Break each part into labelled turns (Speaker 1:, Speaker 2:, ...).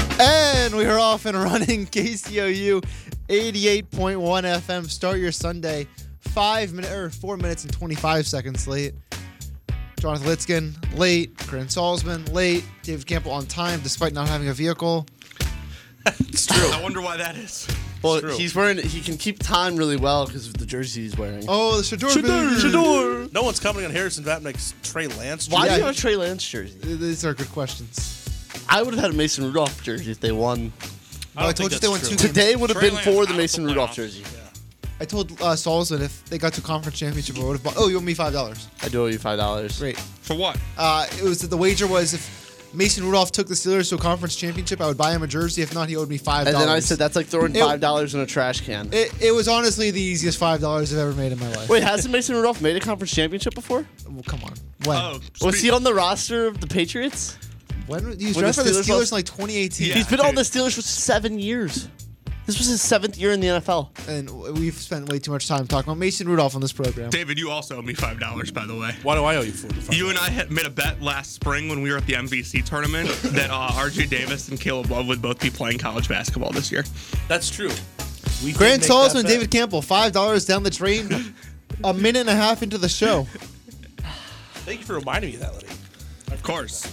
Speaker 1: again, we are off and running. KCOU 88.1 FM. Start your Sunday. Five minutes or four minutes and 25 seconds late. Jonathan Litzkin, late. Corinne Salzman, late. David Campbell on time despite not having a vehicle.
Speaker 2: It's true. I wonder why that is.
Speaker 3: Well,
Speaker 2: true.
Speaker 3: he's wearing. He can keep time really well because of the jersey he's wearing.
Speaker 1: Oh, the Shador. baby.
Speaker 2: No one's coming on Harrison Vapnick's Trey Lance.
Speaker 3: Why
Speaker 1: Yeah.
Speaker 3: do you have a Trey Lance jersey?
Speaker 1: These are good questions.
Speaker 3: I would have had a Mason Rudolph jersey if they won.
Speaker 1: Well, I, told you they won two games.
Speaker 3: Today would have
Speaker 2: Trey
Speaker 3: been
Speaker 2: Lance
Speaker 3: for
Speaker 2: out
Speaker 3: the
Speaker 2: of
Speaker 3: Mason
Speaker 2: the
Speaker 3: Rudolph
Speaker 2: playoffs.
Speaker 3: jersey.
Speaker 1: I told uh, Salzman if they got to conference championship, I would have bought. Oh, you owe me five dollars.
Speaker 3: I do owe you five dollars.
Speaker 1: Great.
Speaker 4: For what?
Speaker 1: Uh, it was the wager was if Mason Rudolph took the Steelers to a conference championship, I would buy him a jersey. If not, he owed me five.
Speaker 3: And then I said that's like throwing
Speaker 1: It-
Speaker 3: five dollars in a trash can.
Speaker 1: It, it was honestly the easiest five dollars I've ever made in my life.
Speaker 3: Wait, hasn't Mason Rudolph made a conference championship before?
Speaker 1: Well, come on. When?
Speaker 4: Oh,
Speaker 3: Was
Speaker 4: spe-
Speaker 3: he on the roster of the Patriots?
Speaker 1: When he was
Speaker 3: When
Speaker 1: drafted
Speaker 3: the
Speaker 1: for the
Speaker 3: Steelers
Speaker 1: Steelers
Speaker 3: lost-
Speaker 1: in like 2018,
Speaker 4: Yeah.
Speaker 3: He's been on the
Speaker 4: dude.
Speaker 3: Steelers for seven years. This was his seventh year in the NFL.
Speaker 1: and we've spent way too much time talking about Mason Rudolph on this program.
Speaker 4: David, you also owe me five dollars, by the way.
Speaker 2: Why do I owe you forty-five?
Speaker 4: You and I had made a bet last spring when we were at the MVC tournament that uh, RJ Davis and Caleb Love would both be playing college basketball this year.
Speaker 2: That's true. We did
Speaker 1: Grant
Speaker 2: make that
Speaker 1: Salzman,
Speaker 2: bet.
Speaker 1: David Campbell, five dollars down the drain. A minute and a half into the show,
Speaker 2: Thank you for reminding me of that, Lenny.
Speaker 4: Of course.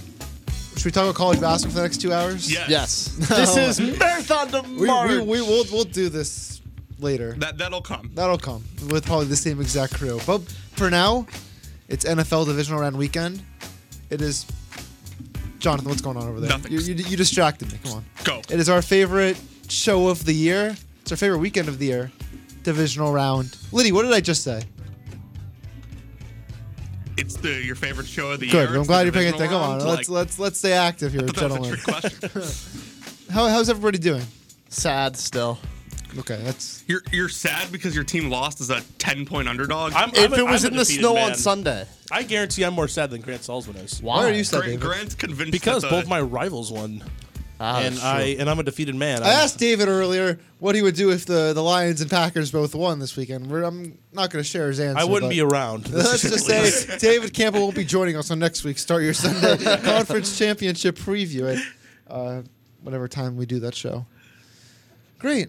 Speaker 1: should we talk about college basketball for the next two hours?
Speaker 4: Yes.
Speaker 3: this is marathon to
Speaker 1: we,
Speaker 3: March.
Speaker 1: we, we will we'll do this later.
Speaker 4: That that'll come.
Speaker 1: That'll come with probably the same exact crew. But for now, it's NFL divisional round weekend. It is. Jonathan, what's going on over there?
Speaker 4: Nothing.
Speaker 1: You, you, you distracted me. Come on.
Speaker 4: Go.
Speaker 1: It is our favorite show of the year. It's our favorite weekend of the year. Divisional round. Liddy, what did I just say?
Speaker 4: It's the your favorite show of the year.
Speaker 1: Good. I'm
Speaker 4: It's
Speaker 1: glad
Speaker 4: the
Speaker 1: you're paying attention.
Speaker 4: divisional
Speaker 1: Come on.
Speaker 4: round.
Speaker 1: Let's
Speaker 4: Like,
Speaker 1: let's let's stay active here,
Speaker 4: I thought that was
Speaker 1: gentlemen.
Speaker 4: a trick question.
Speaker 1: How, how's everybody doing?
Speaker 3: Sad still.
Speaker 1: Okay, that's
Speaker 4: You're you're sad because your team lost as a ten point underdog.
Speaker 2: I'm,
Speaker 3: If
Speaker 2: I'm a-
Speaker 3: it was
Speaker 2: I'm a
Speaker 3: in the
Speaker 2: defeated
Speaker 3: snow
Speaker 2: man.
Speaker 3: on Sunday,
Speaker 2: I guarantee I'm more sad than Grant Salzman is.
Speaker 1: why are you sad,
Speaker 4: Grant,
Speaker 1: David?
Speaker 4: Grant's convinced
Speaker 2: Because
Speaker 4: that the-
Speaker 2: both my rivals won,
Speaker 3: Ah,
Speaker 2: and
Speaker 3: that's
Speaker 2: I
Speaker 3: true.
Speaker 2: and I'm a defeated man.
Speaker 1: I
Speaker 2: I'm-
Speaker 1: asked David earlier what he would do if the, the Lions and Packers both won this weekend. We're, I'm not going to share his answer.
Speaker 2: I wouldn't
Speaker 1: but-
Speaker 2: be around.
Speaker 1: Let's just say David Campbell won't be joining us on next week's Start Your Sunday Conference Championship preview at uh, whatever time we do that show. Great.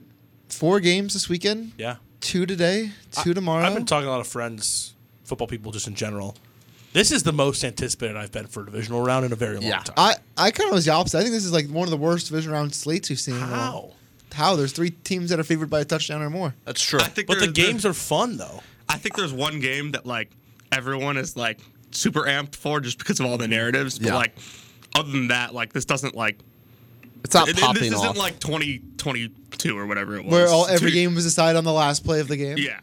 Speaker 1: Four games this weekend.
Speaker 2: yeah.
Speaker 1: Two today, two tomorrow.
Speaker 2: I've been talking to a lot of friends, football people, just in general. This is the most anticipated I've been for a divisional round in a very long
Speaker 3: Yeah.
Speaker 2: time.
Speaker 1: I, I kind of was the opposite. I think this is like one of the worst division round slates we've seen. in a while.
Speaker 2: How?
Speaker 1: How? There's three teams that are favored by a touchdown or more.
Speaker 3: That's true.
Speaker 4: I think
Speaker 2: But the
Speaker 4: there's- there's-
Speaker 2: games are fun though.
Speaker 4: I think there's one game that like everyone is like super amped for just because of all the narratives. But
Speaker 3: Yeah.
Speaker 4: like other than that, like this doesn't like
Speaker 3: It's not
Speaker 4: it- it-
Speaker 3: popping
Speaker 4: this isn't
Speaker 3: off.
Speaker 4: like 2022 or whatever it was.
Speaker 1: Where all every
Speaker 4: Two-
Speaker 1: game was decided on the last play of the game.
Speaker 4: Yeah.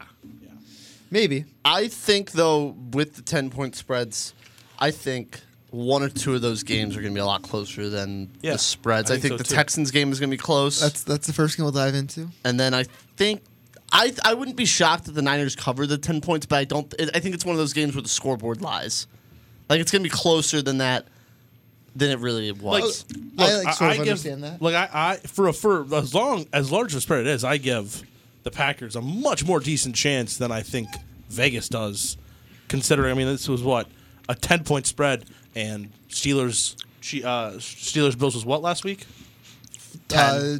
Speaker 1: Maybe.
Speaker 3: I think though, with the ten point spreads, I think one or two of those games are going to be a lot closer than
Speaker 2: Yeah,
Speaker 3: the spreads.
Speaker 2: I
Speaker 3: I think,
Speaker 2: think so,
Speaker 3: the
Speaker 2: too.
Speaker 3: Texans game is going to be close,
Speaker 1: That's that's the first game we'll dive into.
Speaker 3: and then I think. I, I wouldn't be shocked that the Niners cover the ten points, but I don't. I think it's one of those games where the scoreboard lies. Like it's gonna be closer than that, than it really was.
Speaker 1: I like, sort of understand
Speaker 2: give,
Speaker 1: that.
Speaker 2: Like I, I for a, for as long as large of a spread it is, I give the Packers a much more decent chance than I think Vegas does. Considering, I mean, this was what a ten point spread, and Steelers, she, uh, Steelers Bills was what last week?
Speaker 1: Uh,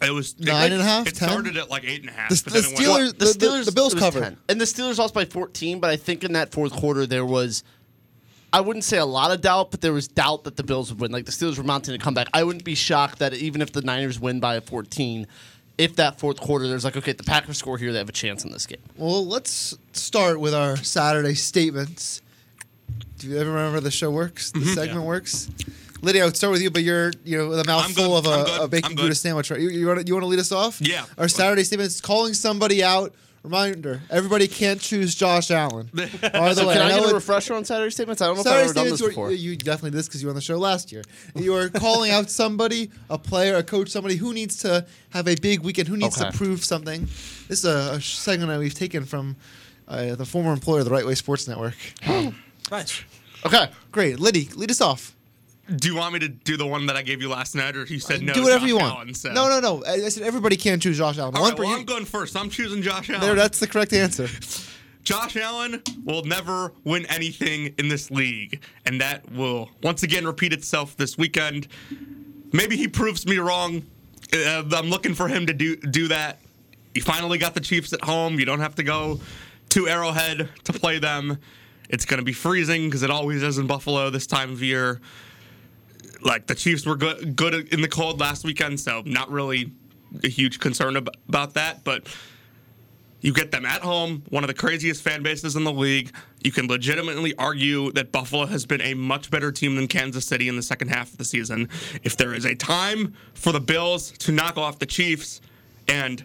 Speaker 4: It was it,
Speaker 1: Nine
Speaker 4: like,
Speaker 1: and a half,
Speaker 4: It
Speaker 1: ten?
Speaker 4: started at like eight and a half.
Speaker 1: The-
Speaker 4: but
Speaker 1: the
Speaker 4: then it went-
Speaker 1: Steelers- the- the- the Bills
Speaker 3: it was
Speaker 1: covered.
Speaker 3: 10. and the Steelers lost by 14. But I think in that fourth quarter there was, I wouldn't say a lot of doubt, but there was doubt that the Bills would win. Like the Steelers were mounting a comeback. I wouldn't be shocked that even if the Niners win by 14, if that fourth quarter there's like okay, if the Packers score here, they have a chance in this game.
Speaker 1: well, let's start with our Saturday statements. Do you ever remember how the show works? The segment works. Lydia, I would start with you, but you're you know with a mouthful
Speaker 4: good, Mm-hmm. I'm
Speaker 1: of
Speaker 4: good,
Speaker 1: a, a bacon
Speaker 4: I'm good.
Speaker 1: Gouda sandwich. Right? You, you want to you want to lead us off?
Speaker 4: Yeah.
Speaker 1: Our Saturday statement is calling somebody out. Reminder: Everybody can't choose Josh Allen. By the
Speaker 3: So
Speaker 1: way,
Speaker 3: can
Speaker 1: I
Speaker 3: I,
Speaker 1: know
Speaker 3: get
Speaker 1: it-
Speaker 3: a refresher on Saturday statements? I don't know
Speaker 1: Saturday
Speaker 3: if I've ever done this
Speaker 1: statements
Speaker 3: before.
Speaker 1: were, you definitely did this because you were on the show last year. You are calling out somebody, a player, a coach, somebody who needs to have a big weekend, who needs to
Speaker 3: Okay.
Speaker 1: prove something. This is a, a segment that we've taken from uh, the former employer of the Right Way Sports Network.
Speaker 2: Nice.
Speaker 3: okay,
Speaker 1: Great, Liddy, lead us off.
Speaker 4: do you want me to do the one that I gave you last night, or you said no?
Speaker 1: Do whatever
Speaker 4: Josh
Speaker 1: you want.
Speaker 4: Allen, so.
Speaker 1: No, no, no. I, I said everybody can choose Josh Allen.
Speaker 4: All
Speaker 1: One
Speaker 4: right,
Speaker 1: per-
Speaker 4: well,
Speaker 1: you-
Speaker 4: I'm going first. I'm choosing Josh Allen.
Speaker 1: there, that's the correct answer.
Speaker 4: Josh Allen will never win anything in this league, and that will once again repeat itself this weekend. Maybe he proves me wrong. Uh, I'm looking for him to do do that. You finally got the Chiefs at home. You don't have to go to Arrowhead to play them. It's going to be freezing because it always is in Buffalo this time of year. Like the Chiefs were good good in the cold last weekend, so not really a huge concern ab- about that, but you get them at home, one of the craziest fan bases in the league. You can legitimately argue that Buffalo has been a much better team than Kansas City in the second half of the season. If there is a time for the Bills to knock off the Chiefs and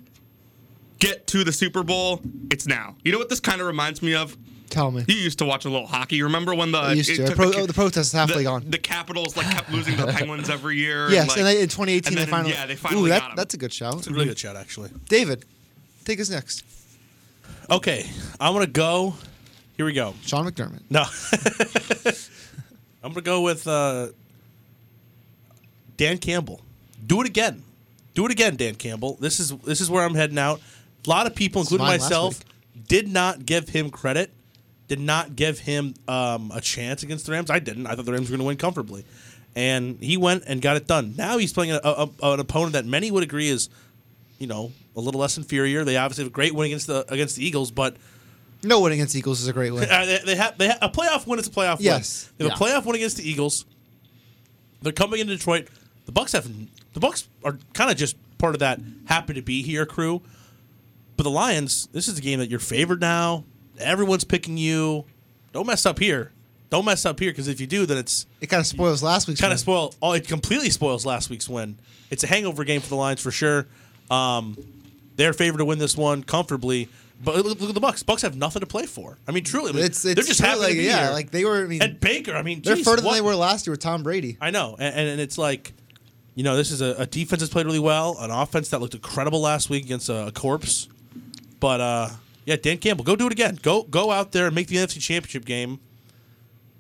Speaker 4: get to the Super Bowl, it's now. You know what this kind of reminds me of?
Speaker 1: Tell me.
Speaker 4: You used to watch a little hockey. You remember when the
Speaker 1: I used to.
Speaker 4: it
Speaker 1: The,
Speaker 4: took
Speaker 1: pro-
Speaker 4: the-
Speaker 1: oh, the protest is halfway
Speaker 4: the,
Speaker 1: gone.
Speaker 4: the Capitals like kept losing to the Penguins every year.
Speaker 1: yes,
Speaker 4: like,
Speaker 1: and they, in 2018
Speaker 4: and
Speaker 1: they
Speaker 4: then in-
Speaker 1: finally.
Speaker 4: yeah, they finally
Speaker 1: ooh, that,
Speaker 4: got 'em.
Speaker 1: that's a good shout.
Speaker 2: It's a really good shot, actually.
Speaker 1: David, take us next.
Speaker 2: Okay, I'm gonna go. Here we go.
Speaker 1: Sean McDermott.
Speaker 2: No, I'm gonna go with uh, Dan Campbell. Do it again. Do it again, Dan Campbell. This is this is where I'm heading out. A lot of people, including
Speaker 1: mine last
Speaker 2: myself,
Speaker 1: week.
Speaker 2: did not give him credit. Did not give him um, a chance against the Rams. I didn't. I thought the Rams were going to win comfortably, and he went and got it done. Now he's playing a, a, a- an opponent that many would agree is, you know, a little less inferior. They obviously have a great win against the against the Eagles, but
Speaker 1: No win against Eagles is a great win.
Speaker 2: uh, they, they have they have, a playoff win is a playoff
Speaker 1: Yes.
Speaker 2: win. They
Speaker 3: Yeah.
Speaker 2: have a playoff win against the Eagles. They're coming into Detroit. The Bucks have the Bucks are kind of just part of that happy to be here crew. But the Lions, this is a game that you're favored now. Everyone's picking you. Don't mess up here. Don't mess up here because if you do, then it's
Speaker 1: It kind of spoils last week's.
Speaker 2: kind of
Speaker 1: win.
Speaker 2: spoil. Oh, it completely spoils last week's win. It's a hangover game for the Lions for sure. Um, they're favored to win this one comfortably. But look, look at the Bucks. Bucks have nothing to play for. I mean, truly, I mean,
Speaker 1: It's, it's
Speaker 2: they're just
Speaker 1: true,
Speaker 2: happy
Speaker 1: like,
Speaker 2: to be
Speaker 1: yeah,
Speaker 2: here.
Speaker 1: like they were. I mean,
Speaker 2: and Baker. I mean,
Speaker 1: they're
Speaker 2: geez,
Speaker 1: further
Speaker 2: what-
Speaker 1: than they were last year with Tom Brady.
Speaker 2: I know, and, and, and it's like, you know, this is a, a defense that's played really well, an offense that looked incredible last week against a, a corpse. But uh, yeah, Dan Campbell, go do it again. Go go out there and make the NFC Championship game,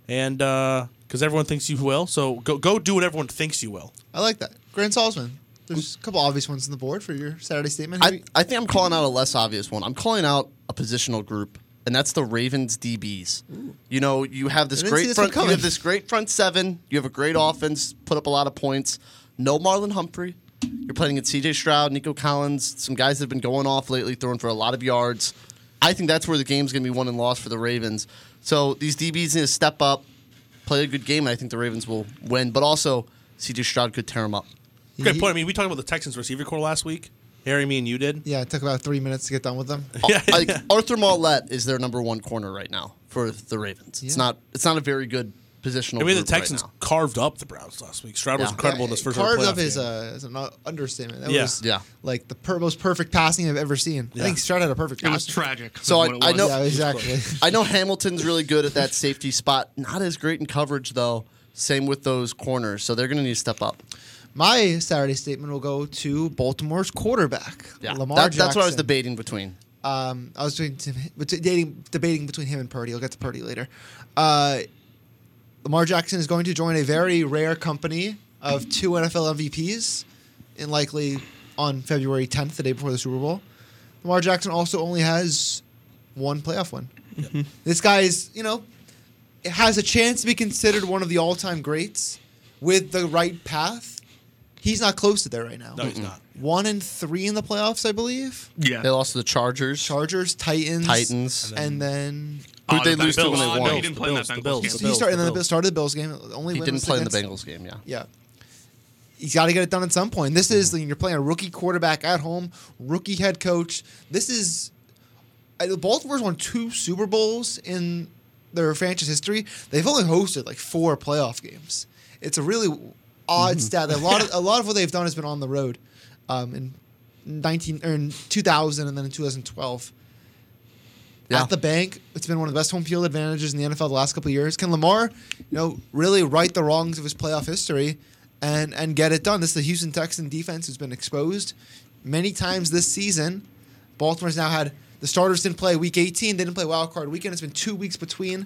Speaker 2: and because everyone thinks you will, so go go do what everyone thinks you will.
Speaker 1: I like that. Grant Salzman. There's a couple obvious ones on the board for your Saturday statement.
Speaker 3: I, I think I'm calling out a less obvious one. I'm calling out a positional group, and that's the Ravens DBs. You know, you have this
Speaker 1: I didn't see
Speaker 3: great
Speaker 1: this one
Speaker 3: front, you have
Speaker 1: coming.
Speaker 3: this great front seven. You have a great offense, put up a lot of points. No Marlon Humphrey. You're playing against C.J. Stroud, Nico Collins, some guys that have been going off lately, throwing for a lot of yards. I think that's where the game's going to be won and lost for the Ravens. So these DBs need to step up, play a good game, and I think the Ravens will win. But also, C.J. Stroud could tear them up.
Speaker 2: Great point. I mean, we talked about the Texans receiver core last week. Harry, me, and you did.
Speaker 1: yeah, it took about three minutes to get done with them.
Speaker 2: Yeah.
Speaker 3: like Arthur Mollett is their number one corner right now for the Ravens. It's
Speaker 1: Yeah.
Speaker 3: not it's not a very good positional.
Speaker 2: I mean, the
Speaker 3: group right
Speaker 2: Texans
Speaker 3: now.
Speaker 2: carved up the Browns last week. Stroud was
Speaker 3: Yeah.
Speaker 2: incredible in this first round
Speaker 1: Carved
Speaker 2: playoff
Speaker 1: up is,
Speaker 2: game.
Speaker 1: uh, is an u- understatement. That
Speaker 2: Yeah.
Speaker 1: was
Speaker 3: Yeah.
Speaker 1: like the per- most perfect passing I've ever seen. I think Stroud had a perfect
Speaker 4: It
Speaker 1: pass.
Speaker 4: was tragic.
Speaker 3: So
Speaker 4: is
Speaker 3: I-
Speaker 4: what it
Speaker 3: I
Speaker 4: was.
Speaker 3: know-
Speaker 1: Yeah, exactly.
Speaker 3: I know Hamilton's really good at that safety spot. Not as great in coverage though. Same with those corners. So they're going to need to step up.
Speaker 1: My Saturday statement will go to Baltimore's quarterback,
Speaker 3: Yeah,
Speaker 1: Lamar
Speaker 3: That- that's what I was
Speaker 1: Jackson.
Speaker 3: debating between.
Speaker 1: Um, I was doing debating, debating between him and Purdy. I'll get to Purdy later. Uh, Lamar Jackson is going to join a very rare company of two NFL MVPs, and likely on February 10th, the day before the Super Bowl. Lamar Jackson also only has one playoff win. This guy is, you know, has a chance to be considered one of the all-time greats with the right path. He's not close to there right now.
Speaker 2: no, he's not.
Speaker 1: One and three in the playoffs, I believe.
Speaker 4: yeah.
Speaker 3: They lost to the Chargers.
Speaker 1: Chargers, Titans,
Speaker 3: Titans.
Speaker 1: and then
Speaker 3: Who'd
Speaker 4: Oh,
Speaker 3: they
Speaker 4: the
Speaker 3: lose to
Speaker 4: Bills.
Speaker 3: when they
Speaker 4: Oh, no,
Speaker 3: won?
Speaker 4: He didn't play in that
Speaker 2: The
Speaker 4: Bengals
Speaker 2: Bills,
Speaker 4: game.
Speaker 2: the
Speaker 1: he
Speaker 2: Bills.
Speaker 1: started and then
Speaker 2: Bills.
Speaker 1: the started the Bills game. The Only
Speaker 3: he
Speaker 1: win
Speaker 3: didn't
Speaker 1: was
Speaker 3: play in the
Speaker 1: against-
Speaker 3: Bengals game. Yeah.
Speaker 1: Yeah, he's got to get it done at some point. This is you're playing a rookie quarterback at home, rookie head coach. This is I- the Baltimore's won two Super Bowls in their franchise history. They've only hosted like four playoff games. It's a really
Speaker 3: Mm-hmm.
Speaker 1: odd stat. A lot of a lot of what they've done has been on the road, um, in nineteen or in two thousand and then in two thousand twelve
Speaker 3: Yeah.
Speaker 1: at the bank. It's been one of the best home field advantages in the NFL the last couple of years. Can Lamar, you know, really right the wrongs of his playoff history and and get it done? This is the Houston Texan defense who's been exposed many times this season. Baltimore's now had the starters didn't play week 18, they didn't play wild card weekend. It's been two weeks between.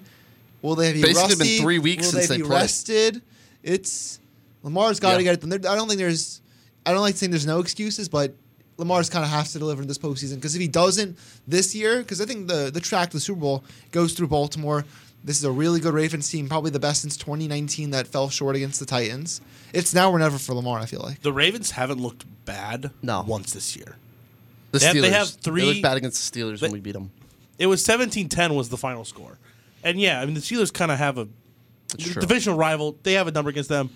Speaker 1: Will they be
Speaker 3: Basically been
Speaker 1: rusty?
Speaker 3: three weeks
Speaker 1: Will
Speaker 3: since
Speaker 1: they
Speaker 3: they
Speaker 1: be
Speaker 3: played.
Speaker 1: rested? It's Lamar's got to
Speaker 3: Yeah.
Speaker 1: get it done. There- I don't think there's. I don't like saying there's no excuses, but Lamar's kind of has to deliver in this postseason because if he doesn't this year, because I think the the track to the Super Bowl goes through Baltimore, This is a really good Ravens team, probably the best since 2019 that fell short against the Titans. It's now or never for Lamar, I feel like.
Speaker 2: The Ravens haven't looked bad
Speaker 3: No.
Speaker 2: once this year.
Speaker 3: The
Speaker 2: They have-
Speaker 3: Steelers.
Speaker 2: they have
Speaker 3: They
Speaker 2: three-
Speaker 3: looked bad against the Steelers when
Speaker 2: But-
Speaker 3: we beat them.
Speaker 2: It was 17-10 was the final score. And yeah, I mean the Steelers kind of have a
Speaker 3: It's true.
Speaker 2: divisional rival. They have a number against them.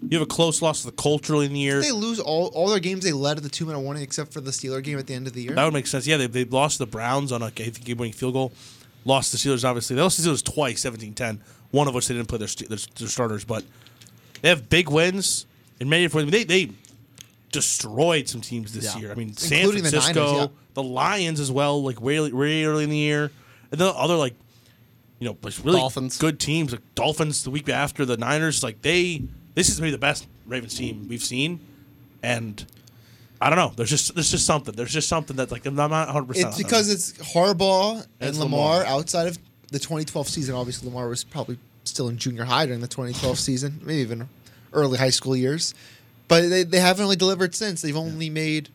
Speaker 2: You have a close loss to the Colts early in the year.
Speaker 1: They lose all, all their games they led at the two minute warning, except for the Steeler game at the end of the year.
Speaker 2: That would make sense. Yeah, they, they lost the Browns on a game-winning field goal. Lost the Steelers, obviously. They lost the Steelers twice, 17-10. One of which they didn't play their, st- their, their starters, but they have big wins and many different. They they destroyed some teams this
Speaker 3: Yeah.
Speaker 2: year. I mean, San
Speaker 1: Including the
Speaker 2: Francisco, the,
Speaker 1: Niners, yeah.
Speaker 2: Lions as well. Like really, really early in the year, and the other like you know like really
Speaker 3: Dolphins.
Speaker 2: good teams. Like Dolphins the week after the Niners. Like they this is maybe the best Ravens team we've seen, and. I don't know. There's just there's just something. There's just something that like I'm not 100. percent
Speaker 1: It's because it's Harbaugh and
Speaker 2: It's
Speaker 1: Lamar,
Speaker 2: Lamar.
Speaker 1: outside of the 2012 season. Obviously, Lamar was probably still in junior high during the 2012 season, maybe even early high school years. But they, they haven't really delivered since. They've only made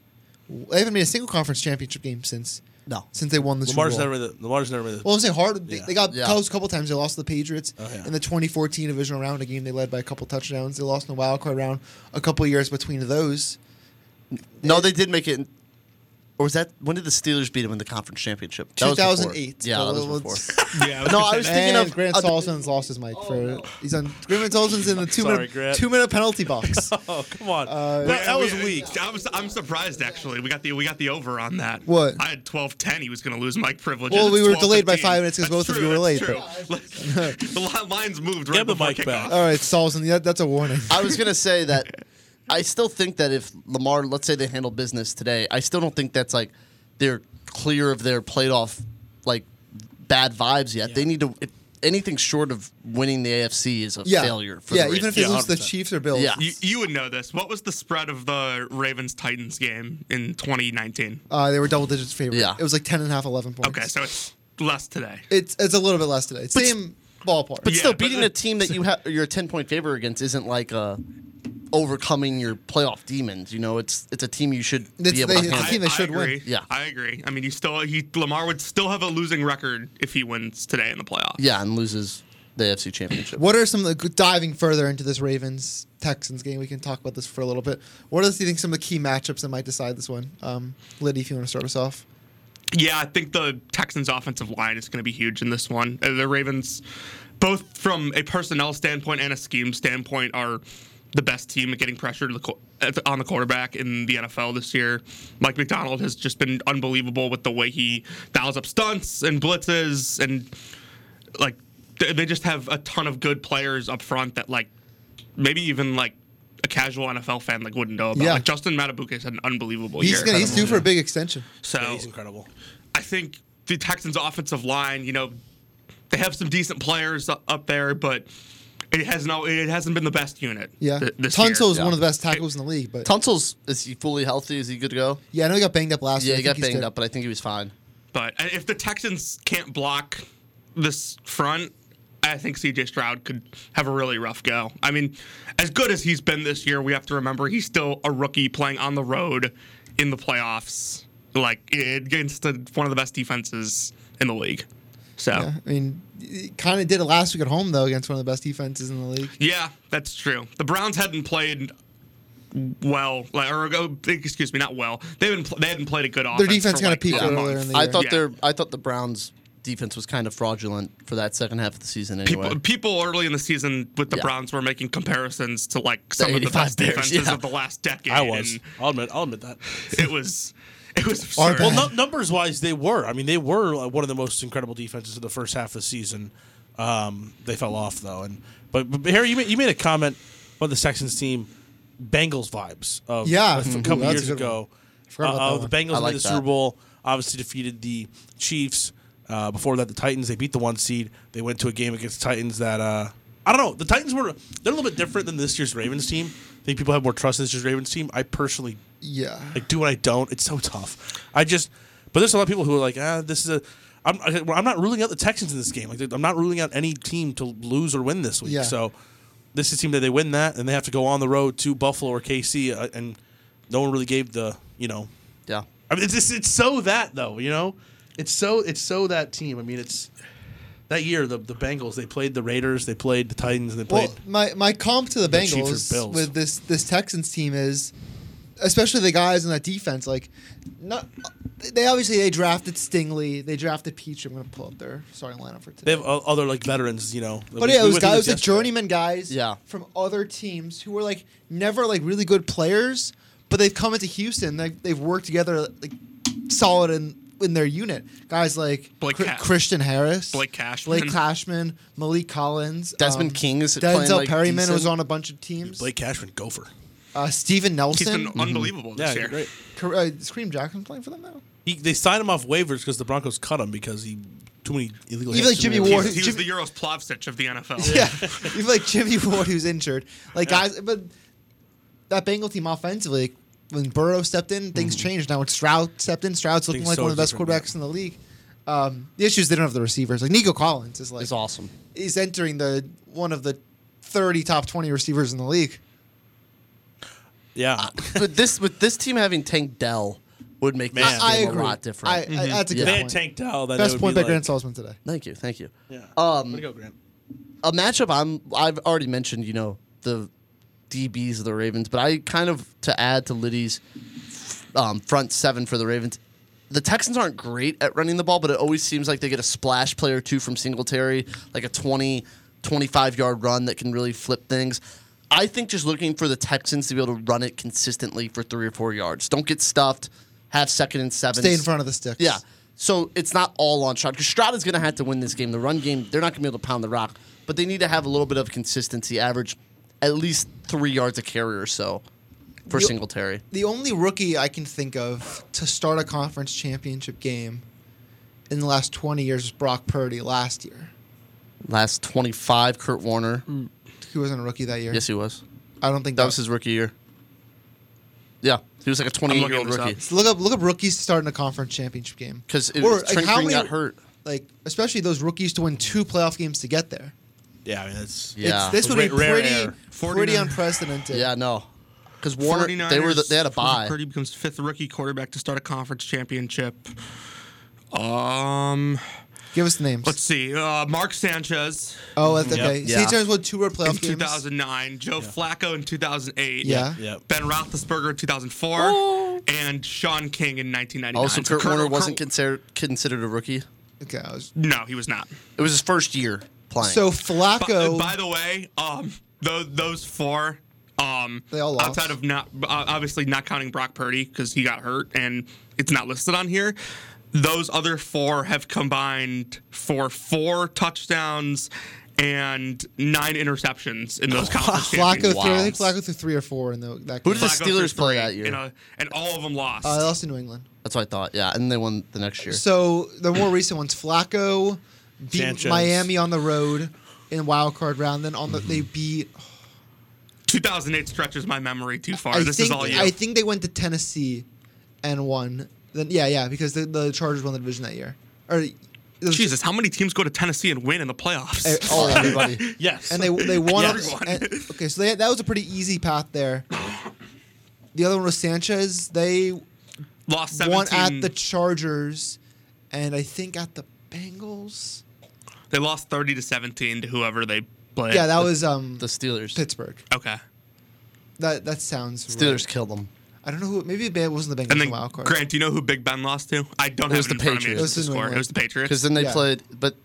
Speaker 1: they haven't made a single conference championship game since
Speaker 3: No.
Speaker 1: since they won the Super
Speaker 2: Lamar's
Speaker 1: Bowl.
Speaker 2: never the Lamar's never the,
Speaker 1: Well, I'm saying hard. They,
Speaker 2: Yeah. Oh,
Speaker 1: they got
Speaker 3: Yeah.
Speaker 1: close a couple times. They lost to the Patriots
Speaker 2: yeah.
Speaker 1: in the 2014 divisional round, a game they led by a couple touchdowns. They lost in the wild card round a couple years between those.
Speaker 3: No, they did make it. in- Or was that when did the Steelers beat them in the conference championship? That was before.
Speaker 1: 2008.
Speaker 3: Yeah, that
Speaker 1: So
Speaker 3: was
Speaker 1: let's-
Speaker 3: before.
Speaker 4: Yeah,
Speaker 3: No, I was thinking
Speaker 1: and
Speaker 3: of
Speaker 1: Grant
Speaker 3: uh,
Speaker 1: Salson's lost his mic for he's on Grant Salson's in the two
Speaker 2: Oh, Sorry,
Speaker 1: minute
Speaker 2: Grant.
Speaker 1: two minute penalty box.
Speaker 2: Oh come on!
Speaker 1: uh,
Speaker 2: that, that was weak.
Speaker 4: I'm, I'm surprised actually. We got the we got the over on that.
Speaker 1: What?
Speaker 4: I had 12-10. He was going to lose mic privilege.
Speaker 1: Well, we were delayed by five minutes 'cause both of you were late,
Speaker 4: the li- lines moved right
Speaker 2: Get the
Speaker 4: before
Speaker 2: mic
Speaker 4: kickoff.
Speaker 2: back.
Speaker 1: All right, Salson, that, that's a warning.
Speaker 3: I was gonna say that I still think that if Lamar, let's say they handle business today, I still don't think that's like they're clear of their playoff like bad vibes yet. They need to. If anything short of winning the AFC is a
Speaker 1: Yeah,
Speaker 3: failure. For
Speaker 1: yeah.
Speaker 3: the
Speaker 1: even if
Speaker 3: Ravens.
Speaker 1: they
Speaker 2: Yeah,
Speaker 1: lose to the
Speaker 2: 100%.
Speaker 1: Chiefs or Bills,
Speaker 3: Yeah.
Speaker 4: You, you would know this. What was the spread of the Ravens Titans game in 2019?
Speaker 1: uh, they were double digits favorite.
Speaker 3: Yeah.
Speaker 1: it was like 10 and a half, 11 points.
Speaker 4: Okay, so it's less today.
Speaker 1: it's it's a little bit less today. Same ballpark.
Speaker 3: But
Speaker 4: Yeah,
Speaker 3: still,
Speaker 4: but
Speaker 3: beating
Speaker 4: the-
Speaker 3: a team that you have you're a ten point favor against isn't like a overcoming your playoff demons. You know, it's it's a team you should
Speaker 1: It's-
Speaker 3: be able
Speaker 1: they-
Speaker 3: to
Speaker 1: it's a
Speaker 3: handle.
Speaker 1: team that should win.
Speaker 4: agree.
Speaker 3: Yeah.
Speaker 4: I agree. I mean, you still he Lamar would still have a losing record if he wins today in the playoffs.
Speaker 3: yeah, and loses the AFC championship.
Speaker 1: What are some of the diving further into this Ravens Texans game? We can talk about this for a little bit. What else do you think some of the key matchups that might decide this one? Um, Liddy, if you want to start us off.
Speaker 4: Yeah, I think the Texans' offensive line is going to be huge in this one. Uh, The Ravens, both from a personnel standpoint and a scheme standpoint, are the best team at getting pressure to the, qu- at the- on the quarterback in the NFL this year. Mike McDonald has just been unbelievable with the way he dials up stunts and blitzes, and like th- they just have a ton of good players up front that like maybe even like a casual NFL fan like wouldn't know about.
Speaker 1: Yeah.
Speaker 4: Like Justin Matabuke's had an unbelievable year.
Speaker 1: He's gonna, he's due for a big extension.
Speaker 4: so
Speaker 2: Yeah, he's incredible.
Speaker 4: I think the Texans' offensive line, you know, they have some decent players u- up there, but it has no, it hasn't been the best unit.
Speaker 1: Yeah,
Speaker 4: th- this year.
Speaker 1: Tunsil is
Speaker 3: Yeah.
Speaker 1: one of the best tackles in the league, but
Speaker 3: Tunsil's is he fully healthy? Is he good to go?
Speaker 1: yeah, I know he got banged up last year.
Speaker 3: Yeah,
Speaker 1: I
Speaker 3: he
Speaker 1: think
Speaker 3: got
Speaker 1: he's
Speaker 3: banged
Speaker 1: good.
Speaker 3: up, but I think he was fine.
Speaker 4: But uh, if the Texans can't block this front, I think CJ Stroud could have a really rough go. I mean, as good as he's been this year, we have to remember he's still a rookie playing on the road in the playoffs, like i- against the, one of the best defenses in the league. So.
Speaker 1: Yeah, I mean, kind of did it last week at home though against one of the best defenses in the league.
Speaker 4: Yeah, that's true. The Browns hadn't played well, like, or oh, excuse me, not well. They haven't pl- they hadn't played a good offense.
Speaker 1: Their defense
Speaker 4: for,
Speaker 1: kind
Speaker 4: like,
Speaker 1: of peaked
Speaker 4: a
Speaker 1: earlier
Speaker 4: month.
Speaker 1: in the
Speaker 3: I
Speaker 1: year.
Speaker 3: thought
Speaker 4: Yeah.
Speaker 3: their I thought the Browns defense was kind of fraudulent for that second half of the season
Speaker 4: People,
Speaker 3: anyway.
Speaker 4: people early in the season with the
Speaker 3: Yeah.
Speaker 4: Browns were making comparisons to like some of the
Speaker 3: 85
Speaker 4: best
Speaker 3: Bears,
Speaker 4: defenses
Speaker 3: yeah.
Speaker 4: of the last decade.
Speaker 2: I was.
Speaker 4: and
Speaker 2: I'll admit. I'll admit that.
Speaker 4: It was. It was
Speaker 1: Our
Speaker 4: absurd.
Speaker 1: bad.
Speaker 2: Well, num numbers wise, they were. I mean, they were uh, one of the most incredible defenses of the first half of the season. Um, they fell off though, and but, but Harry, you made, you made a comment about the Texans team, Bengals vibes of
Speaker 1: Yeah.
Speaker 2: a
Speaker 1: Mhm.
Speaker 2: couple
Speaker 1: That's a
Speaker 2: years
Speaker 1: good
Speaker 2: ago.
Speaker 1: Forgot about
Speaker 2: Uh,
Speaker 1: that
Speaker 2: the Bengals
Speaker 3: I
Speaker 2: won
Speaker 3: like
Speaker 2: the
Speaker 3: that.
Speaker 2: Super Bowl. Obviously, defeated the Chiefs. Uh, before that, the Titans they beat the one seed. They went to a game against the Titans that uh, I don't know. The Titans were they're a little bit different than this year's Ravens team. I think people have more trust in this year's Ravens team. I personally
Speaker 1: Yeah,
Speaker 2: I do and I don't. It's so tough. I just, but there's a lot of people who are like, ah, this is a. I'm, I- I'm not ruling out the Texans in this game. Like I'm not ruling out any team to lose or win this week.
Speaker 1: Yeah.
Speaker 2: So this is a team that they win that, and they have to go on the road to Buffalo or KC, uh, and no one really gave the you know.
Speaker 3: yeah.
Speaker 2: I mean, it's it's, it's so that though, you know, it's so it's so that team. I mean, it's. that year the the Bengals they played the Raiders, they played the Titans, and they played
Speaker 1: Well, my, my comp to the
Speaker 2: The Chiefs are
Speaker 1: Bengals
Speaker 2: Bills.
Speaker 1: with this this Texans team is, especially the guys on that defense. Like, not they obviously they drafted Stingley, they drafted Peach. I'm gonna pull up their starting lineup for
Speaker 2: they
Speaker 1: today.
Speaker 2: have o- other like veterans, you know.
Speaker 1: But yeah, it was guys, it was like journeyman guys,
Speaker 3: Yeah.
Speaker 1: from other teams who were like never like really good players, but they've come into Houston. They they've worked together like solid in in their unit. Guys like
Speaker 4: Blake
Speaker 1: Cri-
Speaker 4: Ca-
Speaker 1: Christian Harris,
Speaker 4: Blake Cashman.
Speaker 1: Blake Cashman, Malik Collins, um,
Speaker 3: Desmond King is playing,
Speaker 1: Denzel
Speaker 3: like,
Speaker 1: Perryman was
Speaker 3: decent.
Speaker 1: on a bunch of teams.
Speaker 2: Blake Cashman, Gopher.
Speaker 1: uh, Steven
Speaker 4: He's
Speaker 1: Nelson,
Speaker 4: been unbelievable
Speaker 2: Yeah,
Speaker 4: this
Speaker 2: he's
Speaker 4: year.
Speaker 2: great.
Speaker 1: Cor- uh, Scream Jackson playing for them now.
Speaker 2: He, they signed him off waivers because the Broncos cut him because he too many illegal.
Speaker 1: Even like
Speaker 2: hits and
Speaker 1: Jimmy
Speaker 2: everything.
Speaker 4: He
Speaker 1: Ward.
Speaker 4: was, he was
Speaker 1: Jim-
Speaker 4: the Euros Plavsic of the NFL.
Speaker 1: Yeah, even like Jimmy Ward who's injured. Like guys, but that Bengal team offensively, when Burrow stepped in, things changed. Now when Stroud stepped in, Stroud's looking
Speaker 2: Mm-hmm. Things
Speaker 1: like
Speaker 2: so
Speaker 1: one of the best
Speaker 2: different,
Speaker 1: quarterbacks in the league. Um, the issue is they don't have the receivers. Like Nico Collins is like
Speaker 3: It's awesome.
Speaker 1: he's entering the one of the thirty top twenty receivers in the league.
Speaker 2: Yeah,
Speaker 3: with this with this team having Tank Dell would make
Speaker 2: Man.
Speaker 3: this
Speaker 1: I
Speaker 3: game a
Speaker 1: agree.
Speaker 3: lot different.
Speaker 1: I, I- that's a good
Speaker 3: Yeah.
Speaker 2: Mm-hmm. they
Speaker 1: point.
Speaker 2: had Tank Dell. Then it
Speaker 1: best
Speaker 2: would
Speaker 1: point
Speaker 2: be
Speaker 1: by
Speaker 2: like,
Speaker 1: Grant Salzman today.
Speaker 3: Thank you, thank you.
Speaker 2: Yeah.
Speaker 3: Um,
Speaker 2: Way to go, Grant.
Speaker 3: A matchup I'm I've already mentioned, you know, the DBs of the Ravens, but I kind of to add to Liddy's um, front seven for the Ravens. The Texans aren't great at running the ball, but it always seems like they get a splash play or two from Singletary, like a 20, 25 yard run that can really flip things. I think just looking for the Texans to be able to run it consistently for three or four yards. Don't get stuffed. Have second and seven.
Speaker 1: Stay in front of the sticks.
Speaker 3: Yeah. So it's not all on Stroud because Stroud is going to have to win this game. The run game, they're not going to be able to pound the rock, but they need to have a little bit of consistency, average at least three yards a carry or so for
Speaker 1: You-
Speaker 3: Singletary.
Speaker 1: the only rookie I can think of to start a conference championship game in the last 20 years is Brock Purdy last year.
Speaker 3: Last 25, Kurt Warner.
Speaker 1: He wasn't a rookie that year.
Speaker 3: Yes, he was.
Speaker 1: I don't think
Speaker 3: That was his rookie year. Yeah, he was like a 28 year old
Speaker 4: this up.
Speaker 3: rookie.
Speaker 1: Look up look up rookies to start in a conference championship game.
Speaker 3: Because
Speaker 1: Or, like,
Speaker 3: Trent
Speaker 1: how
Speaker 3: Green
Speaker 1: many-
Speaker 3: got hurt.
Speaker 1: Like especially those rookies to win two playoff games to get there.
Speaker 2: Yeah, I mean that's
Speaker 3: Yeah.
Speaker 1: It's, this would be
Speaker 2: Rare- rare
Speaker 1: pretty
Speaker 2: air.
Speaker 1: pretty
Speaker 4: 49.
Speaker 1: unprecedented.
Speaker 3: Yeah, no. Because Warner, they were the,
Speaker 4: 49ers,
Speaker 3: they had a bye.
Speaker 4: Purdy becomes fifth rookie quarterback to start a conference championship. Um,
Speaker 1: Give us the names.
Speaker 4: let's see. Uh, Mark Sanchez
Speaker 1: oh, that's okay.
Speaker 2: Yep.
Speaker 1: Yeah.
Speaker 3: Yeah.
Speaker 1: Sanchez won two playoff
Speaker 4: in
Speaker 1: games.
Speaker 4: 2009, Joe Flacco in 2008.
Speaker 1: Yeah.
Speaker 2: yeah.
Speaker 4: Ben Roethlisberger in 2004, and Sean King in 1999.
Speaker 3: Also,
Speaker 4: So
Speaker 3: Kurt Warner
Speaker 4: Kurt-
Speaker 3: wasn't considered considered a rookie.
Speaker 1: Okay. I was-
Speaker 4: No, he was not.
Speaker 3: It was his first year playing.
Speaker 1: so
Speaker 4: By,
Speaker 1: Flacco.
Speaker 4: uh, by the way, um, those, those four, um,
Speaker 1: They all lost.
Speaker 4: outside of not uh, obviously not counting Brock Purdy because he got hurt and it's not listed on here. Those other four have combined for four touchdowns and nine interceptions in those conference
Speaker 1: Flacco,
Speaker 4: championships.
Speaker 1: threw, I think Flacco threw three or four in the, that
Speaker 3: Who
Speaker 1: game.
Speaker 3: did the
Speaker 4: Flacco threw
Speaker 3: Steelers play
Speaker 4: three,
Speaker 3: that year?
Speaker 4: you know, and all of them lost.
Speaker 1: uh, they lost to New England.
Speaker 3: That's what I thought. Yeah, and they won the next year.
Speaker 1: So the more recent ones, Flacco beat
Speaker 2: Sanchez.
Speaker 1: Miami on the road in wild card round. Then on the they
Speaker 4: Mm-hmm.
Speaker 1: beat.
Speaker 4: 2008 stretches my memory too far.
Speaker 1: I
Speaker 4: this
Speaker 1: think
Speaker 4: is all you.
Speaker 1: I think they went to Tennessee and won. Then yeah, yeah, because the, the Chargers won the division that year. Or it was-
Speaker 4: Jesus, how many teams go to Tennessee and win in the playoffs?
Speaker 1: eh, all of them.
Speaker 3: everybody.
Speaker 2: Yes.
Speaker 1: and they they won.
Speaker 4: Everyone.
Speaker 1: and- okay, so they, that was a pretty easy path there. The other one was Sanchez. They
Speaker 4: Lost 17.
Speaker 1: won at the Chargers, and I think at the Bengals.
Speaker 4: They lost 30 to 17 to whoever they played.
Speaker 1: Yeah, that was um
Speaker 3: the Steelers.
Speaker 1: Pittsburgh.
Speaker 4: okay.
Speaker 1: That that sounds right.
Speaker 3: Steelers killed them.
Speaker 1: I don't know who. Maybe it wasn't the Bengals
Speaker 4: And
Speaker 1: in
Speaker 4: then
Speaker 1: wild card.
Speaker 4: Grant, do you know who Big Ben lost to? I don't
Speaker 3: It
Speaker 4: have
Speaker 3: was
Speaker 4: it in
Speaker 3: the
Speaker 4: front of me.
Speaker 3: Patriots.
Speaker 4: It was
Speaker 1: It
Speaker 4: the
Speaker 1: was New
Speaker 4: score. It
Speaker 1: England.
Speaker 4: was the Patriots.
Speaker 3: Because then they
Speaker 1: Yeah.
Speaker 3: played. But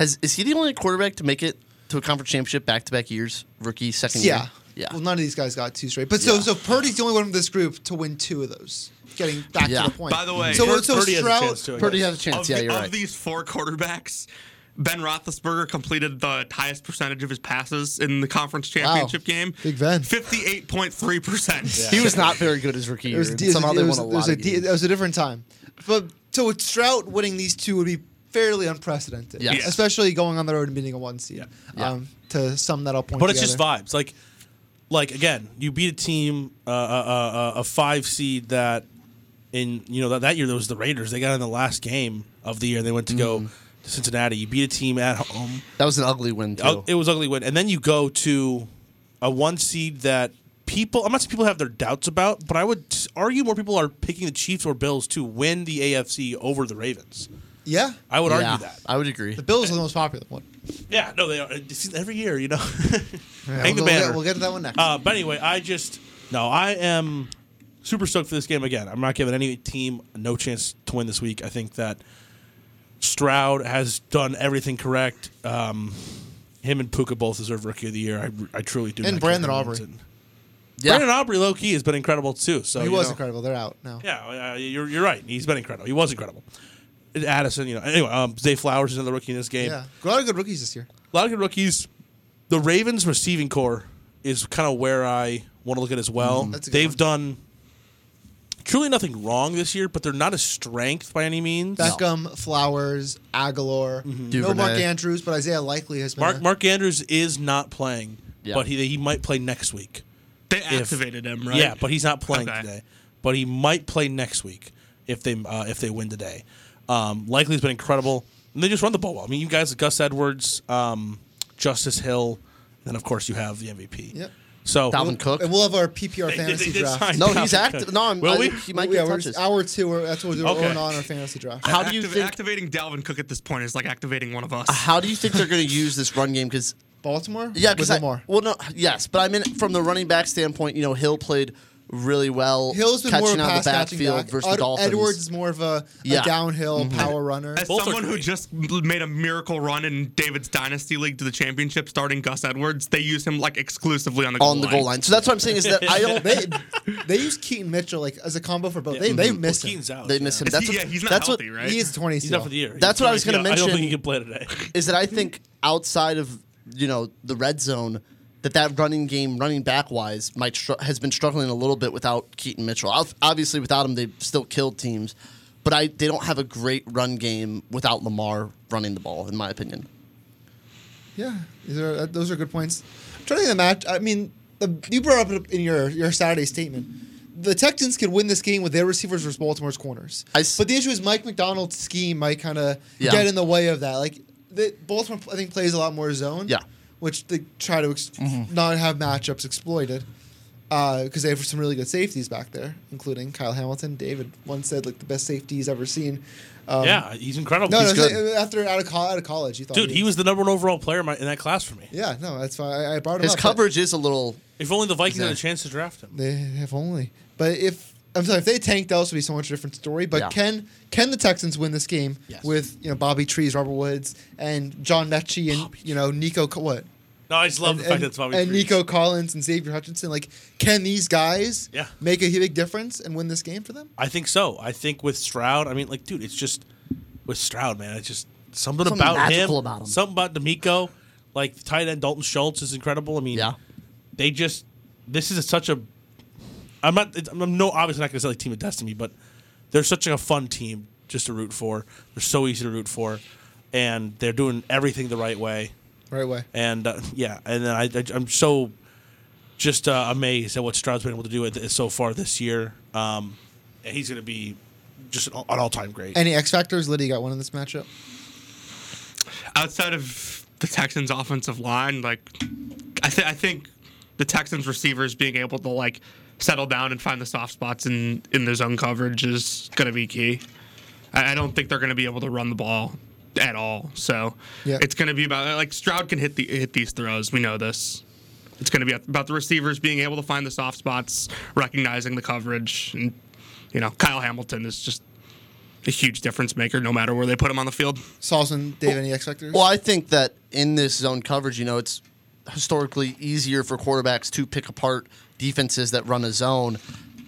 Speaker 3: has is he the only quarterback to make it to a conference championship back to back years? Rookie, second
Speaker 1: yeah.
Speaker 3: year. Yeah.
Speaker 1: Well, none of these guys got two straight. But so
Speaker 3: Yeah.
Speaker 1: so Purdy's the only one from this group to win two of those. Getting back
Speaker 3: Yeah.
Speaker 1: to the point.
Speaker 4: By the way,
Speaker 1: so
Speaker 4: Pur-
Speaker 1: so
Speaker 2: Purdy has a
Speaker 1: Stroud.
Speaker 2: chance, too, I
Speaker 3: Purdy
Speaker 2: guess.
Speaker 3: has a chance.
Speaker 4: of,
Speaker 3: yeah,
Speaker 4: the-
Speaker 3: you're
Speaker 4: of
Speaker 3: right.
Speaker 4: these four quarterbacks, Ben Roethlisberger completed the highest percentage of his passes in the conference championship game.
Speaker 1: Big Ben.
Speaker 4: 58.3%.
Speaker 3: he was not very good his rookie
Speaker 1: It
Speaker 3: year.
Speaker 1: was,
Speaker 3: and
Speaker 1: it was-
Speaker 3: Somehow
Speaker 1: it
Speaker 3: they
Speaker 1: was-
Speaker 3: won a
Speaker 1: it was
Speaker 3: lot.
Speaker 1: a
Speaker 3: of
Speaker 1: di-
Speaker 3: games.
Speaker 1: It was a different time. But so with Stroud winning these two would be fairly unprecedented.
Speaker 3: Yes. Yeah.
Speaker 1: Especially going on the road and beating a one seed.
Speaker 3: Yeah.
Speaker 1: Um, to sum that up, point.
Speaker 2: But it's just
Speaker 1: together.
Speaker 2: vibes. Like, like again, you beat a team, uh, uh, uh, uh, a five seed that, in you know that, that year there was the Raiders. They got in the last game of the year. They went to go
Speaker 1: Mm-hmm.
Speaker 2: to Cincinnati. You beat a team at home.
Speaker 3: That was an ugly win too.
Speaker 1: Oh,
Speaker 2: Ug- It was ugly win, and then you go to a one seed that people. I'm not saying people have their doubts about, but I would argue more people are picking the Chiefs or Bills to win the AFC over the Ravens.
Speaker 1: Yeah.
Speaker 2: I would
Speaker 3: Yeah,
Speaker 2: argue that.
Speaker 3: I would agree.
Speaker 1: The Bills are the most popular one.
Speaker 2: Yeah, no, they are. It's every year, you know.
Speaker 1: Yeah,
Speaker 2: Hang
Speaker 1: we'll,
Speaker 2: the
Speaker 1: go- yeah,
Speaker 2: banner.
Speaker 1: we'll get to that one next.
Speaker 2: Uh, but anyway, I just no, I am super stoked for this game again. I'm not giving any team no chance to win this week. I think that Stroud has done everything correct. Um, him and Puka both deserve Rookie of the Year. I, I truly do.
Speaker 1: And
Speaker 2: not
Speaker 1: Brandon
Speaker 2: care who
Speaker 1: Aubrey.
Speaker 2: wins it.
Speaker 3: Yeah.
Speaker 2: Brandon Aubrey, low key, has been incredible too. So
Speaker 1: he
Speaker 2: you
Speaker 1: was
Speaker 2: know.
Speaker 1: incredible. They're out now.
Speaker 2: Yeah, uh, you're, you're right. He's been incredible. He was incredible. Addison, you know. Anyway, um, Zay Flowers is another rookie in this game.
Speaker 1: Yeah. A lot of good rookies this year.
Speaker 2: A lot of good rookies. The Ravens receiving core is kind of where I want to look at as well.
Speaker 1: Mm-hmm. That's a good
Speaker 2: They've
Speaker 1: one.
Speaker 2: done truly nothing wrong this year, but they're not a strength by any means.
Speaker 1: Beckham, Flowers, Aguilar. No
Speaker 3: Mm-hmm. Duvernay.
Speaker 1: Mark Andrews, but Isaiah Likely has been.
Speaker 2: Mark
Speaker 1: a-
Speaker 2: Mark Andrews is not playing,
Speaker 3: Yeah.
Speaker 2: but he he might play next week.
Speaker 4: They activated him, right?
Speaker 2: Yeah, but he's not playing
Speaker 4: Okay.
Speaker 2: today. But he might play next week if they uh, if they win today. Um, likely has been incredible, and they just run the ball well. I mean, you guys, Gus Edwards, um, Justice Hill, and then of course you have the MVP.
Speaker 1: Yep.
Speaker 2: So
Speaker 3: Dalvin Cook.
Speaker 1: And we'll have our PPR
Speaker 2: They did-
Speaker 1: fantasy
Speaker 2: they did
Speaker 1: draft.
Speaker 2: sign
Speaker 3: No,
Speaker 2: Dalvin
Speaker 3: he's
Speaker 2: Cook.
Speaker 3: active. No, I'm,
Speaker 2: Will
Speaker 3: I-
Speaker 2: we?
Speaker 3: He might
Speaker 1: yeah,
Speaker 3: get
Speaker 1: we're
Speaker 3: touches.
Speaker 1: just- hour two. We're, that's what we're doing.
Speaker 2: Okay.
Speaker 1: We're on our fantasy draft.
Speaker 3: How do you
Speaker 4: Activ-
Speaker 3: think-
Speaker 4: activating Dalvin Cook at this point is like activating one of us?
Speaker 3: How do you think they're going to use this run game? Because
Speaker 1: Baltimore?
Speaker 3: yeah,
Speaker 1: With
Speaker 3: because
Speaker 1: Lamar.
Speaker 3: well, no, yes, but I mean from the running back standpoint, you know, Hill played really well,
Speaker 1: Hill's been
Speaker 3: catching
Speaker 1: more of a
Speaker 3: out of
Speaker 1: pass
Speaker 3: the
Speaker 1: catching
Speaker 3: backfield
Speaker 1: back.
Speaker 3: versus
Speaker 1: Ed-
Speaker 3: the Dolphins.
Speaker 1: Edwards is more of a, a
Speaker 3: Yeah. Mm-hmm.
Speaker 1: downhill power runner.
Speaker 4: As
Speaker 2: Both are
Speaker 4: someone who
Speaker 2: great.
Speaker 4: just made a miracle run in David's dynasty league to the championship, starting Gus Edwards, they use him like exclusively on the goal
Speaker 3: on the
Speaker 4: line.
Speaker 3: goal line. So that's what I'm saying is that I don't.
Speaker 1: they they use Keaton Mitchell like as a combo for both. They they
Speaker 3: Mm-hmm.
Speaker 2: Well,
Speaker 1: miss him.
Speaker 2: Keaton's out.
Speaker 3: They miss
Speaker 2: yeah.
Speaker 3: him.
Speaker 4: Is
Speaker 3: That's
Speaker 4: he-
Speaker 3: what,
Speaker 4: Oh, yeah, he's not
Speaker 3: that's
Speaker 4: healthy,
Speaker 3: what,
Speaker 4: right?
Speaker 1: He is twenty.
Speaker 2: He's
Speaker 1: still.
Speaker 2: out for the year.
Speaker 3: That's
Speaker 2: He's
Speaker 3: what I was
Speaker 2: playing-
Speaker 3: gonna
Speaker 2: I don't
Speaker 3: mention.
Speaker 2: think he can play today.
Speaker 3: is that I think outside of you know the red zone that that running game running back wise might str- has been struggling a little bit without Keaton Mitchell. Ob- Obviously, without him, they've still killed teams, but I they don't have a great run game without Lamar running the ball, in my opinion.
Speaker 1: Yeah, these are, uh, those are good points. I'm trying to think of the match. I mean, the, you brought up in your your Saturday statement. The Texans could win this game with their receivers versus Baltimore's corners.
Speaker 3: I s-
Speaker 1: but the issue is Mike McDonald's scheme might kind of
Speaker 3: Yeah.
Speaker 1: get in the way of that. Like the, Baltimore, I think plays a lot more zone.
Speaker 3: Yeah. Mm-hmm.
Speaker 1: which they try to ex- not have matchups exploited because they have some really good safeties back there, including Kyle Hamilton. David once said like the best safety he's ever seen. Um,
Speaker 2: yeah, he's incredible.
Speaker 1: No,
Speaker 2: He's
Speaker 1: no,
Speaker 2: good.
Speaker 1: say- after out of, co- out of college, you thought,
Speaker 2: Dude, he was the number one overall player in, my, in that class for me.
Speaker 1: Yeah, no, that's why I, I brought him
Speaker 3: His
Speaker 1: up, but-
Speaker 3: coverage is a little.
Speaker 2: If only the Vikings had a
Speaker 1: Exactly.
Speaker 2: chance to draft him.
Speaker 1: They have only. But if I'm sorry, if they tanked, that would be so much different story. But
Speaker 3: Yeah.
Speaker 1: can can the Texans win this game
Speaker 3: Yes.
Speaker 1: with you know Bobby Trees, Robert Woods, and John Mechie and you know Nico Co- what
Speaker 2: No, I just love
Speaker 1: and,
Speaker 2: the fact
Speaker 1: and-
Speaker 2: that it's Bobby
Speaker 1: and
Speaker 2: Trees.
Speaker 1: Nico Collins and Xavier Hutchinson? Like, can these guys
Speaker 2: Yeah.
Speaker 1: make a big difference and win this game for them?
Speaker 2: I think so. I think with Stroud, I mean, like, dude, it's just with Stroud, man. It's just something,
Speaker 3: Something
Speaker 2: about him,
Speaker 3: magical about him.
Speaker 2: something about D'Amico. Like the tight end Dalton Schultz is incredible. I mean,
Speaker 3: Yeah.
Speaker 2: they just this is such a. I'm not. it's- I'm no obviously not going to say like team of destiny, but they're such a fun team just to root for. They're so easy to root for, and they're doing everything the right way.
Speaker 1: Right away.
Speaker 2: And uh, yeah, and then I, I am so just uh, amazed at what Stroud's been able to do with it so far this year. Um, and he's going to be just an all- an all time great.
Speaker 1: Any X factors? Liddy got one in this matchup.
Speaker 4: Outside of the Texans' offensive line, like I, th- I think the Texans' receivers being able to like settle down and find the soft spots in in their zone coverage is going to be key. I, I don't think they're going to be able to run the ball at all. So
Speaker 1: Yeah.
Speaker 4: it's going to be about like Stroud can hit the hit these throws. We know this. It's going to be about the receivers being able to find the soft spots, recognizing the coverage, and you know Kyle Hamilton is just a huge difference maker no matter where they put him on the field.
Speaker 1: Salson, Dave, any X factors?
Speaker 3: Well, I think that in this zone coverage, you know, it's historically easier for quarterbacks to pick apart defenses that run a zone.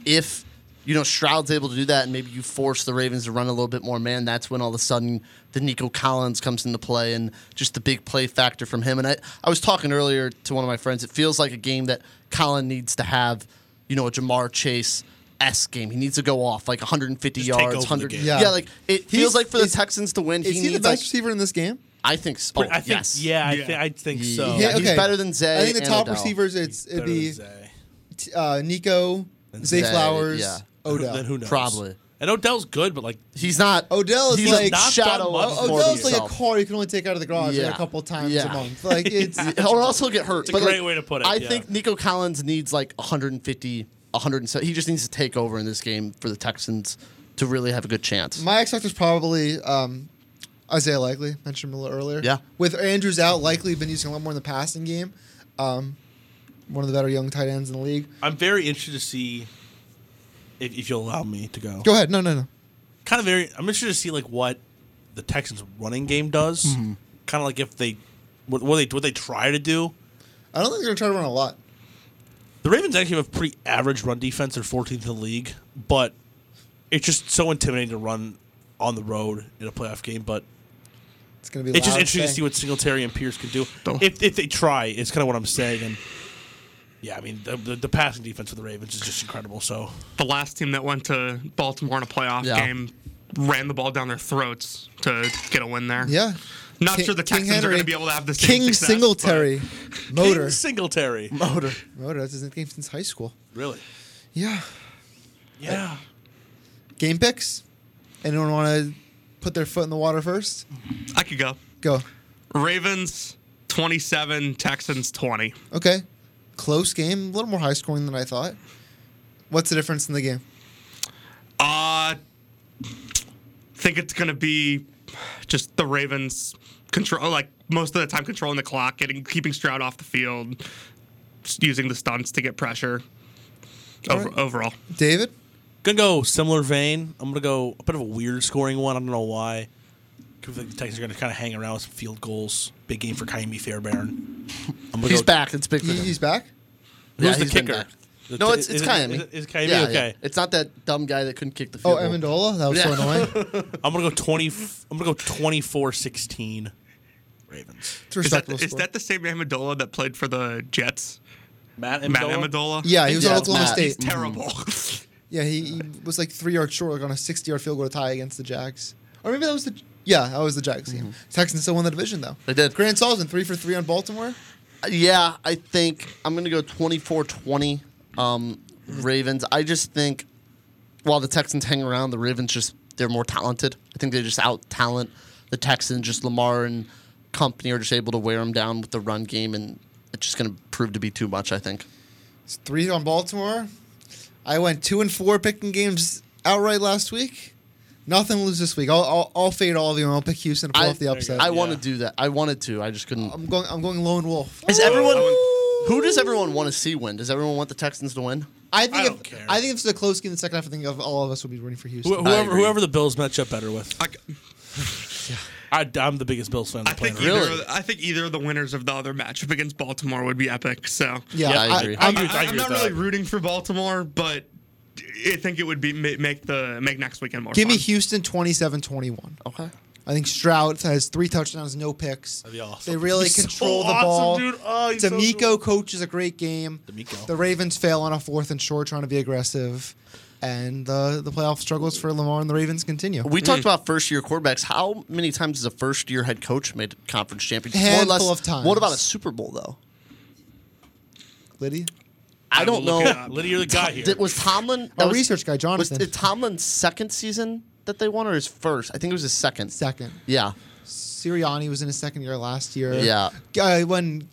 Speaker 3: If you know Stroud's able to do that, and maybe you force the Ravens to run a little bit more man, that's when all of a sudden the Nico Collins comes into play, and just the big play factor from him. And I, I was talking earlier to one of my friends. It feels like a game that Colin needs to have, you know, a Jamar Chase. S game. He needs to go off like 150
Speaker 2: Just take
Speaker 3: yards,
Speaker 2: over the
Speaker 3: 100.
Speaker 2: game.
Speaker 1: Yeah.
Speaker 3: Yeah. like it feels like for the
Speaker 1: is-
Speaker 3: Texans to win,
Speaker 1: is he, the
Speaker 3: needs,
Speaker 1: best
Speaker 3: like-
Speaker 1: receiver in this game?
Speaker 3: I think so.
Speaker 2: I think,
Speaker 3: yes.
Speaker 2: yeah, I,
Speaker 4: Yeah.
Speaker 2: thi- I think so.
Speaker 3: Yeah, he's better than Zay
Speaker 1: I think the
Speaker 3: and
Speaker 1: top
Speaker 3: Odell.
Speaker 1: receivers, it's it'd
Speaker 2: Better
Speaker 1: be
Speaker 2: than Zay.
Speaker 1: t- uh, Nico, Zay,
Speaker 3: Zay,
Speaker 1: Flowers,
Speaker 3: yeah.
Speaker 1: Odell.
Speaker 2: Then who knows?
Speaker 3: Probably.
Speaker 2: And Odell's good, but like
Speaker 3: He's not.
Speaker 1: Odell is
Speaker 3: he's
Speaker 1: like-
Speaker 3: a
Speaker 2: Not
Speaker 3: shadow
Speaker 2: done
Speaker 3: of
Speaker 2: much.
Speaker 1: Oh,
Speaker 3: more of
Speaker 1: Odell's like a
Speaker 3: himself.
Speaker 1: car you can only take out of the garage like,
Speaker 3: Yeah.
Speaker 1: a couple times
Speaker 3: Yeah.
Speaker 1: a month. Like it's
Speaker 3: He'll also get hurt.
Speaker 2: a
Speaker 3: but,
Speaker 2: great
Speaker 3: like,
Speaker 2: way to put it,
Speaker 3: I
Speaker 2: yeah.
Speaker 3: think Nico Collins needs like 150, 107. He just needs to take over in this game for the Texans to really have a good chance.
Speaker 1: my X factor is probably um, Isaiah Likely mentioned a little earlier.
Speaker 3: Yeah.
Speaker 1: With Andrews out, Likely been using a lot more in the passing game. Um, one of the better young tight ends in the league.
Speaker 2: I'm very interested to see if, if you'll allow me to go.
Speaker 1: Go ahead. No, no, no.
Speaker 2: Kind of very. I'm interested to see like what the Texans' running game does. Kind of like if they what, what they what they try to do.
Speaker 1: I don't think they're going to try to run a lot.
Speaker 2: The Ravens actually have a pretty average run defense. They're 14th in the league, but it's just so intimidating to run on the road in a playoff game. But
Speaker 1: It's going to be.
Speaker 2: it's just
Speaker 1: loud
Speaker 2: interesting to
Speaker 1: thing.
Speaker 2: see what Singletary and Pierce can do.
Speaker 4: Don't-
Speaker 2: If, if they try, it's kind of what I'm saying. And yeah, I mean the, the, the passing defense of the Ravens is just incredible. So
Speaker 4: The last team that went to Baltimore in a playoff
Speaker 3: Yeah.
Speaker 4: game ran the ball down their throats to get a win there.
Speaker 1: Yeah.
Speaker 4: Not
Speaker 1: King-
Speaker 4: sure the
Speaker 1: King
Speaker 4: Texans are going
Speaker 1: Henry.
Speaker 4: to be able to have the same
Speaker 1: King
Speaker 4: success,
Speaker 1: Singletary. Motor.
Speaker 2: King Singletary,
Speaker 3: Motor.
Speaker 1: Motor. That's his nickname since high school.
Speaker 2: really?
Speaker 1: Yeah.
Speaker 2: Yeah.
Speaker 1: Game picks. Anyone want to put their foot in the water first?
Speaker 4: but I could go.
Speaker 1: Go.
Speaker 4: Ravens 27, Texans 20.
Speaker 1: Okay. Close game. A little more high scoring than I thought. What's the difference in the game?
Speaker 4: Uh think it's gonna be just the Ravens control like most of the time controlling the clock, getting keeping Stroud off the field, just using the stunts to get pressure. Over,
Speaker 1: Alright.
Speaker 4: Overall,
Speaker 1: David?
Speaker 2: Gonna go similar vein. I'm gonna go a bit of a weird scoring one. I don't know why. I think the Texans are gonna kind of hang around with some field goals. Big game for Kaimi Fairbairn. I'm gonna
Speaker 3: He's
Speaker 2: go-
Speaker 3: back. It's big for
Speaker 1: He,
Speaker 3: him.
Speaker 1: he's back?
Speaker 2: Who's
Speaker 3: Yeah,
Speaker 2: the
Speaker 3: he's been
Speaker 2: kicker?
Speaker 3: back.
Speaker 2: The-
Speaker 3: No, it's
Speaker 2: is
Speaker 3: it's
Speaker 2: it-
Speaker 3: Kaimi.
Speaker 2: Is, it- is Kaimi
Speaker 3: Yeah,
Speaker 2: okay?
Speaker 3: yeah. It's not that dumb guy that couldn't kick the
Speaker 1: Oh,
Speaker 3: field. goal.
Speaker 1: Amendola? That was so
Speaker 3: Yeah.
Speaker 1: annoying.
Speaker 2: I'm gonna go 20. f- I'm gonna go 24-16. Ravens.
Speaker 1: It's a
Speaker 4: is that,
Speaker 1: respectable
Speaker 4: is
Speaker 1: score.
Speaker 4: that the same Amendola that played for the Jets?
Speaker 2: Matt
Speaker 4: Matt Amendola.
Speaker 1: yeah, he was
Speaker 3: Yeah,
Speaker 1: on Mm.
Speaker 3: it's
Speaker 1: Oklahoma
Speaker 3: Matt.
Speaker 1: State.
Speaker 4: terrible.
Speaker 1: Yeah, he, he was like three yards short, like on a 60 yard field goal to tie against the Jags. Or maybe that was the. Yeah, that was the Jags game. Texans still won the division, though.
Speaker 3: They did.
Speaker 1: Grant Salzman, three for three on Baltimore.
Speaker 3: Yeah, I think I'm going to go 24 20 um, Ravens. I just think while the Texans hang around, the Ravens just, they're more talented. I think they just out talent the Texans. Just Lamar and company are just able to wear them down with the run game, and it's just going to prove to be too much, I think.
Speaker 1: It's three on Baltimore. I went two and four picking games outright last week. Nothing to lose this week. I'll, I'll, I'll fade all of you and I'll pick Houston to pull
Speaker 3: I-
Speaker 1: off the upset. Um,
Speaker 3: I
Speaker 1: I,
Speaker 3: want to
Speaker 2: Yeah.
Speaker 3: do that. I wanted to. I just couldn't.
Speaker 1: am going. I'm going lone wolf.
Speaker 3: Is everyone.
Speaker 4: Ooh.
Speaker 3: Who does everyone want to see win? Does everyone want the Texans to win?
Speaker 1: I think.
Speaker 2: I
Speaker 1: if,
Speaker 2: don't care.
Speaker 1: I think if it's a close game in the second half, I think of all of us will be rooting for Houston.
Speaker 2: Wh- Whoever,
Speaker 3: agree.
Speaker 2: whoever the Bills match up better with,
Speaker 4: I,
Speaker 2: I, I'm the biggest Bills fan. on
Speaker 4: I
Speaker 2: the planet.
Speaker 4: think
Speaker 2: right
Speaker 4: either,
Speaker 3: Really?
Speaker 4: of the- I think either of the winners of the other matchup against Baltimore would be epic. So
Speaker 1: yeah,
Speaker 3: Yeah, I agree.
Speaker 2: I agree with- I
Speaker 4: I,
Speaker 2: agree
Speaker 4: am
Speaker 2: with
Speaker 4: not really
Speaker 2: that.
Speaker 4: rooting for Baltimore, but I think it would be ma- make the make next weekend more.
Speaker 1: give me
Speaker 4: fun.
Speaker 1: Houston 27-21.
Speaker 3: Okay.
Speaker 1: I think Stroud has three touchdowns, no picks.
Speaker 2: That'd be awesome.
Speaker 1: They really
Speaker 2: He's so
Speaker 1: control the
Speaker 2: awesome,
Speaker 1: ball.
Speaker 2: dude. Oh, he's so
Speaker 1: D'Amico coaches a great game.
Speaker 2: D'Amico.
Speaker 1: The Ravens fail on a fourth and short, trying to be aggressive, and the the playoff struggles for Lamar and the Ravens continue.
Speaker 3: We
Speaker 4: Mm.
Speaker 3: talked about first year quarterbacks. How many times has a first year head coach made conference champions?
Speaker 1: Handful of times.
Speaker 3: What about a Super Bowl though?
Speaker 1: Liddy,
Speaker 3: I,
Speaker 4: I
Speaker 3: don't
Speaker 4: will look it
Speaker 3: know.
Speaker 4: up.
Speaker 2: Liddy, you're the guy Uh, here.
Speaker 3: Did, was Tomlin that
Speaker 1: our
Speaker 3: was-
Speaker 1: research guy
Speaker 3: Was
Speaker 1: Jonathan,
Speaker 3: it Tomlin's second season that they won, or his first? I think it was his second.
Speaker 1: second.
Speaker 3: Yeah,
Speaker 1: Sirianni was in his second year last year.
Speaker 3: Yeah.
Speaker 1: Uh, when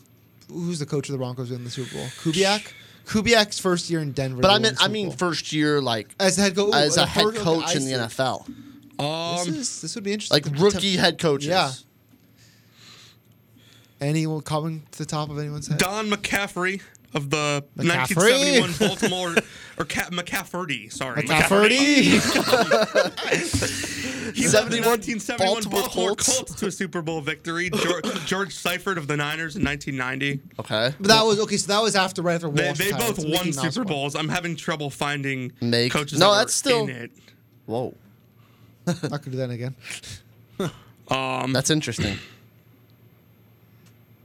Speaker 1: who's the coach of the Broncos in the Super Bowl? Kubiak. Kubiak's first year in Denver. they
Speaker 3: but I
Speaker 1: won
Speaker 3: mean,
Speaker 1: the
Speaker 3: I
Speaker 1: Super
Speaker 3: mean,
Speaker 1: Bowl.
Speaker 3: first year like
Speaker 1: as a head coach,
Speaker 3: as a head coach in the NFL,
Speaker 1: This,
Speaker 4: Um,
Speaker 1: is, this would be interesting.
Speaker 3: like rookie head coaches.
Speaker 1: Yeah. Anyone coming to the top of anyone's head?
Speaker 4: Don McCaffrey of the
Speaker 1: McCaffrey?
Speaker 4: 1971 Baltimore or Ca- McCafferty. Sorry,
Speaker 1: McCafferty.
Speaker 4: He led the
Speaker 3: 71
Speaker 4: 1971
Speaker 3: Baltimore
Speaker 4: Baltimore,
Speaker 3: Colts.
Speaker 4: Colts. to a Super Bowl victory. George, George Seifert of the Niners in 1990.
Speaker 3: Okay.
Speaker 1: but that was okay. So that was after right after
Speaker 4: They,
Speaker 1: Walsh
Speaker 4: they
Speaker 1: retired.
Speaker 4: both
Speaker 1: It's
Speaker 4: won
Speaker 1: Mickey Mouse
Speaker 4: Super
Speaker 1: one.
Speaker 4: Bowls. I'm having trouble finding
Speaker 3: Make-
Speaker 4: coaches.
Speaker 3: No,
Speaker 4: that were
Speaker 3: that's still-
Speaker 4: in it. Um,
Speaker 3: Whoa,
Speaker 1: Not gonna do that again.
Speaker 3: that's interesting.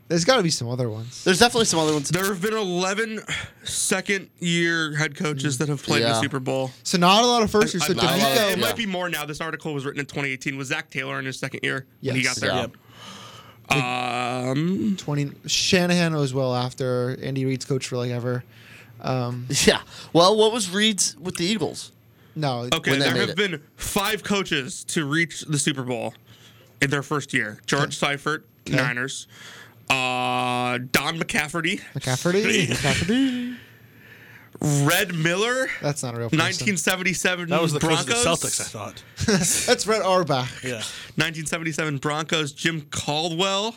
Speaker 1: There's got to be some other ones.
Speaker 3: There's definitely some other ones.
Speaker 4: There have been 11 second-year head coaches that have played in
Speaker 3: Yeah.
Speaker 4: the Super Bowl.
Speaker 1: So not a lot of first years.
Speaker 4: I-
Speaker 1: So
Speaker 4: I-
Speaker 3: lot of-
Speaker 1: D'Amico,
Speaker 4: it
Speaker 3: yeah.
Speaker 4: might be more now. This article was written in 2018. Was Zach Taylor in his second year when he
Speaker 1: Yes.
Speaker 4: got there?
Speaker 3: Yeah.
Speaker 4: Um,
Speaker 1: twenty. Shanahan was well after Andy Reid's coach for like ever.
Speaker 3: Yeah. Well, what was Reed's with the Eagles?
Speaker 1: No.
Speaker 4: okay,
Speaker 3: When they
Speaker 4: there
Speaker 3: made
Speaker 4: have
Speaker 3: it.
Speaker 4: been five coaches to reach the Super Bowl in their first year. George Seifert, Niners. Uh, Don McCafferty,
Speaker 1: McCafferty. McCafferty.
Speaker 4: Red Miller,
Speaker 1: That's not a real person.
Speaker 4: 1977
Speaker 2: That was the coach of the
Speaker 4: Broncos.
Speaker 2: Celtics, I thought.
Speaker 1: That's Red Auerbach.
Speaker 2: Yeah.
Speaker 4: 1977 Broncos. Jim Caldwell.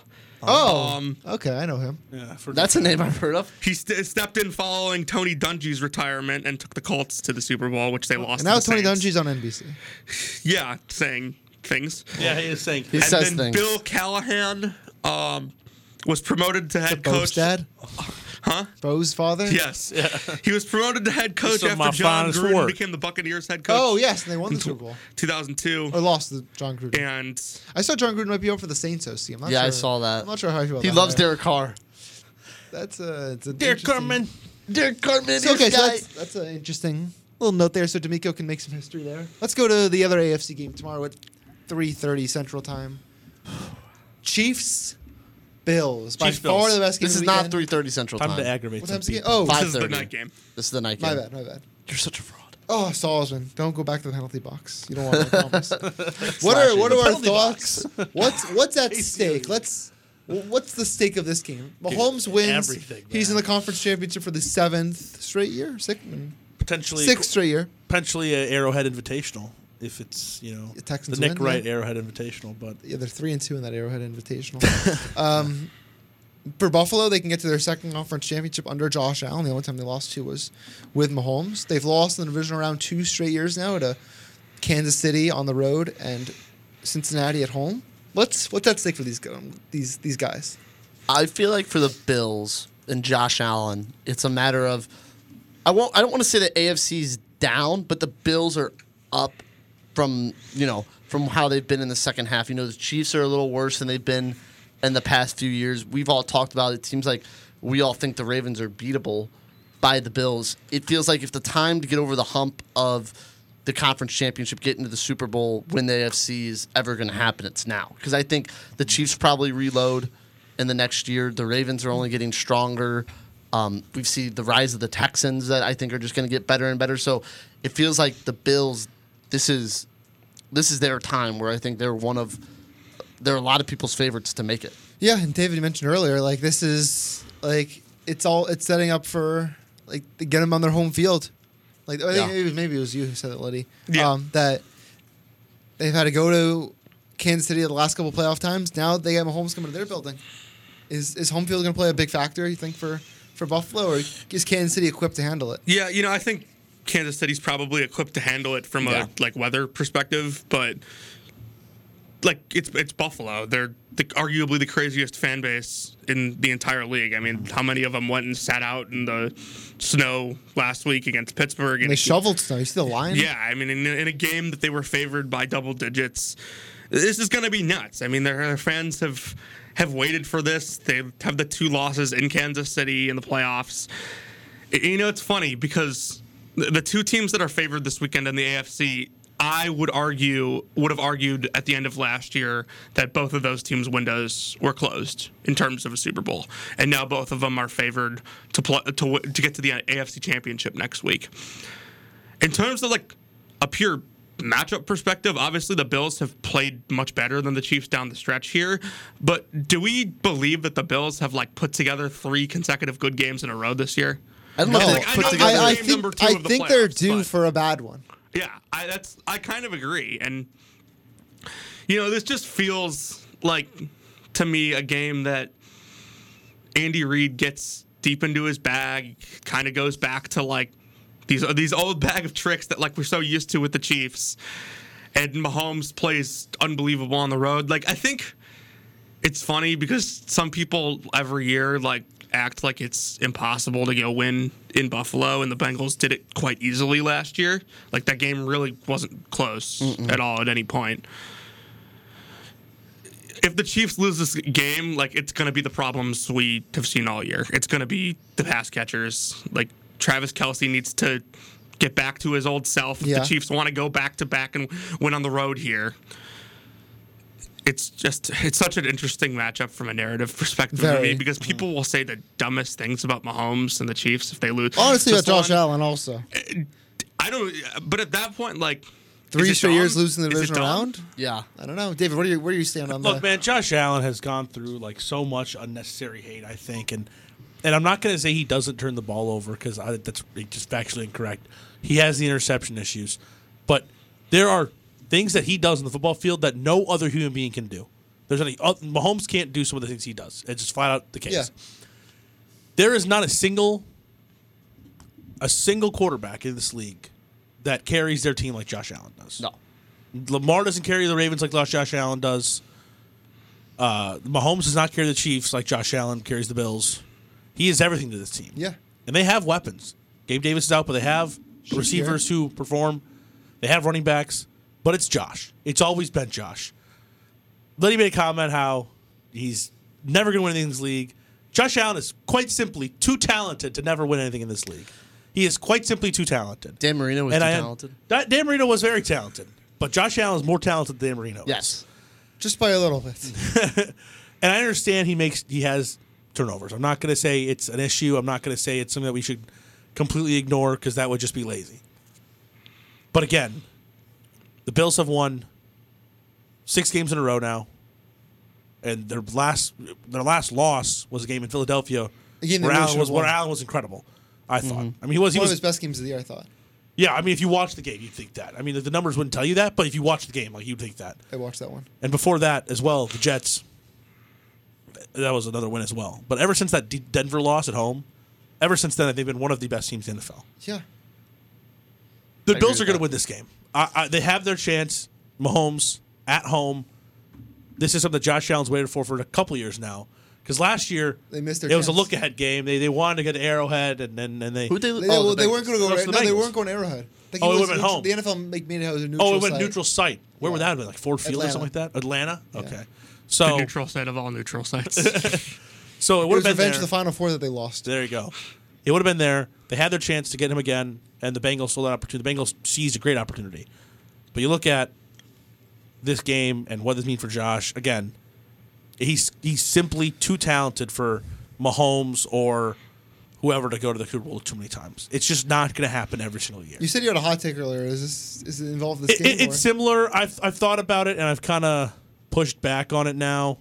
Speaker 1: Oh,
Speaker 4: Um,
Speaker 1: okay, I know him.
Speaker 2: yeah for-
Speaker 3: That's a name I've heard of.
Speaker 4: He st- stepped in following Tony Dungy's retirement and took the Colts to the Super Bowl, which they lost.
Speaker 1: And now
Speaker 4: to the
Speaker 1: Tony
Speaker 4: Saints.
Speaker 1: Dungy's on NBC.
Speaker 4: Yeah, saying things.
Speaker 2: Yeah, he is saying.
Speaker 3: He
Speaker 4: and
Speaker 3: says
Speaker 4: then
Speaker 3: things.
Speaker 4: Bill Callahan um, was promoted to head
Speaker 1: Bo's
Speaker 4: coach.
Speaker 1: dad? Huh? Bo's father?
Speaker 4: Yes. He was promoted to head coach
Speaker 2: some of my
Speaker 4: after John
Speaker 2: finest
Speaker 4: Gruden
Speaker 2: work.
Speaker 4: became the Buccaneers head coach.
Speaker 1: Oh, yes, and they won the Super Bowl.
Speaker 4: 2002.
Speaker 1: Or lost the John Gruden.
Speaker 4: And
Speaker 1: I saw John Gruden might be over for the Saints OC. I'm not
Speaker 3: Yeah, I
Speaker 1: sure.
Speaker 3: saw that.
Speaker 1: I'm not sure how I feel about
Speaker 3: He loves
Speaker 1: that.
Speaker 3: Derek Carr.
Speaker 1: That's a, it's a
Speaker 2: Dear
Speaker 1: interesting-
Speaker 2: Carmen.
Speaker 3: Derek Carr, man,
Speaker 1: So, okay,
Speaker 3: this
Speaker 1: so
Speaker 3: guy-
Speaker 1: that's, that's an interesting little note there. So D'Amico can make some history there. Let's go to the other AFC game tomorrow at 3:30 Central Time. Chiefs, Bills. By
Speaker 2: Chiefs,
Speaker 1: far
Speaker 2: Bills.
Speaker 1: the best game.
Speaker 3: this
Speaker 1: of
Speaker 3: is
Speaker 1: the
Speaker 3: not
Speaker 1: weekend.
Speaker 3: 3:30 Central
Speaker 2: Time
Speaker 3: time.
Speaker 2: to aggravate
Speaker 1: What
Speaker 2: some
Speaker 1: times again?
Speaker 2: people.
Speaker 1: Oh,
Speaker 4: this is the
Speaker 3: 5:30.
Speaker 4: night game.
Speaker 3: This is the night game.
Speaker 1: my bad, my bad.
Speaker 3: You're such a fraud.
Speaker 1: Oh, Salzman, don't go back to the penalty box. You don't want my comments. what
Speaker 3: Slashing
Speaker 1: are what
Speaker 3: the
Speaker 1: are our
Speaker 2: penalty
Speaker 1: thoughts?
Speaker 2: box.
Speaker 1: What's what's at stake? Let's wh- what's the stake of this game? Mahomes wins.
Speaker 2: everything,
Speaker 1: He's in
Speaker 2: man.
Speaker 1: the conference championship for the seventh straight year, six, Oh,
Speaker 2: Potentially,
Speaker 1: sixth straight year.
Speaker 2: potentially a Arrowhead Invitational if it's you know
Speaker 1: The Texans
Speaker 2: the Nick
Speaker 1: win,
Speaker 2: Wright
Speaker 1: yeah.
Speaker 2: Arrowhead Invitational. But
Speaker 1: Yeah, they're three and two in that Arrowhead Invitational. um, for Buffalo, they can get to their second conference championship under Josh Allen. The only time they lost to was with Mahomes. They've lost in the divisional round two straight years now to Kansas City on the road and Cincinnati at home. What's what's at stake for these go- these these guys?
Speaker 3: I feel like for the Bills and Josh Allen, it's a matter of I won't I don't want to say the AFC's down, but the Bills are up from you know, from how they've been in the second half. You know, the Chiefs are a little worse than they've been in the past few years. We've all talked about it. It seems like we all think the Ravens are beatable by the Bills. It feels like if the time to get over the hump of the conference championship, get into the Super Bowl, win the AFC is ever going to happen, it's now. Because I think the Chiefs probably reload in the next year. The Ravens are only getting stronger. Um, we've seen the rise of the Texans that I think are just going to get better and better. So it feels like the Bills. This is this is their time where I think they're one of there are a lot of people's favorites to make it.
Speaker 1: Yeah, and David you mentioned earlier, like this is like it's all it's setting up for like to get them on their home field. Like I think
Speaker 3: Yeah.
Speaker 1: maybe, maybe it was you who said it, Liddy.
Speaker 4: Yeah.
Speaker 1: Um, that they've had to go to Kansas City the last couple playoff times. Now they have Mahomes coming to their building. Is is home field going to play a big factor? You think for for Buffalo, or is Kansas City equipped to handle it?
Speaker 4: Yeah, you know, I think Kansas City's probably equipped to handle it from
Speaker 3: Yeah.
Speaker 4: a like weather perspective, but like it's it's Buffalo. They're the, arguably the craziest fan base in the entire league. I mean, how many of them went and sat out in the snow last week against Pittsburgh?
Speaker 1: And they shoveled snow. You see the line?
Speaker 4: Yeah, I mean, in, in a game that they were favored by double digits, this is going to be nuts. I mean, their, their fans have have waited for this. They have the two losses in Kansas City in the playoffs. Y- You know, it's funny because the the two teams that are favored this weekend in the AFC, I would argue, would have argued at the end of last year that both of those teams' windows were closed in terms of a Super Bowl, and now both of them are favored to pl- to w- to get to the AFC Championship next week in terms of like a pure matchup perspective, obviously the Bills have played much better than the Chiefs down the stretch here. But do we believe that the Bills have like put together three consecutive good games in a row this year?
Speaker 3: I don't
Speaker 1: No,
Speaker 3: know. if
Speaker 4: like,
Speaker 3: they'll
Speaker 4: I
Speaker 3: put
Speaker 4: know-
Speaker 3: together.
Speaker 1: I, I
Speaker 4: Game
Speaker 1: think
Speaker 4: number two
Speaker 1: I
Speaker 4: of the
Speaker 1: think they're
Speaker 4: playoffs,
Speaker 1: due
Speaker 4: but-
Speaker 1: for a bad one.
Speaker 4: Yeah, I that's I kind of agree. And you know, this just feels like to me a game that Andy Reid gets deep into his bag, kind of goes back to like these these old bag of tricks that like we're so used to with the Chiefs. And Mahomes plays unbelievable on the road. Like I think it's funny because some people every year like act like it's impossible to go win in Buffalo, and the Bengals did it quite easily last year. Like that game really wasn't close at all at any point. If the Chiefs lose this game, like it's gonna be the problems we have seen all year. It's gonna be the pass catchers. Like Travis Kelsey needs to get back to his old self. If
Speaker 1: Yeah.
Speaker 4: The Chiefs want to go back to back and win on the road here it's just it's such an interesting matchup from a narrative perspective to
Speaker 1: Very. Mm-hmm.
Speaker 4: me because people will say the dumbest things about Mahomes and the Chiefs if they lose.
Speaker 1: Honestly, about Josh
Speaker 4: Just one-
Speaker 1: Allen also
Speaker 4: I don't. But at that point, like is
Speaker 1: three
Speaker 4: it
Speaker 1: straight years
Speaker 4: dumb?
Speaker 1: losing the
Speaker 4: Is it
Speaker 1: divisional
Speaker 4: dumb?
Speaker 1: round.
Speaker 3: Yeah.
Speaker 1: I don't know, David. What are you where do you stand on that?
Speaker 2: look, man, Josh Allen has gone through like so much unnecessary hate. I think, and and I'm not going to say he doesn't turn the ball over because that's just factually incorrect. He has the interception issues, but there are things that he does in the football field that no other human being can do. There's any uh, Mahomes can't do some of the things he does. It's just flat out the case.
Speaker 1: Yeah.
Speaker 2: There is not a single a single quarterback in this league that carries their team like Josh Allen does.
Speaker 3: No.
Speaker 2: Lamar doesn't carry the Ravens like Josh Allen does. Uh, Mahomes does not carry the Chiefs like Josh Allen carries the Bills. He is everything to this team.
Speaker 1: Yeah.
Speaker 2: And they have weapons. Gabe Davis is out, but they have receivers who perform. They have running backs, but it's Josh. It's always been Josh. Liddy made a comment how he's never going to win anything in this league. Josh Allen is quite simply too talented to never win anything in this league. He is quite simply too talented.
Speaker 3: Dan Marino was too
Speaker 2: I-
Speaker 3: talented.
Speaker 2: that- Dan Marino was very talented, but Josh Allen is more talented than Dan Marino. is.
Speaker 3: Yes.
Speaker 1: Just by a little bit.
Speaker 2: and I understand he makes he has turnovers. I'm not going to say it's an issue. I'm not going to say it's something that we should completely ignore because that would just be lazy. But again, the Bills have won six games in a row now, and their last their last loss was a game in Philadelphia
Speaker 1: Again,
Speaker 2: where
Speaker 1: they
Speaker 2: Allen
Speaker 1: should've
Speaker 2: was where
Speaker 1: won.
Speaker 2: Allen was incredible. I thought. I mean, he was
Speaker 1: Mm-hmm.
Speaker 2: he
Speaker 1: One of
Speaker 2: was
Speaker 1: his best games of the year, I thought.
Speaker 2: yeah. I mean, if you watch the game, you'd think that. I mean, the, the numbers wouldn't tell you that, but if you watch the game, like you'd think that.
Speaker 1: I watched that one.
Speaker 2: And before that as well, the Jets. That was another win as well. But ever since that D- Denver loss at home, ever since then, they've been one of the best teams in the NFL.
Speaker 1: Yeah.
Speaker 2: The
Speaker 3: I
Speaker 2: Bills
Speaker 3: agree
Speaker 2: are
Speaker 3: with
Speaker 2: going to
Speaker 3: that.
Speaker 2: win this game. I, I, they have their chance. Mahomes at home. This is something that Josh Allen's waited for for a couple years now. Because last year
Speaker 1: They missed their
Speaker 2: It was a
Speaker 1: chance.
Speaker 2: look ahead game. They they wanted to get Arrowhead and then and they
Speaker 3: Who they?
Speaker 1: They,
Speaker 3: oh,
Speaker 1: well,
Speaker 3: the
Speaker 1: they weren't
Speaker 3: Bengals.
Speaker 1: going to go.
Speaker 2: No,
Speaker 1: Right,
Speaker 2: so
Speaker 1: no,
Speaker 2: the
Speaker 1: they
Speaker 2: Bengals.
Speaker 1: weren't going to Arrowhead. I think
Speaker 2: Oh, it
Speaker 1: was
Speaker 2: would've been
Speaker 1: neutral-
Speaker 2: home.
Speaker 1: The NFL make- made it as a neutral.
Speaker 2: oh it went
Speaker 1: site.
Speaker 2: neutral site. Where would that
Speaker 1: Yeah.
Speaker 2: have been? Like Ford Field or
Speaker 1: Atlanta.
Speaker 2: something like that. Atlanta. Okay,
Speaker 4: The
Speaker 1: Oh.
Speaker 2: so
Speaker 4: neutral site of all neutral sites.
Speaker 2: so it
Speaker 1: It
Speaker 2: would have
Speaker 1: was
Speaker 2: been
Speaker 1: revenge
Speaker 2: there.
Speaker 1: for the Final Four that they lost.
Speaker 2: There you go. It would have been there. They had their chance to get him again, and the Bengals sold that opportunity. The Bengals seized a great opportunity. But you look at this game and what this means for Josh. Again, he's he's simply too talented for Mahomes or whoever to go to the Super Bowl too many times. It's just not going to happen every single year.
Speaker 1: You said you had a hot take earlier. Is this is it involved this
Speaker 2: It-
Speaker 1: game?
Speaker 2: it- it's
Speaker 1: or?
Speaker 2: similar. I've I've thought about it and I've kind of pushed back on it now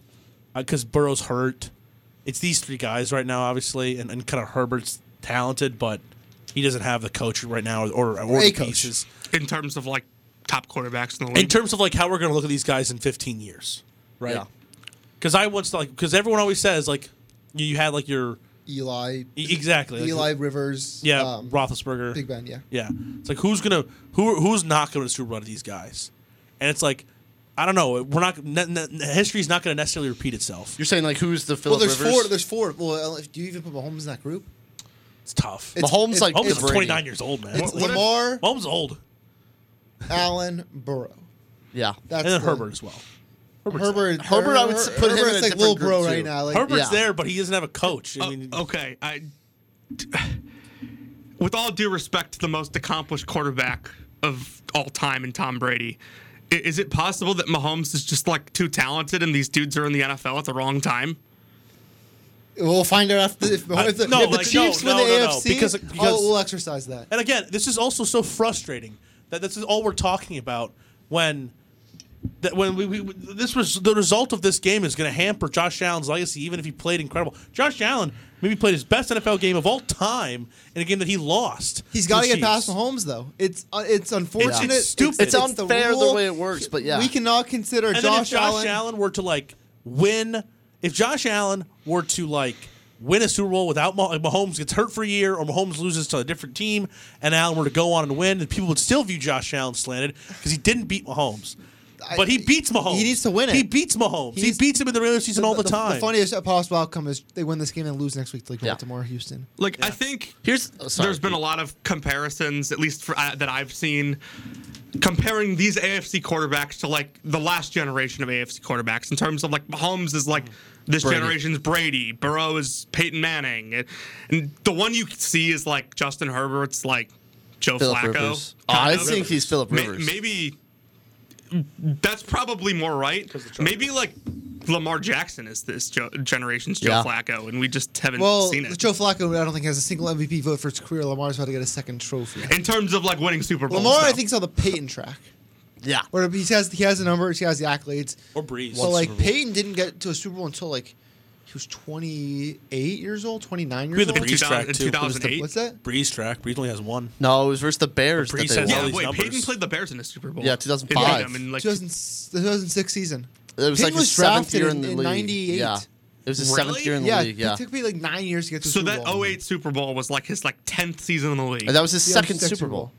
Speaker 2: because Burrow's hurt. It's these three guys right now, obviously, and, and kind of Herbert's talented, but he doesn't have the coach right now or or
Speaker 1: A
Speaker 2: the
Speaker 1: coach.
Speaker 2: pieces
Speaker 4: in terms of like top quarterbacks in the league.
Speaker 2: in terms of like how we're going to look at these guys in 15 years, right?
Speaker 3: Yeah.
Speaker 2: Because I once like because everyone always says like you, you had like your
Speaker 1: Eli.
Speaker 2: e- exactly like,
Speaker 1: Eli Rivers.
Speaker 2: yeah
Speaker 1: um,
Speaker 2: Roethlisberger
Speaker 1: Big Ben. Yeah.
Speaker 2: Yeah. It's like who's gonna who who's not going to Super Bowl out of these guys? And it's like I don't know. We're not ne- ne- history's not going to necessarily repeat itself.
Speaker 3: You're saying like who's the
Speaker 1: Well,
Speaker 3: Philip
Speaker 1: there's
Speaker 3: Rivers?
Speaker 1: four. There's four. Well, uh, do you even put Mahomes in that group?
Speaker 2: It's tough.
Speaker 1: It's-
Speaker 3: Mahomes
Speaker 1: it's-
Speaker 3: like
Speaker 2: Mahomes
Speaker 3: it's
Speaker 2: is
Speaker 1: Brady.
Speaker 2: 29 years old, man.
Speaker 1: It's
Speaker 2: What- what-
Speaker 1: Lamar,
Speaker 2: Mahomes is old,
Speaker 1: Allen, Burrow.
Speaker 3: yeah.
Speaker 1: That's
Speaker 2: and then
Speaker 1: the-
Speaker 2: Herbert as well. Herbert's
Speaker 1: Herbert.
Speaker 3: Herbert, I would s- put him
Speaker 1: Herbert's
Speaker 3: in a
Speaker 1: like
Speaker 3: different
Speaker 1: little
Speaker 3: group,
Speaker 1: bro
Speaker 3: too.
Speaker 1: right now.
Speaker 2: there.
Speaker 1: Like,
Speaker 2: Herbert's
Speaker 3: yeah.
Speaker 2: there, but he doesn't have a coach. I
Speaker 4: Oh,
Speaker 2: mean,
Speaker 4: okay, I. With all due respect to the most accomplished quarterback of all time, in Tom Brady, i- is it possible that Mahomes is just like too talented and these dudes are in the NFL at the wrong time?
Speaker 1: We'll find out after if,
Speaker 2: I-
Speaker 1: if the,
Speaker 2: no,
Speaker 1: if the
Speaker 2: like,
Speaker 1: Chiefs
Speaker 2: no,
Speaker 1: win the
Speaker 2: no, no, no,
Speaker 1: AFC.
Speaker 2: because-
Speaker 1: I'll-
Speaker 2: because-
Speaker 1: oh, we'll exercise that.
Speaker 2: And again, this is also so frustrating that this is all we're talking about when that when we, we this was the result of this game is going to hamper Josh Allen's legacy, even if he played incredible. Josh Allen maybe played his best NFL game of all time in a game that he lost.
Speaker 1: He's
Speaker 2: to
Speaker 1: got
Speaker 2: the
Speaker 1: to get past
Speaker 2: Chiefs.
Speaker 1: Mahomes though. It's uh, it's unfortunate.
Speaker 2: It's stupid.
Speaker 1: It's,
Speaker 2: It's
Speaker 1: on
Speaker 3: unfair the
Speaker 1: rule.
Speaker 3: way it works, but yeah.
Speaker 1: we cannot consider
Speaker 2: And then if
Speaker 1: Josh,
Speaker 2: Josh
Speaker 1: Allen.
Speaker 2: Allen, were to like win, if Josh Allen were to like win a Super Bowl without Mah- Mahomes gets hurt for a year or Mahomes loses to a different team and Allen were to go on and win, and people would still view Josh Allen slanted because he didn't beat Mahomes.
Speaker 1: I-
Speaker 2: But he beats Mahomes.
Speaker 1: He needs to win it.
Speaker 2: He beats Mahomes.
Speaker 1: He
Speaker 2: He,
Speaker 1: needs-
Speaker 2: beats him in the regular season all the, time.
Speaker 1: The funniest possible outcome is they win this game and lose next week to like
Speaker 3: Yeah.
Speaker 1: Baltimore, or Houston.
Speaker 4: Like, I think
Speaker 3: Here's oh, sorry.
Speaker 4: there's been a lot of comparisons, at least for, uh, that I've seen, comparing these AFC quarterbacks to like the last generation of AFC quarterbacks in terms of like Mahomes is like this
Speaker 3: Brady.
Speaker 4: generation's Brady, Burrow is Peyton Manning, and, and the one you see is like Justin Herbert's like Joe
Speaker 3: Philip
Speaker 4: Flacco.
Speaker 3: Rivers.
Speaker 4: kind
Speaker 3: Oh, I
Speaker 4: of.
Speaker 3: think he's Philip
Speaker 4: Ma-
Speaker 3: Rivers.
Speaker 4: maybe that's probably more right. Maybe like. Lamar Jackson is this jo- generation's Joe
Speaker 3: Yeah.
Speaker 4: Flacco, and we just haven't
Speaker 1: Well,
Speaker 4: seen it.
Speaker 1: Joe Flacco, I don't think has a single MVP vote for his career. Lamar's about to get a second trophy.
Speaker 4: in terms of like winning Super Bowls,
Speaker 1: Lamar, I
Speaker 4: though.
Speaker 1: think, is on the Peyton track,
Speaker 3: yeah.
Speaker 1: where he has he has the numbers, he has the accolades.
Speaker 2: or Breeze.
Speaker 1: So like Peyton didn't get to a Super Bowl until like He was 28 years old, 29
Speaker 2: Be
Speaker 1: years
Speaker 2: the
Speaker 1: old.
Speaker 4: In
Speaker 2: Breeze
Speaker 4: 2000
Speaker 2: track
Speaker 4: in
Speaker 2: too. Who's the-
Speaker 4: 2008?
Speaker 1: What's that?
Speaker 2: Breeze track. Breeze only has one.
Speaker 3: No, it was versus the Bears.
Speaker 2: Brees
Speaker 3: that
Speaker 2: has
Speaker 4: Yeah,
Speaker 3: they
Speaker 2: all
Speaker 3: won.
Speaker 2: these
Speaker 4: wait.
Speaker 2: numbers.
Speaker 4: Peyton played the Bears in the Super Bowl.
Speaker 3: Yeah, 2005.
Speaker 4: And beat them in, like,
Speaker 1: 2000, 2006 season.
Speaker 3: It was
Speaker 1: Peyton
Speaker 3: like his
Speaker 1: was
Speaker 3: seventh
Speaker 1: drafted
Speaker 3: year
Speaker 1: in-
Speaker 3: in the
Speaker 1: in
Speaker 3: league.
Speaker 1: 98.
Speaker 3: Yeah, it was his
Speaker 4: Really?
Speaker 3: seventh year in the
Speaker 1: Yeah,
Speaker 3: league. Yeah,
Speaker 1: it took me like nine years to get to. the
Speaker 4: so
Speaker 1: Super
Speaker 4: that
Speaker 2: oh
Speaker 1: Bowl.
Speaker 4: 08 Super Bowl was like his like 10th season in the league.
Speaker 3: and that was his
Speaker 1: Yeah,
Speaker 3: second
Speaker 1: sixth
Speaker 3: Super Bowl.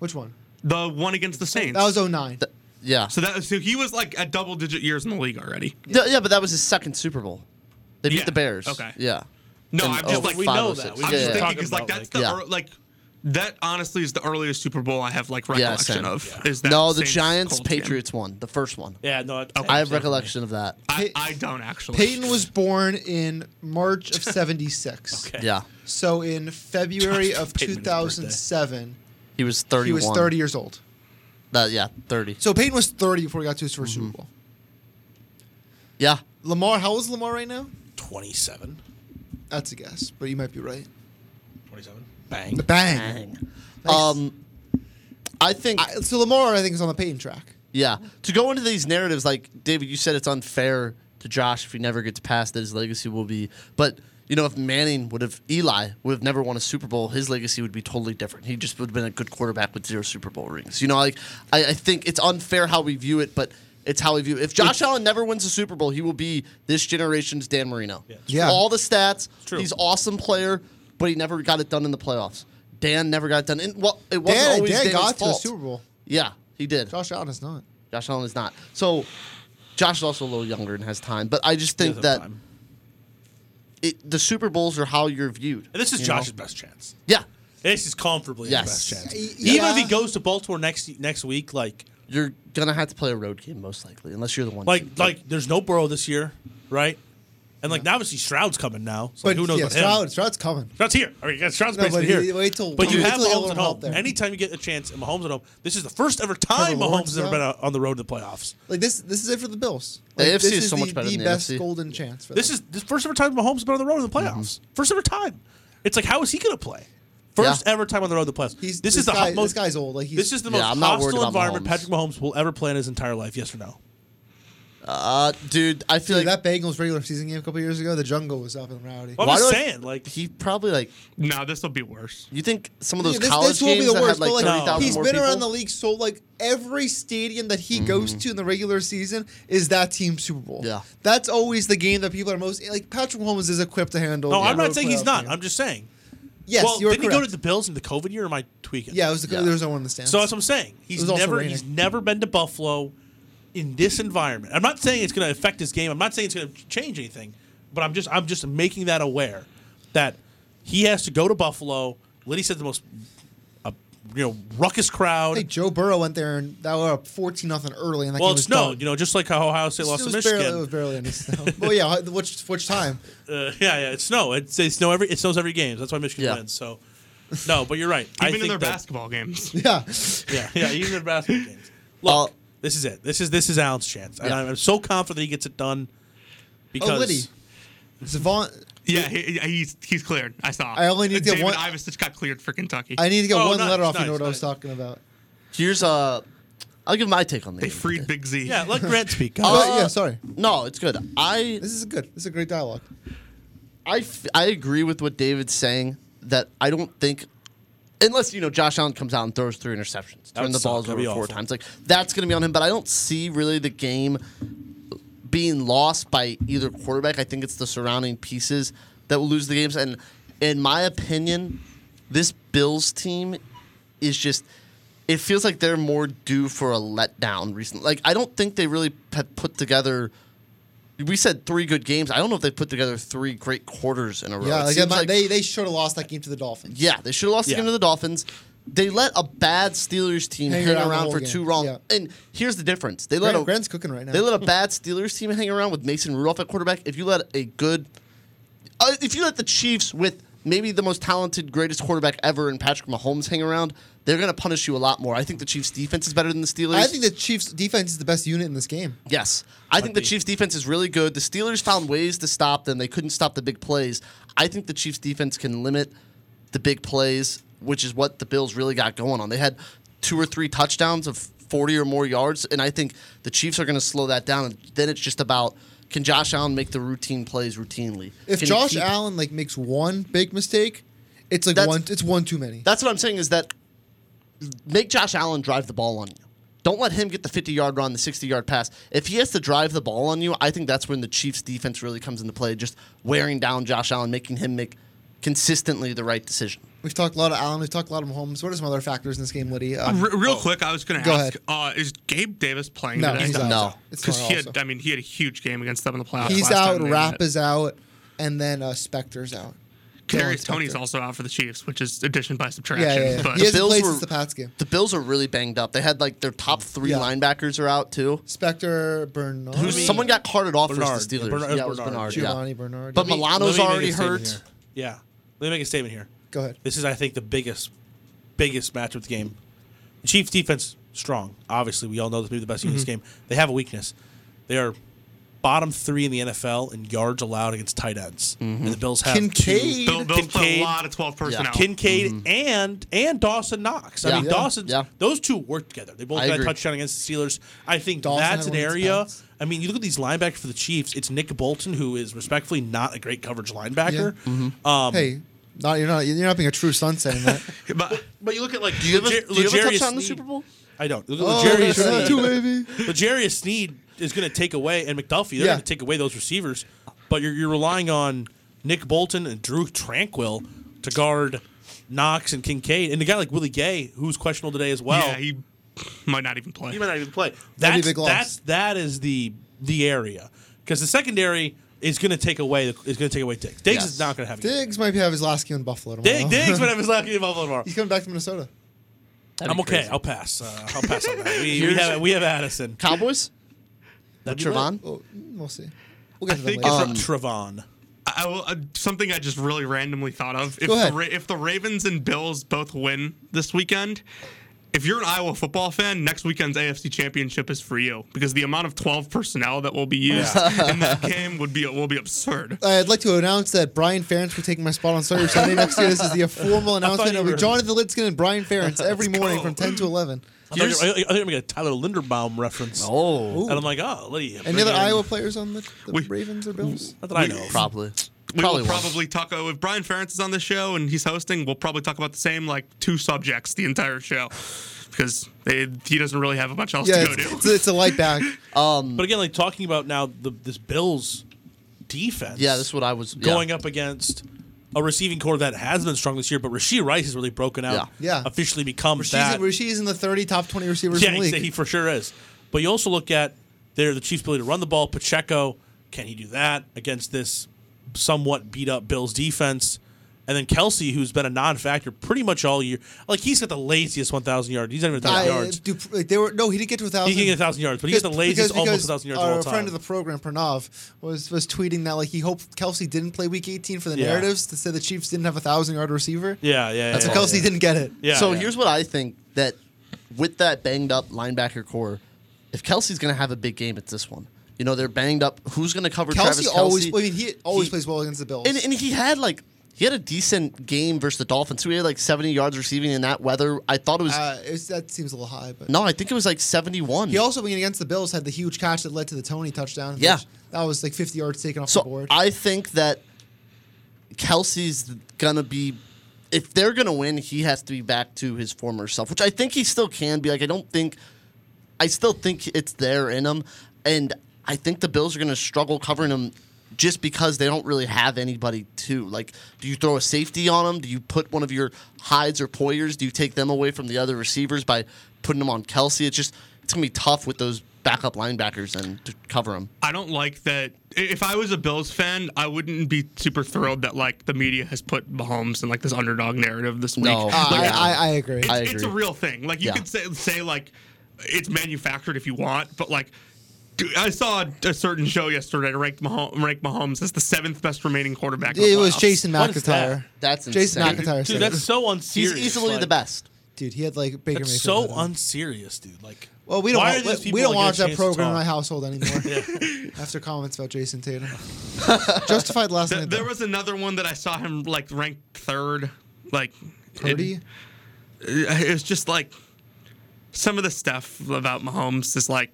Speaker 1: Which one?
Speaker 4: the one against the Saints.
Speaker 1: That was
Speaker 3: oh-
Speaker 1: 09.
Speaker 3: Th- Yeah,
Speaker 4: so that so he was like at double digit years in the league already.
Speaker 3: yeah, yeah, but that was his second Super Bowl. They beat
Speaker 4: Yeah,
Speaker 3: the Bears.
Speaker 4: okay.
Speaker 3: Yeah,
Speaker 4: No,
Speaker 3: And
Speaker 4: I'm just
Speaker 3: oh,
Speaker 4: like
Speaker 2: we
Speaker 3: five
Speaker 2: know
Speaker 3: or
Speaker 2: that.
Speaker 3: six.
Speaker 2: We
Speaker 4: I'm just
Speaker 2: Yeah, yeah.
Speaker 4: thinking
Speaker 2: Talking
Speaker 4: because like
Speaker 2: about,
Speaker 4: that's
Speaker 2: like-
Speaker 4: the
Speaker 3: Yeah.
Speaker 4: ear- like that honestly is the earliest Super Bowl I have like
Speaker 3: Yeah,
Speaker 4: recollection
Speaker 3: same.
Speaker 4: of. Is that
Speaker 3: no, the
Speaker 4: Saints
Speaker 3: Giants
Speaker 4: Colts game.
Speaker 3: Patriots won the first one.
Speaker 2: Yeah, no.
Speaker 3: I have recollection of that.
Speaker 4: I,
Speaker 1: Pey-
Speaker 4: I don't actually.
Speaker 1: Peyton was born in March of 76.
Speaker 2: Okay.
Speaker 3: Yeah,
Speaker 1: So in February of
Speaker 2: Pittman's
Speaker 1: 2007,
Speaker 3: he was thirty.
Speaker 1: he was 30 years old.
Speaker 3: That, yeah, thirty.
Speaker 1: So Peyton was 30 before he got to his 1st
Speaker 3: Mm-hmm.
Speaker 1: Super Bowl.
Speaker 3: Yeah,
Speaker 1: Lamar, how old is Lamar right now?
Speaker 2: 27.
Speaker 1: That's a guess, but you might be right.
Speaker 2: 27. Bang.
Speaker 1: Bang. Nice.
Speaker 3: um, I think
Speaker 1: I, so Lamar, I think, is on the Peyton track.
Speaker 3: Yeah. To go into these narratives, like David, you said it's unfair to Josh if he never gets past that his legacy will be. But you know, if Manning would have Eli would have never won a Super Bowl, his legacy would be totally different. He just would have been a good quarterback with zero Super Bowl rings. You know, like I, I think it's unfair how we view it, but it's how we view it. If Josh Allen never wins a Super Bowl, he will be this generation's Dan Marino.
Speaker 2: Yeah.
Speaker 1: Yeah.
Speaker 3: All the stats.
Speaker 2: True.
Speaker 3: He's awesome player, but he never got it done in the playoffs. Dan never got it done. And well, it wasn't
Speaker 1: Dan,
Speaker 3: always
Speaker 1: Dan
Speaker 3: Dan's
Speaker 1: got to a
Speaker 3: fault.
Speaker 1: Super Bowl.
Speaker 3: Yeah, he did.
Speaker 1: Josh Allen is not.
Speaker 3: Josh Allen is not. So Josh is also a little younger and has time. But I just think that
Speaker 2: And
Speaker 3: it, the Super Bowls are how you're viewed.
Speaker 2: this is
Speaker 3: you
Speaker 2: Josh's
Speaker 3: know?
Speaker 2: best chance.
Speaker 3: Yeah,
Speaker 2: This is comfortably
Speaker 3: Yes.
Speaker 2: his best chance.
Speaker 1: Y-
Speaker 2: Even
Speaker 1: yeah.
Speaker 2: if he goes to Baltimore next next week, like
Speaker 3: you're gonna have to play a road game most likely, unless you're the one.
Speaker 2: like
Speaker 3: seed.
Speaker 2: like there's no Burrow this year, right? And like now obviously Stroud's coming now. So like, who knows
Speaker 1: yeah,
Speaker 2: about
Speaker 1: Stroud,
Speaker 2: him?
Speaker 1: Stroud's coming.
Speaker 2: Stroud's here. I mean, Stroud's
Speaker 1: No,
Speaker 2: basically
Speaker 1: but
Speaker 2: here.
Speaker 1: he- wait till-
Speaker 2: but you
Speaker 1: wait
Speaker 2: have
Speaker 1: till he
Speaker 2: Mahomes
Speaker 1: gets
Speaker 2: at
Speaker 1: out
Speaker 2: home.
Speaker 1: there.
Speaker 2: Anytime you get a chance, and Mahomes at home. This is the first ever time
Speaker 1: Trevor
Speaker 2: Mahomes has
Speaker 1: Lawrence
Speaker 2: ever
Speaker 1: out.
Speaker 2: been out on the road to the playoffs.
Speaker 1: Like this, this is it for the Bills.
Speaker 3: The
Speaker 1: Like,
Speaker 3: AFC
Speaker 1: this
Speaker 3: is so
Speaker 1: the,
Speaker 3: much better
Speaker 1: the
Speaker 3: than the
Speaker 1: best
Speaker 3: NFC.
Speaker 1: golden chance for
Speaker 2: This
Speaker 1: them.
Speaker 2: is the first ever time Mahomes has been on the road in the
Speaker 1: Mm-hmm.
Speaker 2: playoffs. First ever time. It's like how is he going to play? First
Speaker 3: Yeah.
Speaker 2: ever time on the road to the playoffs.
Speaker 1: He's-
Speaker 2: this,
Speaker 1: this
Speaker 2: is the
Speaker 1: guy-
Speaker 2: ho- most,
Speaker 1: this guy's old, like, he's-
Speaker 2: this is the
Speaker 3: Yeah,
Speaker 2: most
Speaker 3: I'm not worried
Speaker 2: hostile
Speaker 3: about
Speaker 2: environment
Speaker 3: Mahomes.
Speaker 2: Patrick Mahomes will ever play in his entire life. Yes or no?
Speaker 3: uh, dude, I feel
Speaker 1: Dude,
Speaker 3: like
Speaker 1: that Bengals regular season game a couple years ago. The jungle was up and rowdy.
Speaker 2: Well,
Speaker 3: Why
Speaker 2: I'm just
Speaker 3: do I-
Speaker 2: saying, like
Speaker 3: he probably like.
Speaker 4: No, this will be worse.
Speaker 3: You think some of
Speaker 1: Yeah,
Speaker 3: those
Speaker 1: this,
Speaker 3: college
Speaker 1: this will be
Speaker 3: games
Speaker 1: the worst.
Speaker 3: that had
Speaker 1: but
Speaker 3: like
Speaker 1: like,
Speaker 2: No.
Speaker 3: thirty
Speaker 1: he's
Speaker 3: more
Speaker 1: been
Speaker 3: people? Mm.
Speaker 1: around the league, so like every stadium that he goes to in the regular season is that team's Super Bowl.
Speaker 3: Yeah.
Speaker 1: that's always the game that people are most like. Patrick Mahomes is equipped to handle.
Speaker 2: no,
Speaker 1: the
Speaker 2: I'm not
Speaker 1: road
Speaker 2: saying he's
Speaker 1: playoff
Speaker 2: not.
Speaker 1: game.
Speaker 2: I'm just saying.
Speaker 1: yes,
Speaker 2: well,
Speaker 1: you're
Speaker 2: didn't he go
Speaker 1: correct.
Speaker 2: to the Bills in the COVID year? Or am I tweaking?
Speaker 1: yeah, it was the,
Speaker 3: Yeah.
Speaker 1: there was no one in the stands.
Speaker 2: So that's what I'm saying. He's
Speaker 1: was also
Speaker 2: never
Speaker 1: raining.
Speaker 2: he's never been to Buffalo in this environment. I'm not saying it's going to affect his game. I'm not saying it's going to change anything. But I'm just I'm just making that aware that he has to go to Buffalo. Liddy said the most uh, you know ruckus crowd.
Speaker 1: I think Joe Burrow went there and that were up fourteen nothing early, and that
Speaker 2: well,
Speaker 1: game
Speaker 2: it
Speaker 1: was
Speaker 2: snowed.
Speaker 1: done.
Speaker 2: You know, just like how Ohio State
Speaker 1: It
Speaker 2: lost to
Speaker 1: was barely, it was
Speaker 2: Michigan.
Speaker 1: barely any snow. well, yeah, which which time?
Speaker 2: Uh, yeah, yeah, it snow. It, it snow every it snows every game. That's why Michigan
Speaker 3: Yeah.
Speaker 2: wins. So no, but you're right. I
Speaker 4: Even in
Speaker 2: think
Speaker 4: their
Speaker 2: that-
Speaker 4: basketball games.
Speaker 1: Yeah, Oh,
Speaker 2: Yeah, yeah, even in basketball games. Look,
Speaker 3: Uh,
Speaker 2: this is it. This is this is Allen's chance, and
Speaker 3: Yeah.
Speaker 2: I'm, I'm so confident he gets it done. Because
Speaker 1: oh, Liddy, Zavon.
Speaker 4: Yeah, he, he's he's cleared. I saw.
Speaker 1: I only need to get
Speaker 4: David
Speaker 1: one-
Speaker 4: Ivesich got cleared for Kentucky.
Speaker 1: I need to get
Speaker 2: Oh,
Speaker 1: one
Speaker 2: nice,
Speaker 1: letter off.
Speaker 2: nice,
Speaker 1: you know what I was
Speaker 2: nice.
Speaker 1: talking about.
Speaker 3: Here's uh, I'll give my take on the
Speaker 4: they
Speaker 3: game.
Speaker 4: freed Big Z.
Speaker 2: yeah, let Grant speak.
Speaker 3: Uh,
Speaker 1: But, yeah, sorry.
Speaker 3: No, it's good. I
Speaker 1: This is good. This is a great dialogue.
Speaker 3: I, f- I agree with what David's saying that I don't think, unless you know Josh Allen comes out and throws three interceptions, turn
Speaker 2: would
Speaker 3: the
Speaker 2: suck.
Speaker 3: balls
Speaker 2: That'd
Speaker 3: over
Speaker 2: be
Speaker 3: four
Speaker 2: awful.
Speaker 3: times, like that's going to be on him. But I don't see really the game being lost by either quarterback. I think it's the surrounding pieces that will lose the games. And in my opinion, this Bills team is just. It feels like they're more due for a letdown recently. Like I don't think they really have put together. We said three good games. I don't know if they put together three great quarters in a row. It
Speaker 1: Yeah, like,
Speaker 3: seems
Speaker 1: my-
Speaker 3: like-
Speaker 1: they they should have lost that game to the Dolphins.
Speaker 3: yeah, they should have lost
Speaker 2: Yeah.
Speaker 3: the game to the Dolphins. They let a bad Steelers team hang,
Speaker 1: Hang around
Speaker 3: around,
Speaker 1: the whole
Speaker 3: for
Speaker 1: game.
Speaker 3: too long.
Speaker 1: Yeah.
Speaker 3: And here's the difference: they let
Speaker 1: Grant,
Speaker 3: a
Speaker 1: Grant's cooking right now.
Speaker 3: they let a bad Steelers team hang around with Mason Rudolph at quarterback. If you let a good, uh, if you let the Chiefs with maybe the most talented, greatest quarterback ever in Patrick Mahomes hang around, they're going to punish you a lot more. I think the Chiefs' defense is better than the Steelers.
Speaker 1: I think the Chiefs' defense is the best unit in this game.
Speaker 3: Yes. I think the Chiefs defense is really good. The Steelers found ways to stop them. They couldn't stop the big plays. I think the Chiefs defense can limit the big plays, which is what the Bills really got going on. They had two or three touchdowns of 40 or more yards, and I think the Chiefs are going to slow that down. And then it's just about Can Josh Allen make the routine plays routinely?
Speaker 1: If
Speaker 3: Can he
Speaker 1: Josh
Speaker 3: keep-
Speaker 1: Allen like makes one big mistake, it's like
Speaker 3: That's-
Speaker 1: one. It's one too many.
Speaker 3: That's what I'm saying is that make Josh Allen drive the ball on you. Don't let him get the 50 yard run, the 60 yard pass. If he has to drive the ball on you, I think that's when the Chiefs defense really comes into play, just wearing down Josh Allen, making him make consistently the right decision.
Speaker 1: We've talked a lot of Allen. We've talked a lot of Mahomes. What are some other factors in this game, Liddy? Uh,
Speaker 4: Re- real quick, I was going to
Speaker 1: Go
Speaker 4: ask: uh, Is Gabe Davis playing
Speaker 1: no,
Speaker 4: today?
Speaker 1: he's out.
Speaker 3: No.
Speaker 1: It's
Speaker 4: because
Speaker 1: not
Speaker 4: he had.
Speaker 1: also.
Speaker 4: I mean, he had a huge game against them in the playoffs.
Speaker 1: He's
Speaker 4: last
Speaker 1: out.
Speaker 4: time they
Speaker 1: Rap
Speaker 4: met.
Speaker 1: is out, and then uh, Specter's out.
Speaker 4: Kadarius
Speaker 1: Dylan
Speaker 4: Tony's
Speaker 1: Spector.
Speaker 4: also out for the Chiefs, which is addition by subtraction.
Speaker 1: Yeah, yeah. yeah.
Speaker 4: But
Speaker 1: he hasn't
Speaker 3: Bills
Speaker 1: played
Speaker 3: were-
Speaker 1: since the Pats game.
Speaker 3: The Bills are really banged up. They had like their top three
Speaker 1: Yeah.
Speaker 3: linebackers are out too.
Speaker 1: Specter, Bernard,
Speaker 2: Who's- Let me-
Speaker 3: Someone got carted off versus the Steelers.
Speaker 2: Bernard. Bernard-
Speaker 3: yeah, it was
Speaker 2: Bernard.
Speaker 3: Bernard. yeah.
Speaker 1: Giovanni Bernard.
Speaker 3: But
Speaker 1: Let me-
Speaker 3: Milano's
Speaker 2: Let me make a
Speaker 3: already
Speaker 2: statement
Speaker 3: hurt.
Speaker 2: here. Yeah. Let me make a statement here.
Speaker 1: Go ahead.
Speaker 2: This is, I think, the biggest, biggest match of the game. The Chiefs defense strong. Obviously, we all know this may be the best team in this game. They have a weakness. They are bottom three in the NFL in yards allowed against tight ends, and the Bills have
Speaker 1: Kincaid.
Speaker 4: Bill- Bills play
Speaker 2: Kincaid-
Speaker 4: a lot of twelve personnel.
Speaker 2: two, Kincaid
Speaker 1: Mm-hmm.
Speaker 2: and and Dawson Knox. I
Speaker 3: Yeah.
Speaker 2: mean,
Speaker 3: Yeah.
Speaker 2: Dawson's
Speaker 3: Yeah.
Speaker 2: those two work together. They both
Speaker 3: I
Speaker 2: got a
Speaker 3: agree.
Speaker 2: touchdown against the Steelers. I think
Speaker 1: Dawson
Speaker 2: that's
Speaker 1: had
Speaker 2: an
Speaker 1: one of his
Speaker 2: area.
Speaker 1: best.
Speaker 2: I mean, you look at these linebackers for the Chiefs. It's Nick Bolton, who is respectfully not a great coverage linebacker.
Speaker 1: Mm-hmm.
Speaker 2: Um,
Speaker 1: Hey, not you're not you're not being a true son saying that.
Speaker 4: But
Speaker 2: But you look at like
Speaker 3: Do you have a,
Speaker 2: Leger-
Speaker 3: do you have a
Speaker 2: Legarius
Speaker 3: touchdown in the
Speaker 2: Sneed.
Speaker 3: Super Bowl?
Speaker 2: I don't. Look
Speaker 1: Oh,
Speaker 2: at Legarius
Speaker 1: that's
Speaker 2: Sneed.
Speaker 1: two, baby.
Speaker 2: Legarius Sneed is going to take away, and McDuffie, they're
Speaker 1: Yeah.
Speaker 2: going to take away those receivers. But you're, you're relying on Nick Bolton and Drew Tranquil to guard Knox and Kincaid, and the guy like Willie Gay, who's questionable today as well.
Speaker 4: yeah, he might not even play.
Speaker 2: He might not even play. That's,
Speaker 1: big loss.
Speaker 2: that's that is the the area because the secondary is going to take away is going to take away Diggs. Diggs
Speaker 3: Yes. Oh.
Speaker 2: is not going to have a game.
Speaker 1: Diggs might have his last game in Buffalo tomorrow.
Speaker 2: Dig, Diggs would have his lucky Buffalo tomorrow.
Speaker 1: He's coming back to Minnesota.
Speaker 2: I'm okay. I'll pass. Uh, I'll pass on that. We, we have we have Addison.
Speaker 3: Cowboys? That
Speaker 2: be lit.
Speaker 3: Trevon?
Speaker 1: Oh, we'll see. We'll get to them
Speaker 4: I think
Speaker 1: later.
Speaker 4: it's-
Speaker 2: Um, Trevon.
Speaker 4: I will, uh, something I just really randomly thought of. If
Speaker 1: Go
Speaker 4: the,
Speaker 1: ahead.
Speaker 4: Ra- if the Ravens and Bills both win this weekend, if you're an Iowa football fan, next weekend's AFC Championship is for you because the amount of 12 personnel that will be used in this game would be will be absurd.
Speaker 1: Uh, I'd like to announce that Brian Ferentz will take my spot on Starter Sunday next year. This is the formal announcement
Speaker 2: you
Speaker 1: over
Speaker 2: were-
Speaker 1: Jonathan Litzkin and Brian Ferentz every morning
Speaker 4: go.
Speaker 1: from 10 to 11.
Speaker 2: I thought you were- I think I'm gonna get a Tyler Linderbaum reference.
Speaker 3: Oh.
Speaker 2: and I'm like, oh, Lydia.
Speaker 1: Any other Iowa players on the, the
Speaker 4: We-
Speaker 1: Ravens or Bills?
Speaker 2: Not that I know. of.
Speaker 3: Probably.
Speaker 4: We
Speaker 3: Probably
Speaker 4: will
Speaker 3: won't.
Speaker 4: probably talk uh, if Brian Ferentz is on the show and he's hosting. We'll probably talk about the same like two subjects the entire show because they, he doesn't really have much else
Speaker 1: Yeah,
Speaker 4: to go
Speaker 1: it's,
Speaker 4: to.
Speaker 1: it's, it's a light back.
Speaker 3: Um,
Speaker 2: But again, like talking about now the, this Bills defense.
Speaker 3: Yeah, that's what I was yeah.
Speaker 2: going up against a receiving core that has been strong this year, but Rasheed Rice has really broken out.
Speaker 1: Yeah. Yeah.
Speaker 2: Officially become
Speaker 1: She's,
Speaker 2: that.
Speaker 1: in, she's in the 30 top 20 receivers in
Speaker 2: yeah,
Speaker 1: the
Speaker 2: he,
Speaker 1: league.
Speaker 2: he for sure is. But you also look at their the Chiefs' ability to run the ball. Pacheco, can he do that against this somewhat beat up Bills defense? And then Kelsey, who's been a non-factor pretty much all year. Like he's got the laziest 1,000 yards. He's not even 1,000
Speaker 1: I,
Speaker 2: yards.
Speaker 1: do, like, they were no, he didn't get to a thousand.
Speaker 2: He can get 1,000 yards, but he got the laziest almost 1,000 yards of
Speaker 1: Our
Speaker 2: all
Speaker 1: friend
Speaker 2: time.
Speaker 1: of the program, Pranav, was was tweeting that like he hoped Kelsey didn't play Week 18 for the
Speaker 2: Yeah.
Speaker 1: narratives to say the Chiefs didn't have a thousand yard receiver.
Speaker 2: yeah, yeah, yeah.
Speaker 1: so
Speaker 2: yeah,
Speaker 1: Kelsey didn't get it.
Speaker 2: yeah.
Speaker 3: so
Speaker 2: yeah.
Speaker 3: here's what I think that with that banged up linebacker core, if Kelsey's going to have a big game, it's this one. You know, they're banged up. Who's going to cover
Speaker 1: Kelsey,
Speaker 3: Travis
Speaker 1: always.
Speaker 3: Kelce?
Speaker 1: I mean, he always
Speaker 3: He-
Speaker 1: plays well against the Bills.
Speaker 3: And, and he had like he had a decent game versus the Dolphins. So he had like 70 yards receiving in that weather. I thought it was
Speaker 1: uh, it's, that seems a little high, but
Speaker 3: no, I think it was like 71.
Speaker 1: he also being against the Bills had the huge catch that led to the Tony touchdown.
Speaker 3: Yeah.
Speaker 1: which- that was like 50 yards taken off the
Speaker 3: so
Speaker 1: board.
Speaker 3: I think that Kelsey's gonna be. If they're gonna win, he has to be back to his former self, which I think he still can be. Like I don't think, I still think it's there in him, and I think the Bills are gonna struggle covering him just because they don't really have anybody to. Like, do you throw a safety on him? Do you put one of your hides or Poyers? Do you take them away from the other receivers by putting them on Kelsey? It's just it's gonna be tough with those backup linebackers and to cover him.
Speaker 4: I don't like that. i- If I was a Bills fan, I wouldn't be super thrilled that like the media has put Mahomes in like this underdog narrative this week.
Speaker 3: No.
Speaker 1: Uh, I,
Speaker 4: Like,
Speaker 1: I, I agree.
Speaker 4: it's,
Speaker 3: I
Speaker 4: it's a
Speaker 3: agree.
Speaker 4: real thing. Like you
Speaker 3: Yeah.
Speaker 4: could say say like it's manufactured if you want, but like. dude, I saw a certain show yesterday that ranked Mahomes, ranked Mahomes as the seventh best remaining quarterback. in the
Speaker 1: it was
Speaker 4: playoffs.
Speaker 1: Jason
Speaker 2: What is
Speaker 1: McIntyre.
Speaker 2: that?
Speaker 3: That's
Speaker 1: Jason
Speaker 3: insane.
Speaker 1: McIntyre. said
Speaker 2: dude,
Speaker 1: it.
Speaker 2: that's so unserious.
Speaker 3: He's easily the
Speaker 2: like-
Speaker 3: best.
Speaker 1: Dude, he had like Baker
Speaker 2: That's
Speaker 1: Mayfield.
Speaker 2: so
Speaker 1: with him.
Speaker 2: unserious, dude. Like,
Speaker 1: Well, we don't
Speaker 2: why
Speaker 1: wa-
Speaker 2: are these
Speaker 1: we-
Speaker 2: people,
Speaker 1: we don't
Speaker 2: like, get a
Speaker 1: watch that
Speaker 2: chance to
Speaker 1: program in
Speaker 2: talk?
Speaker 1: my household anymore. After comments about Jason Tatum, justified last
Speaker 4: Th-
Speaker 1: night.
Speaker 4: there
Speaker 1: though.
Speaker 4: was another one that I saw him like ranked third. Like it-
Speaker 1: Purdy.
Speaker 4: it was just like some of the stuff about Mahomes is like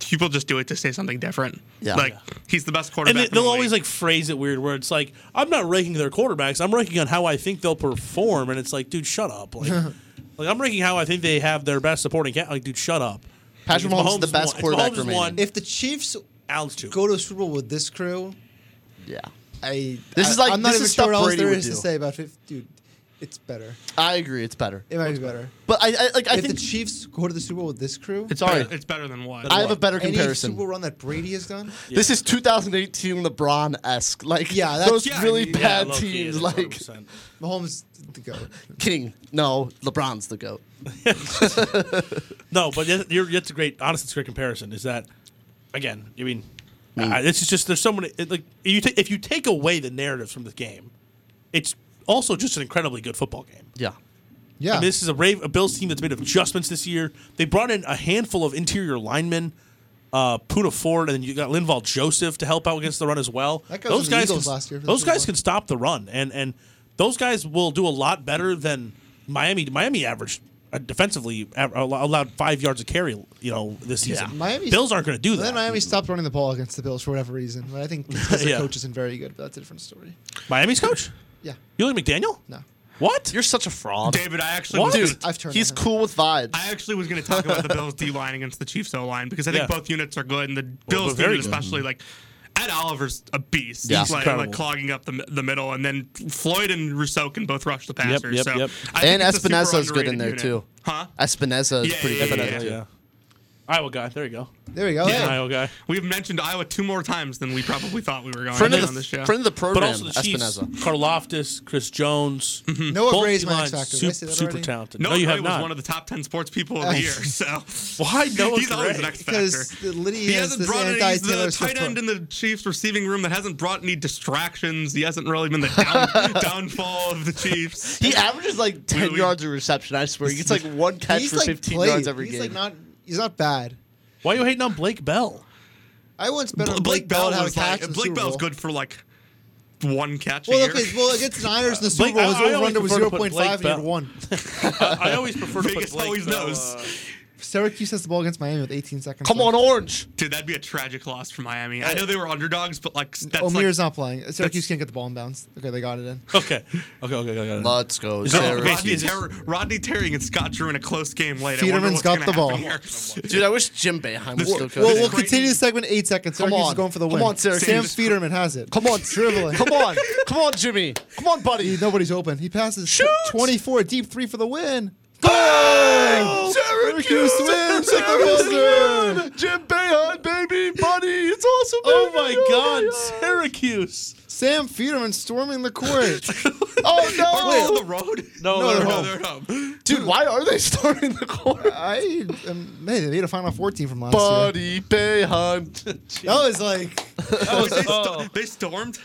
Speaker 4: people just do it to say something different.
Speaker 3: Yeah.
Speaker 4: Like he's the best quarterback.
Speaker 2: And they,
Speaker 4: in the
Speaker 2: they'll always
Speaker 4: league.
Speaker 2: like phrase it weird, where it's like, "I'm not ranking their quarterbacks. I'm ranking on how I think they'll perform." And it's like, dude, shut up. Like, like I'm ranking how I think they have their best supporting cat. Like, dude, shut up.
Speaker 3: Patrick
Speaker 2: Like,
Speaker 3: Mahomes
Speaker 2: it's
Speaker 3: is the best
Speaker 2: one. It's
Speaker 3: quarterback
Speaker 2: Mahomes is
Speaker 3: remaining.
Speaker 2: one.
Speaker 1: If the Chiefs
Speaker 2: Allen's two.
Speaker 1: go to a Super Bowl with this crew,
Speaker 3: Yeah.
Speaker 1: I
Speaker 3: This
Speaker 1: I-
Speaker 3: is like-
Speaker 1: I'm not
Speaker 3: this
Speaker 1: even
Speaker 3: is
Speaker 1: sure
Speaker 3: stuff
Speaker 1: what else
Speaker 3: Brady
Speaker 1: there
Speaker 3: would
Speaker 1: is to
Speaker 3: do.
Speaker 1: say about it. Dude, it's better.
Speaker 3: I agree. It's better.
Speaker 1: It might be better.
Speaker 3: But I, I like. I
Speaker 1: if
Speaker 3: think
Speaker 1: the Chiefs go to the Super Bowl with this crew,
Speaker 4: it's
Speaker 3: sorry.
Speaker 4: better, it's better than what.
Speaker 3: I have a better
Speaker 1: any
Speaker 3: comparison.
Speaker 1: Super Bowl run that Brady has done,
Speaker 3: This is 2018 LeBron esque. Like
Speaker 1: Yeah, that's-
Speaker 3: those
Speaker 4: Yeah,
Speaker 3: really
Speaker 4: yeah,
Speaker 3: bad
Speaker 2: low-key,
Speaker 3: teams.
Speaker 2: that's
Speaker 3: Like
Speaker 2: 100%.
Speaker 1: Mahomes the goat.
Speaker 3: King. No, LeBron's the goat.
Speaker 2: No, but that- you're, that's a great, honest, it's a great comparison. Is that again? I mean, I- this is just there's so many. It, like you, ta- if you take away the narratives from this game, it's also just an incredibly good football game.
Speaker 3: Yeah.
Speaker 1: Yeah,
Speaker 2: I mean, this is a, Rave, a Bills team that's made adjustments this year. They brought in a handful of interior linemen, uh, Puna Ford, and you got Linval Joseph to help out against the run as well.
Speaker 1: That guy was on the Eagles
Speaker 2: can,
Speaker 1: last year for the
Speaker 2: those
Speaker 1: Super
Speaker 2: guys
Speaker 1: Bowl.
Speaker 2: can stop the run, and and those guys will do a lot better than Miami. Miami averaged uh, defensively av- allo- allowed five yards of carry, you know, this season.
Speaker 1: Miami's-
Speaker 2: Bills aren't going to do
Speaker 1: But
Speaker 2: that.
Speaker 1: then Miami stopped running the ball against the Bills for whatever reason. But I think it's because their
Speaker 2: Yeah.
Speaker 1: coach isn't very good. But that's a different story.
Speaker 2: Miami's coach,
Speaker 1: Yeah,
Speaker 2: you like McDaniel?
Speaker 1: no,
Speaker 2: What?
Speaker 3: You're such a fraud.
Speaker 4: David, I actually
Speaker 2: What?
Speaker 4: was gonna-
Speaker 2: Dude,
Speaker 1: I've turned.
Speaker 3: He's
Speaker 1: on him.
Speaker 3: cool with vibes.
Speaker 4: I actually was going to talk about the Bills D line against the Chiefs O line because I think
Speaker 2: Yeah.
Speaker 4: both units are good, and the Bills
Speaker 2: they're
Speaker 4: unit
Speaker 2: very good.
Speaker 4: especially like. Ed Oliver's a beast.
Speaker 3: Yeah.
Speaker 4: He's like,
Speaker 2: Incredible.
Speaker 4: like clogging up the, mi- the middle, and then Floyd and Rousseau can both rush the
Speaker 2: Yep,
Speaker 4: passer.
Speaker 2: yep,
Speaker 4: so
Speaker 2: yep.
Speaker 4: I think
Speaker 3: And
Speaker 4: it's a super
Speaker 3: Espinosa's good in there,
Speaker 4: underrated
Speaker 3: too.
Speaker 4: unit. Huh?
Speaker 3: Espinosa is
Speaker 4: Yeah,
Speaker 3: pretty
Speaker 4: yeah,
Speaker 3: good.
Speaker 4: yeah,
Speaker 3: at
Speaker 4: yeah.
Speaker 3: it.
Speaker 2: yeah. Iowa guy. There you go.
Speaker 1: There we go.
Speaker 4: Yeah.
Speaker 1: Hey.
Speaker 2: Iowa guy.
Speaker 4: We've mentioned Iowa two more times than we probably thought we were going
Speaker 3: Friend
Speaker 4: to
Speaker 3: of,
Speaker 4: on
Speaker 3: the,
Speaker 4: this show.
Speaker 3: friend of the program,
Speaker 2: But also the Chiefs,
Speaker 3: Espinosa.
Speaker 2: Karloftis, Chris Jones,
Speaker 1: Noah
Speaker 2: Both
Speaker 1: Gray's
Speaker 2: D
Speaker 1: my X
Speaker 2: lines
Speaker 1: factor. Did I
Speaker 2: Super,
Speaker 1: say that
Speaker 2: super
Speaker 1: already?
Speaker 2: talented. No,
Speaker 4: Noah
Speaker 2: you
Speaker 4: Gray
Speaker 2: have
Speaker 4: was
Speaker 2: not.
Speaker 4: one of the top ten sports people of the year. So
Speaker 2: Why Noah
Speaker 4: he's always
Speaker 2: Gray?
Speaker 4: an X
Speaker 1: Because
Speaker 4: factor.
Speaker 1: Liddy
Speaker 4: He
Speaker 1: has
Speaker 4: hasn't
Speaker 1: this
Speaker 4: brought any. He's the
Speaker 1: anti-Taylor Swift
Speaker 4: tight end
Speaker 1: book.
Speaker 4: in the Chiefs receiving room that hasn't brought any distractions. He hasn't really been the down, downfall of the Chiefs.
Speaker 3: He averages like 10
Speaker 4: Really?
Speaker 3: yards of reception, I swear. He gets like one catch
Speaker 1: He's
Speaker 3: for
Speaker 1: like
Speaker 3: 15
Speaker 1: played.
Speaker 3: yards every
Speaker 1: he's
Speaker 3: game.
Speaker 1: Like not, he's not bad.
Speaker 2: Why are you hating on Blake Bell?
Speaker 1: I once bet
Speaker 4: Bl-
Speaker 1: on Blake Bell to have a catch. in the
Speaker 4: Blake
Speaker 1: Super
Speaker 4: Bell's
Speaker 1: Bowl.
Speaker 4: good for like one catch a
Speaker 1: Well,
Speaker 4: year.
Speaker 1: okay, well against the Niners in the Super
Speaker 2: Blake- I-
Speaker 1: Bowl, his
Speaker 2: I always
Speaker 1: over under was
Speaker 2: prefer
Speaker 1: zero
Speaker 2: to put
Speaker 1: point
Speaker 2: Blake
Speaker 1: five, and he had
Speaker 2: Bell.
Speaker 1: one.
Speaker 2: I, I always prefer to
Speaker 4: Vegas
Speaker 2: put Blake
Speaker 4: always
Speaker 2: Bell,
Speaker 4: knows.
Speaker 2: uh,
Speaker 1: Syracuse has the ball against Miami with 18 seconds.
Speaker 3: Come on,
Speaker 1: left.
Speaker 3: Orange.
Speaker 4: Dude, that'd be a tragic loss for Miami. I know they were underdogs, but like that's
Speaker 1: Omir's
Speaker 4: like
Speaker 1: not playing. Syracuse can't get the ball in bounds. Okay, they got it in.
Speaker 2: okay, okay, okay, okay. okay.
Speaker 3: Let's go,
Speaker 2: Is that-
Speaker 3: Sarah.
Speaker 2: Rodney-
Speaker 4: Rodney, Ter- Rodney Terry and Scott Drew in a close game late. I wonder
Speaker 1: Peterman's
Speaker 4: what's
Speaker 1: got
Speaker 4: gonna
Speaker 1: the ball.
Speaker 4: happen here.
Speaker 3: Dude, I wish Jim Boeheim was
Speaker 4: This-
Speaker 3: still
Speaker 1: Well,
Speaker 3: coaching.
Speaker 1: we'll
Speaker 4: Creighton-
Speaker 1: continue the segment eight seconds.
Speaker 3: Come
Speaker 1: Syracuse is
Speaker 3: on.
Speaker 1: going for the
Speaker 3: Come
Speaker 1: win.
Speaker 3: on, Syracuse.
Speaker 1: Sam Federman has it.
Speaker 3: Come on,
Speaker 1: dribbling.
Speaker 3: Come on. Come on, Jimmy. Come on, buddy.
Speaker 1: Nobody's open. He passes
Speaker 3: Shoot!
Speaker 1: 24 deep three for the win.
Speaker 3: Bang!
Speaker 1: Syracuse wins at the buzzer.
Speaker 3: Jim Boeheim, baby, buddy. It's awesome.
Speaker 2: Oh
Speaker 3: baby.
Speaker 2: my God, Syracuse!
Speaker 1: Sam Federman storming the court.
Speaker 3: Oh,
Speaker 4: They're on
Speaker 3: no.
Speaker 4: the road.
Speaker 1: No,
Speaker 2: No, no,
Speaker 1: they're
Speaker 2: no.
Speaker 4: no,
Speaker 1: home.
Speaker 4: they're at home.
Speaker 3: Dude, why are they starting the corner?
Speaker 1: I um, man, they made a final 14 from last year.
Speaker 3: Buddy Boeheim.
Speaker 1: That was like
Speaker 2: That was
Speaker 4: They, sto-
Speaker 2: oh.
Speaker 4: they stormed.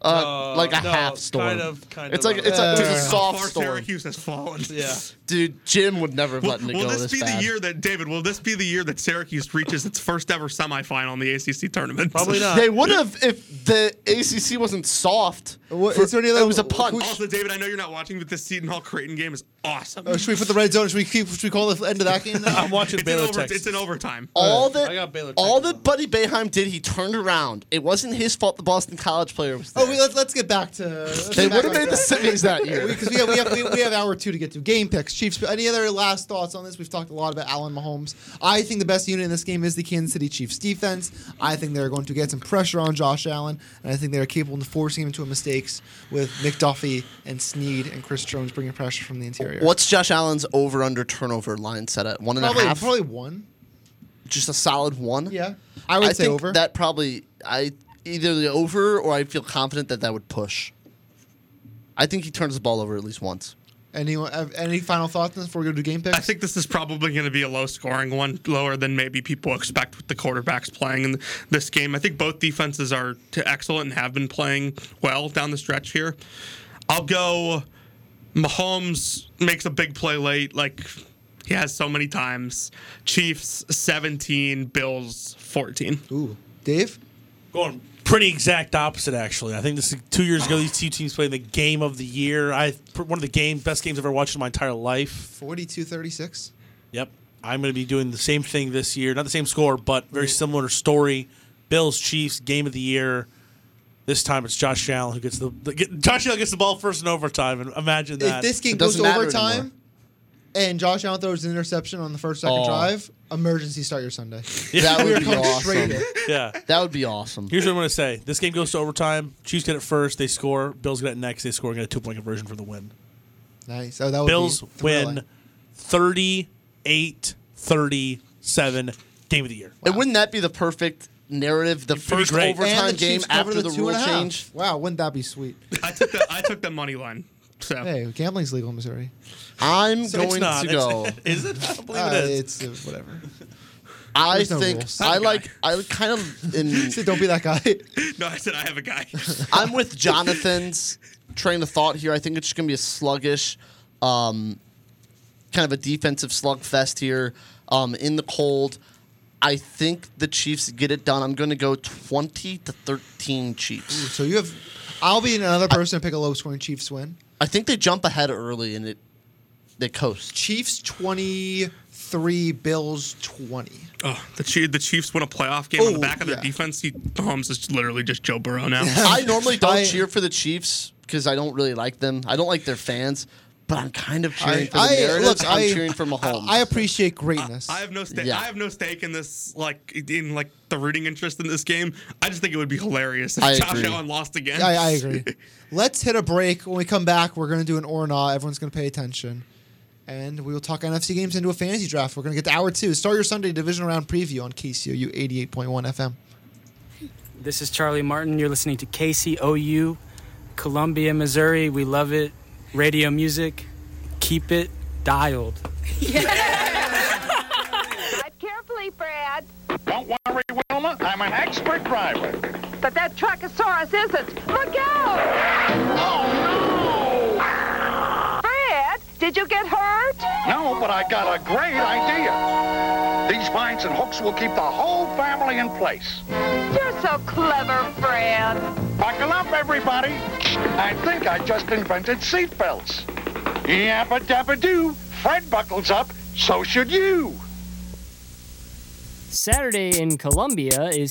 Speaker 3: Uh, like a
Speaker 2: no,
Speaker 3: half storm.
Speaker 2: kind of- kind
Speaker 3: it's
Speaker 2: of,
Speaker 3: like
Speaker 2: uh,
Speaker 3: it's, a, it's a
Speaker 1: Uh,
Speaker 3: soft
Speaker 4: Far
Speaker 3: storm.
Speaker 4: Syracuse has fallen.
Speaker 2: Yeah.
Speaker 3: Dude, Jim would never have
Speaker 4: Will,
Speaker 3: let me
Speaker 4: will
Speaker 3: go
Speaker 4: this,
Speaker 3: this
Speaker 4: be
Speaker 3: bad.
Speaker 4: the year that David? Will this be the year that Syracuse reaches its first ever semifinal in the ACC tournament?
Speaker 2: Probably not.
Speaker 3: They would have if the ACC wasn't soft.
Speaker 1: What-
Speaker 3: for-
Speaker 1: is there any other-
Speaker 3: it was a punch.
Speaker 4: Also, David, I know you're not watching, but this Seton Hall Creighton game is awesome.
Speaker 1: Oh, should we put the red zone? Should we keep? Should we call the end of that game? Now?
Speaker 2: I'm watching
Speaker 4: it's,
Speaker 2: Baylor
Speaker 4: in over-
Speaker 2: Texas.
Speaker 4: it's in overtime.
Speaker 3: all
Speaker 2: I got Baylor
Speaker 3: that all
Speaker 2: Texas
Speaker 3: that Buddy Bayheim did, he turned around. It wasn't his fault. The Boston College player was there.
Speaker 1: Oh, wait, let's let's get back to. let's
Speaker 3: they
Speaker 1: get back
Speaker 3: would have
Speaker 1: on
Speaker 3: made the
Speaker 1: track.
Speaker 3: semis that year.
Speaker 1: because we have we have we, we have hour two to get to game picks. Chiefs. Any other last thoughts on this? We've talked a lot about Allen Mahomes. I think the best unit in this game is the Kansas City Chiefs defense. I think they're going to get some pressure on Josh Allen, and I think they're capable of forcing him into mistakes with McDuffie and Snead and Chris Jones bringing pressure from the interior.
Speaker 3: What's Josh Allen's over under turnover line set at? One and a half.
Speaker 1: probably probably one?
Speaker 3: just a solid one.
Speaker 1: Yeah, I would
Speaker 3: I
Speaker 1: say
Speaker 3: think
Speaker 1: over.
Speaker 3: that probably I either the over or I feel confident that that would push. I think he turns the ball over at least once.
Speaker 1: Anyone have any final thoughts on this before we go to game picks?
Speaker 4: I think this is probably going to be a low scoring one, lower than maybe people expect with the quarterbacks playing in this game. I think both defenses are t- excellent and have been playing well down the stretch here. I'll go Mahomes makes a big play late, like he has so many times. Chiefs 17, Bills 14.
Speaker 1: Ooh, Dave.
Speaker 2: Going pretty exact opposite, actually. I think this is two years ago. These two teams played the game of the year. I one of the game best games I've ever watched in my entire life.
Speaker 1: 42-36.
Speaker 2: Yep. I'm going to be doing the same thing this year. Not the same score, but very similar story. Bills Chiefs game of the year. This time it's Josh Allen who gets the, the get, Josh Allen gets the ball first in overtime. And imagine
Speaker 1: If
Speaker 2: that.
Speaker 1: this game
Speaker 3: It
Speaker 1: goes
Speaker 3: doesn't
Speaker 1: to
Speaker 3: matter
Speaker 1: overtime
Speaker 3: anymore.
Speaker 1: and Josh Allen throws an interception on the first second
Speaker 3: Oh.
Speaker 1: drive, emergency start your Sunday.
Speaker 3: That
Speaker 1: we are
Speaker 3: would be
Speaker 1: coming straight
Speaker 3: awesome.
Speaker 1: in.
Speaker 2: yeah.
Speaker 3: That would be awesome.
Speaker 2: Here's what I'm going to say. This game goes to overtime. Chiefs get it first. They score. Bills get it next. They score and get a two point conversion for the win.
Speaker 1: Nice. Oh, that would be
Speaker 2: Bills win
Speaker 1: thrilling.
Speaker 2: 38 37. Game of the year.
Speaker 3: And wouldn't that be the perfect narrative? The
Speaker 2: be
Speaker 3: first
Speaker 2: great.
Speaker 1: And
Speaker 3: overtime
Speaker 1: the
Speaker 3: game
Speaker 1: Chiefs cover
Speaker 3: after the,
Speaker 1: two
Speaker 3: rule
Speaker 1: and a half.
Speaker 3: change.
Speaker 1: Wow, wouldn't that be sweet?
Speaker 4: I took the I took the money line. So
Speaker 1: Hey, gambling's legal in Missouri.
Speaker 3: I'm
Speaker 2: it's
Speaker 3: going
Speaker 2: not.
Speaker 3: to
Speaker 2: It's-
Speaker 3: go.
Speaker 2: is it? I don't believe
Speaker 1: Uh,
Speaker 2: it is.
Speaker 1: it's uh, whatever.
Speaker 3: I
Speaker 1: There's no
Speaker 3: think
Speaker 1: rules.
Speaker 3: I like. I kind of. In,
Speaker 1: So don't be that guy.
Speaker 4: no, I said I have a guy.
Speaker 3: I'm with Jonathan's train of thought here. I think it's just gonna be a sluggish, um, kind of a defensive slugfest here um, in the cold. I think the Chiefs get it done. I'm gonna go 20 to 13 Chiefs.
Speaker 1: so you have. I'll be another person to pick a low scoring Chiefs win.
Speaker 3: I think they jump ahead early and it they coast.
Speaker 1: Chiefs 23, Bills 20.
Speaker 4: oh, the Chiefs, the Chiefs win a playoff game on the
Speaker 1: Oh,
Speaker 4: back of
Speaker 1: yeah.
Speaker 4: their defense. He, Mahomes is literally just Joe Burrow now.
Speaker 3: I normally don't
Speaker 1: I-
Speaker 3: cheer for the Chiefs because I don't really like them. I don't like their fans, but I'm kind of cheering
Speaker 1: I,
Speaker 3: for the
Speaker 1: I-
Speaker 3: narratives.
Speaker 1: look,
Speaker 3: I'm
Speaker 1: I-
Speaker 3: cheering for Mahomes.
Speaker 1: I, appreciate greatness.
Speaker 4: I have no stake.
Speaker 3: Yeah.
Speaker 4: I have no stake in this, like in like the rooting interest in this game. I just think it would be hilarious if
Speaker 3: I
Speaker 4: Josh
Speaker 3: agree.
Speaker 4: Allen lost again.
Speaker 1: I, I agree. Let's hit a break. When we come back, we're going to do an or not. Everyone's going to pay attention. And we will talk NFC games into a fantasy draft. We're going to get to hour two. Start your Sunday division round preview on KCOU 88.1 FM.
Speaker 5: This is Charlie Martin. You're listening to KCOU, Columbia, Missouri. We love it. Radio music. Keep it dialed.
Speaker 6: Drive carefully, Brad.
Speaker 7: Don't worry, Wilma. I'm an expert driver.
Speaker 6: But that Trachosaurus isn't. Look out!
Speaker 7: Oh,
Speaker 6: Brad, did you get hurt?
Speaker 7: no! No, but I got a great idea. These vines and hooks will keep the whole family in place.
Speaker 6: You're so clever, Brad.
Speaker 7: Buckle up, everybody. I think I just invented seatbelts. Yappa dabba doo. Fred buckles up, so should you.
Speaker 8: Saturday in Columbia is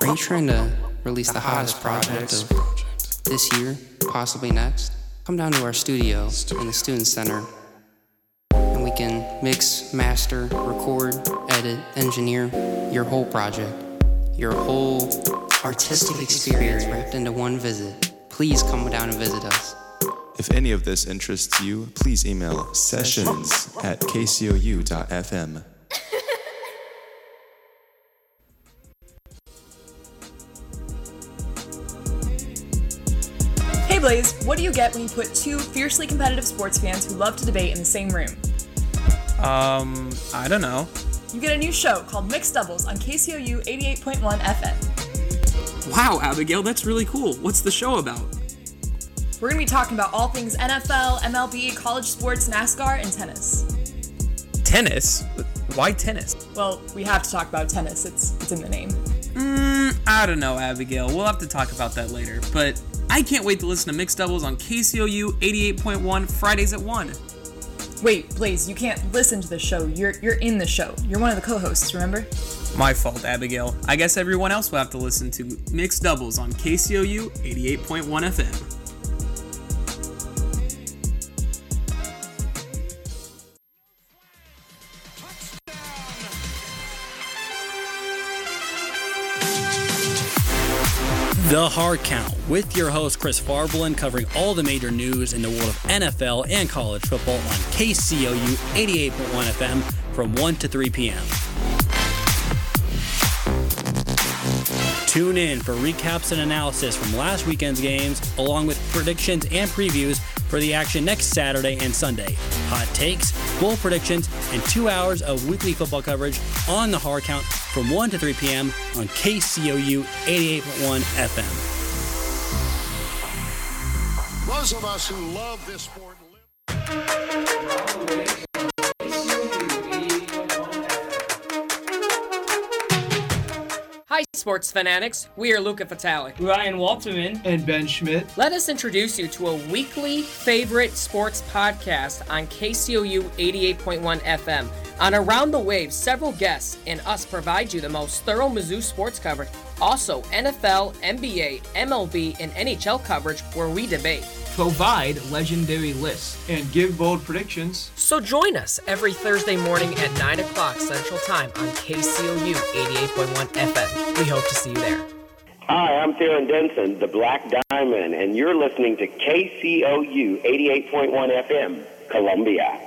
Speaker 9: Are you trying to release the hottest project of this year, possibly next? Come down to our studio in the Student Center and we can mix, master, record, edit, engineer your whole project, your whole artistic experience wrapped into one visit. Please come down and visit us.
Speaker 10: If any of this interests you, please email sessions at kcou.fm.
Speaker 11: Hey Blaze, what do you get when you put two fiercely competitive sports fans who love to debate in the same room?
Speaker 12: Um, I don't know.
Speaker 11: You get a new show called Mixed Doubles on KCOU 88.1 FM.
Speaker 9: Wow, Abigail, that's really cool. What's the show about?
Speaker 11: We're going to be talking about all things NFL, MLB, college sports, NASCAR, and tennis.
Speaker 12: Tennis? Why tennis?
Speaker 11: Well, we have to talk about tennis. It's it's in the name.
Speaker 12: I don't know, Abigail. We'll have to talk about that later. But I can't wait to listen to Mixed Doubles on KCOU 88.1 Fridays at 1.
Speaker 11: Wait, Blaze, you can't listen to the show. You're you're in the show. You're one of the co-hosts, remember?
Speaker 12: My fault, Abigail. I guess everyone else will have to listen to Mixed Doubles on KCOU 88.1 FM.
Speaker 8: The Hard Count with your host Chris Farblin covering all the major news in the world of NFL and college football on KCOU 88.1 FM from 1 to 3 p.m. Tune in for recaps and analysis from last weekend's games, along with predictions and previews for the action next Saturday and Sunday. Hot takes,
Speaker 13: bowl predictions, and two hours of weekly football coverage on the hard count from 1 to 3 p.m. on KCOU 88.1 FM.
Speaker 7: Those of us who love this sport.
Speaker 14: Hi, sports fanatics. We are Luca Fatale, Ryan Walterman,
Speaker 15: and Ben Schmidt.
Speaker 14: Let us introduce you to a weekly favorite sports podcast on KCOU 88.1 FM. On Around the Wave, several guests and us provide you the most thorough Mizzou sports coverage. Also, NFL, NBA, MLB, and NHL coverage where we debate.
Speaker 15: Provide legendary lists and give bold predictions.
Speaker 14: So join us every Thursday morning at 9 o'clock Central Time on KCOU 88.1 FM. We hope to see you there.
Speaker 16: Hi, I'm Theron Denson, the Black Diamond, and you're listening to KCOU 88.1 FM, Columbia.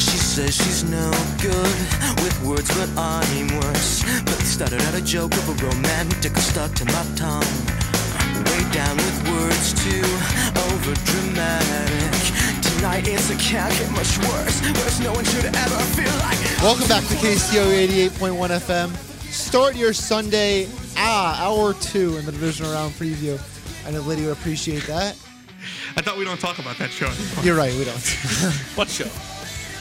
Speaker 17: She says she's no good with words, but I'm worse. But they started out a joke of a romantic stuck to my tongue. Way down with words too over dramatic. Tonight is a can't get much worse. Worse, no one should ever feel like.
Speaker 1: Welcome back to KCO 88.1 FM. Start your Sunday, ah, hour two in the divisional round preview. I know Lydia would appreciate that.
Speaker 4: I thought we don't talk about that show anymore.
Speaker 1: You're right, we don't.
Speaker 2: what show?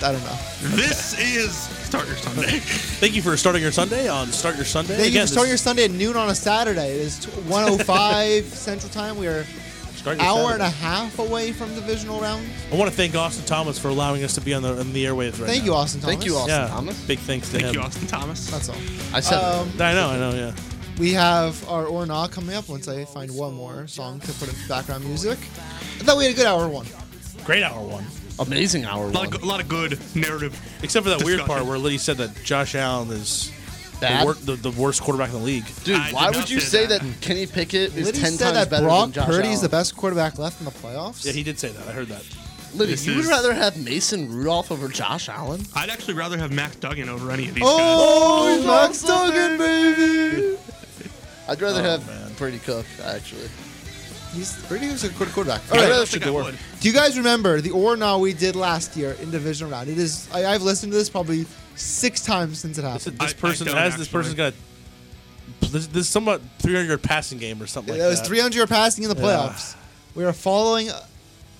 Speaker 1: I don't know.
Speaker 4: This is Start Your Sunday.
Speaker 2: Thank you for starting your Sunday on Start Your Sunday.
Speaker 1: Thank you
Speaker 2: Again,
Speaker 1: for starting your
Speaker 2: this-
Speaker 1: Sunday at noon on a Saturday. It is 105 Central Time. We are
Speaker 2: Start your
Speaker 1: hour and
Speaker 2: Saturday.
Speaker 1: a half away from divisional round.
Speaker 2: I want to thank Austin Thomas for allowing us to be on the on the airwaves right
Speaker 1: Thank
Speaker 2: now.
Speaker 1: you, Austin Thank Thomas. you, Austin
Speaker 2: Yeah,
Speaker 1: Thomas.
Speaker 2: Big thanks to
Speaker 4: Thank
Speaker 2: him.
Speaker 4: you, Austin Thomas.
Speaker 1: That's all.
Speaker 2: I
Speaker 1: said it. Um,
Speaker 2: I know, I know, yeah.
Speaker 1: We have our or not coming up once I find one more song to put in background music. I thought we had a good hour one.
Speaker 2: Great hour one.
Speaker 3: Amazing hour
Speaker 4: A lot, of, go- a lot of good narrative.
Speaker 2: Except for that weird
Speaker 4: discussion.
Speaker 2: part where Liddy said that Josh Allen is the,
Speaker 3: Bad?
Speaker 2: wor- the, the worst quarterback in the league.
Speaker 3: Dude, why would you say that. Kenny Pickett is
Speaker 1: Liddy
Speaker 3: ten
Speaker 1: said
Speaker 3: times
Speaker 1: that
Speaker 3: better
Speaker 1: Brock
Speaker 3: than Josh
Speaker 1: Purdy is
Speaker 3: Allen?
Speaker 1: the best quarterback left in the playoffs.
Speaker 2: Yeah, he did say that. I heard that.
Speaker 3: Liddy,
Speaker 4: This
Speaker 3: you would
Speaker 4: is-
Speaker 3: rather have Mason Rudolph over Josh Allen?
Speaker 4: I'd actually rather have Max Duggan over any of these
Speaker 3: Oh,
Speaker 4: guys.
Speaker 3: Max
Speaker 1: Duggan, baby!
Speaker 3: I'd rather
Speaker 1: Oh,
Speaker 3: have Brady Cook, actually.
Speaker 1: He's Brady Cook's a good quarterback.
Speaker 3: I'd
Speaker 1: Alright.
Speaker 3: rather should go work.
Speaker 1: Do you guys remember the or no we did last year in division round? It is I, I've listened to this probably six times since it happened.
Speaker 2: This person
Speaker 4: don't
Speaker 2: has this person's got this, this is somewhat 300 yard passing game or something like
Speaker 1: that
Speaker 2: that.
Speaker 1: was 300 yard passing in the
Speaker 2: Yeah.
Speaker 1: playoffs. We are following a,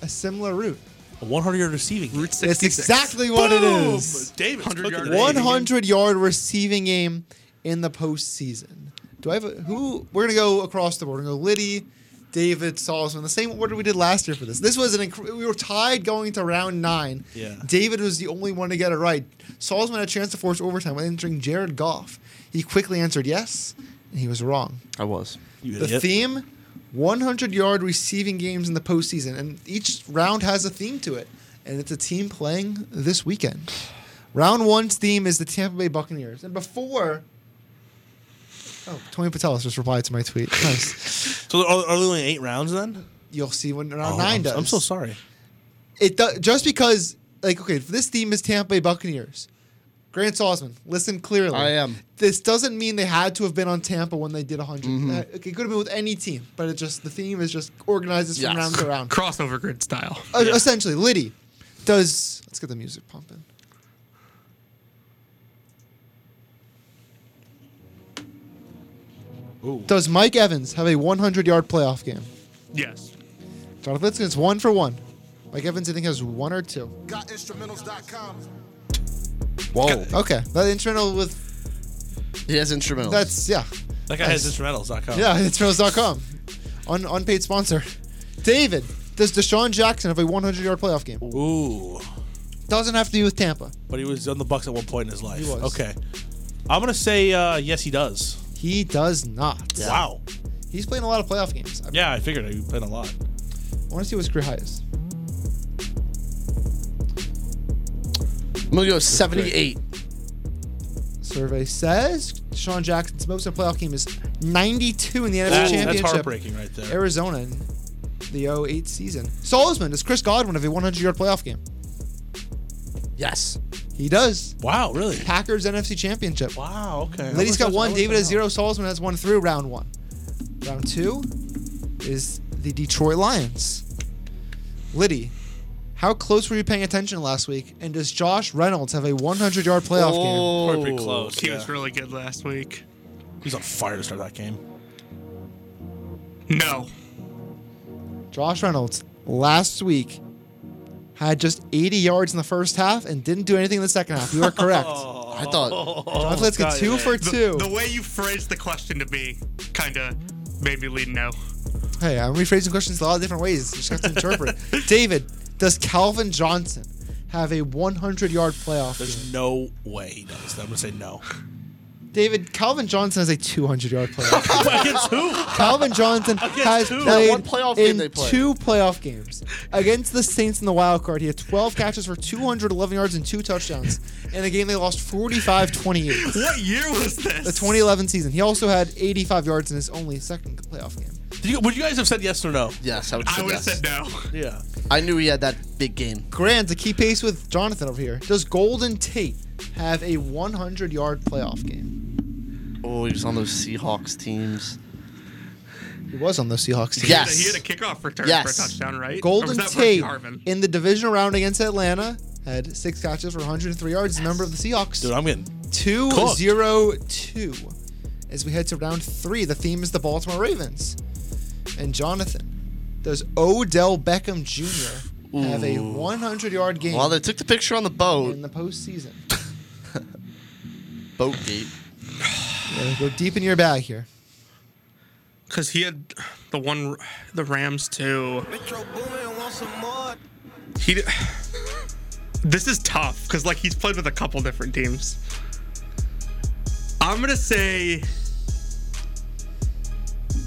Speaker 1: a similar route.
Speaker 2: A 100 yard receiving game. Route
Speaker 1: That's exactly what it
Speaker 4: Oh,
Speaker 1: is.
Speaker 2: Davis, 100 yard
Speaker 1: 100 yard receiving game in the postseason. Do I have a, who? We're gonna go across the board. We're gonna go Liddy, David, Salzman. The same order we did last year for this. This was an inc- we were tied going to round nine.
Speaker 2: Yeah.
Speaker 1: David was the only one to get it right. Salzman had a chance to force overtime by entering Jared Goff. He quickly answered yes, and he was wrong.
Speaker 3: I was.
Speaker 2: You
Speaker 1: The theme 100 yard receiving games in the postseason. And each round has a theme to it. And it's a team playing this weekend. Round one's theme is the Tampa Bay Buccaneers. And before. Oh, Tony Patelis just replied to my tweet. Nice.
Speaker 2: So are, are there only eight rounds then?
Speaker 1: You'll see when round
Speaker 2: Oh,
Speaker 1: nine
Speaker 2: I'm,
Speaker 1: does.
Speaker 2: I'm so sorry.
Speaker 1: It do- just because, like, okay, if this theme is Tampa Bay Buccaneers. Grant Salzman, listen clearly.
Speaker 3: I am.
Speaker 1: This doesn't mean they had to have been on Tampa when they did 100.
Speaker 3: Mm-hmm.
Speaker 1: Uh, it could have been with any team, but it just the theme is just organizes from round to round.
Speaker 4: Crossover grid style.
Speaker 1: Uh, Essentially, Liddy does. Let's get the music pumping. Does Mike Evans have a 100 yard playoff game?
Speaker 4: Yes.
Speaker 1: Jonathan Litzkin's one for one. Mike Evans, I think, has one or two.
Speaker 7: GotInstrumentals.com.
Speaker 3: Whoa.
Speaker 1: Okay, that instrumental with
Speaker 3: He has instrumentals.
Speaker 1: that's yeah.
Speaker 2: That guy has instrumentals.com.
Speaker 1: Yeah, instrumentals.com. Un- unpaid sponsor. David, does Deshaun Jackson have a 100 yard playoff game?
Speaker 2: Ooh.
Speaker 1: Doesn't have to do with Tampa.
Speaker 2: But he was on the Bucks at one point in his life.
Speaker 1: He was.
Speaker 2: Okay. I'm gonna say uh, yes, he does.
Speaker 1: He does not.
Speaker 2: Wow.
Speaker 1: He's playing a lot of playoff games. I
Speaker 2: Yeah, I figured he played a lot.
Speaker 1: want to see what his career high is.
Speaker 3: I'm going to go 78.
Speaker 1: Survey says Sean Jackson's most in a playoff game is 92 in the NFC
Speaker 2: That- that's
Speaker 1: Championship.
Speaker 2: heartbreaking right there.
Speaker 1: Arizona in the 08 season. Salzman, does Chris Godwin have a 100 yard playoff game?
Speaker 3: Yes.
Speaker 1: He does.
Speaker 2: Wow, really?
Speaker 1: Packers NFC Championship.
Speaker 2: Wow, okay.
Speaker 1: Liddy's
Speaker 2: I
Speaker 1: got
Speaker 2: was- I
Speaker 1: one.
Speaker 4: Oh,
Speaker 2: was
Speaker 1: David has
Speaker 2: somehow-
Speaker 1: zero. Salzman has one through round one. Round two is the Detroit Lions. Liddy, how close were you paying attention last week? And does Josh Reynolds have a 100 yard playoff
Speaker 3: Oh.
Speaker 1: game?
Speaker 4: Probably pretty close. He was really good last week.
Speaker 2: He was on fire to start that game.
Speaker 4: No.
Speaker 1: Josh Reynolds last week had just 80 yards in the first half and didn't do anything in the second half. You are correct. I
Speaker 4: thought-
Speaker 1: Jonathan Let's get two for
Speaker 4: Oh, The-
Speaker 1: two.
Speaker 4: The, way you phrased the question to me kind of made me lean no.
Speaker 1: Hey, I'm rephrasing questions a lot of different ways. You just have to interpret. David, does Calvin Johnson have a 100 yard playoff? game?
Speaker 2: There's no way he does. I'm gonna say no.
Speaker 1: David, Calvin Johnson has a 200 yard playoff. game.
Speaker 2: Against who?
Speaker 1: Calvin Johnson
Speaker 2: Against
Speaker 1: has
Speaker 2: who?
Speaker 1: played
Speaker 2: One playoff game
Speaker 1: in
Speaker 2: they played.
Speaker 1: two playoff games against the Saints in the wild card. He had 12 catches for 211 yards and two touchdowns in a game they lost 45-28.
Speaker 4: What year was this?
Speaker 1: The 2011 season. He also had 85 yards in his only second playoff game.
Speaker 2: Did you, would you guys have said yes or no?
Speaker 3: Yes, I would.
Speaker 4: I would have said no.
Speaker 2: Yeah.
Speaker 3: I knew he had that big game.
Speaker 1: Grand to keep pace with Jonathan over here. Does Golden Tate have a 100 yard playoff game?
Speaker 3: Oh, he was on those Seahawks teams.
Speaker 1: He was on those Seahawks teams.
Speaker 3: Yes.
Speaker 4: He had a kickoff return
Speaker 3: Yes.
Speaker 4: for a touchdown, right? Or was
Speaker 1: Golden
Speaker 4: that Percy
Speaker 1: Tate
Speaker 4: Harvin?
Speaker 1: in the division round against Atlanta had six catches for 103 yards, the number of the Seahawks.
Speaker 2: Dude, I'm getting
Speaker 1: Two
Speaker 2: cooked.
Speaker 1: zero two. As we head to round three, the theme is the Baltimore Ravens. And Jonathan, does Odell Beckham Jr. have a
Speaker 3: Ooh.
Speaker 1: 100 yard game
Speaker 3: Well, they took the picture on the boat.
Speaker 1: in the postseason?
Speaker 3: Boat gate.
Speaker 1: Yeah, go deep in your bag here.
Speaker 4: Because he had the one, the Rams too. He. d- This is tough because like he's played with a couple different teams. I'm gonna say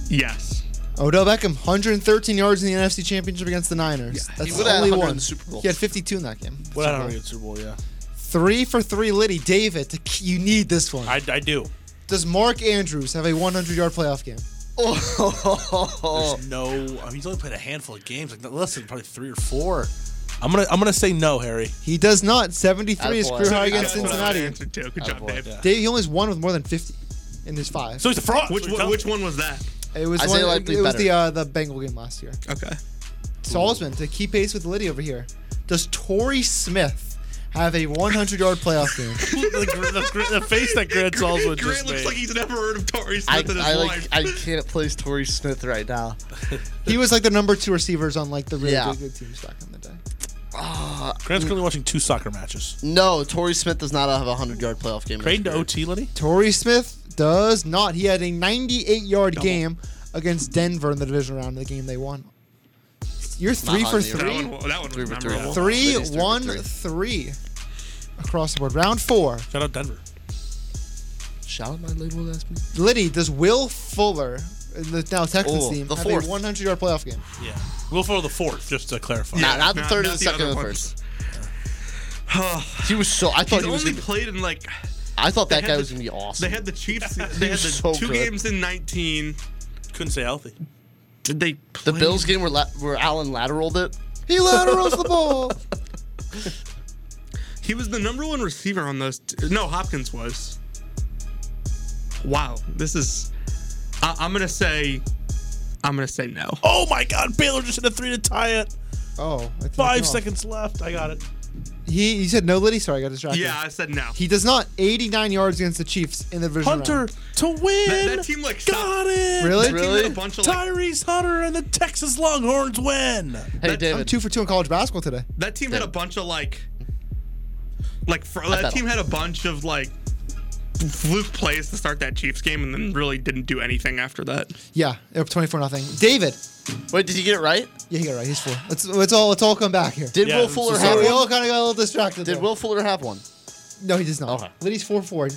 Speaker 4: yes.
Speaker 1: Odell Beckham, 113 yards in the NFC Championship against the Niners. That's
Speaker 4: would've
Speaker 1: the
Speaker 4: had
Speaker 1: only
Speaker 4: 100 in
Speaker 1: one.
Speaker 4: the Super Bowl.
Speaker 1: He had 52 in that game. Super
Speaker 2: What I don't
Speaker 1: Bowl.
Speaker 2: get Super Bowl, yeah.
Speaker 1: Three for three, Liddy. David, to- you need this one.
Speaker 2: I, I do.
Speaker 1: Does Mark Andrews have a 100 yard playoff game?
Speaker 3: Oh.
Speaker 2: There's no. I mean, he's only played a handful of games, like less than probably three or four. I'm gonna I'm gonna say no, Harry.
Speaker 1: He does not. 73 is career high against Cincinnati.
Speaker 4: Good job, Dave.
Speaker 1: Dave, he only has one with more than 50 in his five.
Speaker 2: So he's a fraud.
Speaker 4: Which one, which one was that?
Speaker 1: It was
Speaker 4: Isaiah
Speaker 1: one,
Speaker 4: Likely's
Speaker 1: it was
Speaker 4: better.
Speaker 1: the uh, the Bengal game last year.
Speaker 4: Okay.
Speaker 1: Salzman to keep pace with Liddy over here. Does Torrey Smith have a 100 yard playoff game?
Speaker 2: the, gr- the, gr- the face that Grant Salzman just made.
Speaker 4: Looks like he's never heard of Torrey
Speaker 3: I,
Speaker 4: Smith in his
Speaker 3: I,
Speaker 4: life.
Speaker 3: like, I can't place Torrey Smith right now.
Speaker 1: he was like the number two receivers on like the really
Speaker 3: Yeah.
Speaker 1: good, good teams back in the day.
Speaker 3: Ah,
Speaker 2: Grant's currently watching two soccer matches.
Speaker 3: no, Torrey Smith does not have a 100 yard playoff game.
Speaker 2: Crane to OT, Liddy.
Speaker 1: Torrey Smith does not. He had a 98 yard game against Denver in the division round, the game they won. You're three for three.
Speaker 4: That one was memorable.
Speaker 1: Three, one, three across the board. Round four.
Speaker 2: Shout out Denver.
Speaker 3: Shall my label ask me?
Speaker 1: Liddy, does Will Fuller, in the now Texans
Speaker 2: Oh,
Speaker 1: team,
Speaker 2: the
Speaker 1: have
Speaker 2: fourth.
Speaker 1: a 100 yard playoff game?
Speaker 2: Yeah. We'll follow the fourth, just to clarify.
Speaker 3: Nah, not the Not- third or not the the second other or the ones. he was so. I thought
Speaker 4: he's
Speaker 3: Oh, he was.
Speaker 4: only
Speaker 3: Gonna,
Speaker 4: played in like.
Speaker 3: I thought
Speaker 4: they
Speaker 3: that
Speaker 4: had
Speaker 3: guy
Speaker 4: the-
Speaker 3: was gonna be awesome.
Speaker 4: They had the Chiefs. They had
Speaker 3: He
Speaker 4: the
Speaker 3: was so
Speaker 4: two
Speaker 3: good.
Speaker 4: games in 19.
Speaker 2: Couldn't stay healthy.
Speaker 4: Did they?
Speaker 3: the Bills game where La- where Allen lateraled it.
Speaker 1: He laterals the ball.
Speaker 4: He was the number one receiver on those. T- no, Hopkins was. Wow, this is. I- I'm gonna say. I'm gonna say no.
Speaker 2: Oh my God, Baylor just hit a three to tie it.
Speaker 1: Oh, I think
Speaker 2: Five
Speaker 1: no.
Speaker 2: seconds left. I got it.
Speaker 1: He, you said no, Liddy? Sorry, I got distracted.
Speaker 4: Yeah, I said no.
Speaker 1: He does not. 89 yards against the Chiefs in the division
Speaker 2: Hunter
Speaker 1: round.
Speaker 2: to win.
Speaker 4: That, that team like
Speaker 2: got it.
Speaker 1: Really?
Speaker 4: That team
Speaker 1: Really?
Speaker 4: had a bunch of like.
Speaker 2: Tyrese Hunter and the Texas Longhorns win.
Speaker 3: Hey,
Speaker 1: I'm two for two in college basketball today.
Speaker 4: That team had a bunch of like, like fr-
Speaker 1: thought-
Speaker 4: that team had a bunch of like fluke plays to start that Chiefs game, and then really didn't do anything after that.
Speaker 1: Yeah, up 24 nothing. David.
Speaker 3: Wait, did he get it right?
Speaker 1: Yeah, he got it right. He's four. Let's let's all let's all come back here.
Speaker 3: Did Will Fuller
Speaker 1: Yeah,
Speaker 3: have
Speaker 1: we all
Speaker 3: one?
Speaker 1: kind of got a little distracted.
Speaker 3: Did
Speaker 1: there.
Speaker 3: Will Fuller have one?
Speaker 1: No, he does not. Okay. Liddy's four four.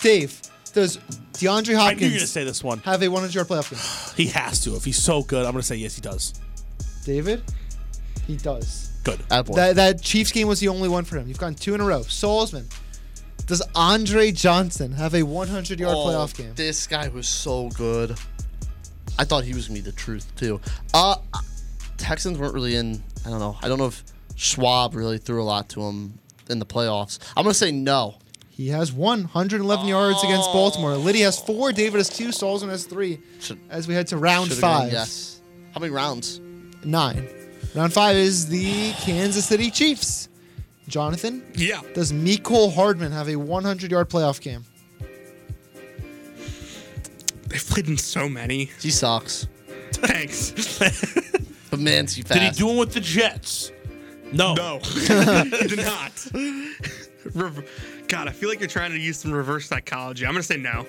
Speaker 1: Dave, does DeAndre Hopkins
Speaker 2: I knew you were gonna say this one.
Speaker 1: have a 100 yard playoff game?
Speaker 2: He has to. If he's so good, I'm gonna say yes. He does.
Speaker 1: David, he does.
Speaker 2: Good.
Speaker 3: Uh,
Speaker 1: That that Chiefs game was the only one for him. You've gotten two in a row. Salzman, does Andre Johnson have a 100 yard
Speaker 3: Oh,
Speaker 1: playoff game?
Speaker 3: This guy was so good. I thought he was gonna be the truth too. Uh Texans weren't really in. I don't know. I don't know if Schwab really threw a lot to him. in the playoffs. I'm gonna say no.
Speaker 1: He has one, 111 yards
Speaker 3: Oh.
Speaker 1: against Baltimore. Liddy has four, David has two, Salzman has three. as we head to round
Speaker 3: Should've
Speaker 1: five.
Speaker 3: gone yes. How many rounds?
Speaker 1: Nine. Round five is the Kansas City Chiefs. Jonathan?
Speaker 4: Yeah.
Speaker 1: Does Miko Hardman have a 100 yard playoff game?
Speaker 4: They've played in so many.
Speaker 3: He sucks.
Speaker 4: Thanks.
Speaker 3: but man, he
Speaker 2: Did he
Speaker 3: fast.
Speaker 2: do it with the Jets? No.
Speaker 4: No. he did not. Rever- God, I feel like you're trying to use some reverse psychology. I'm gonna say no.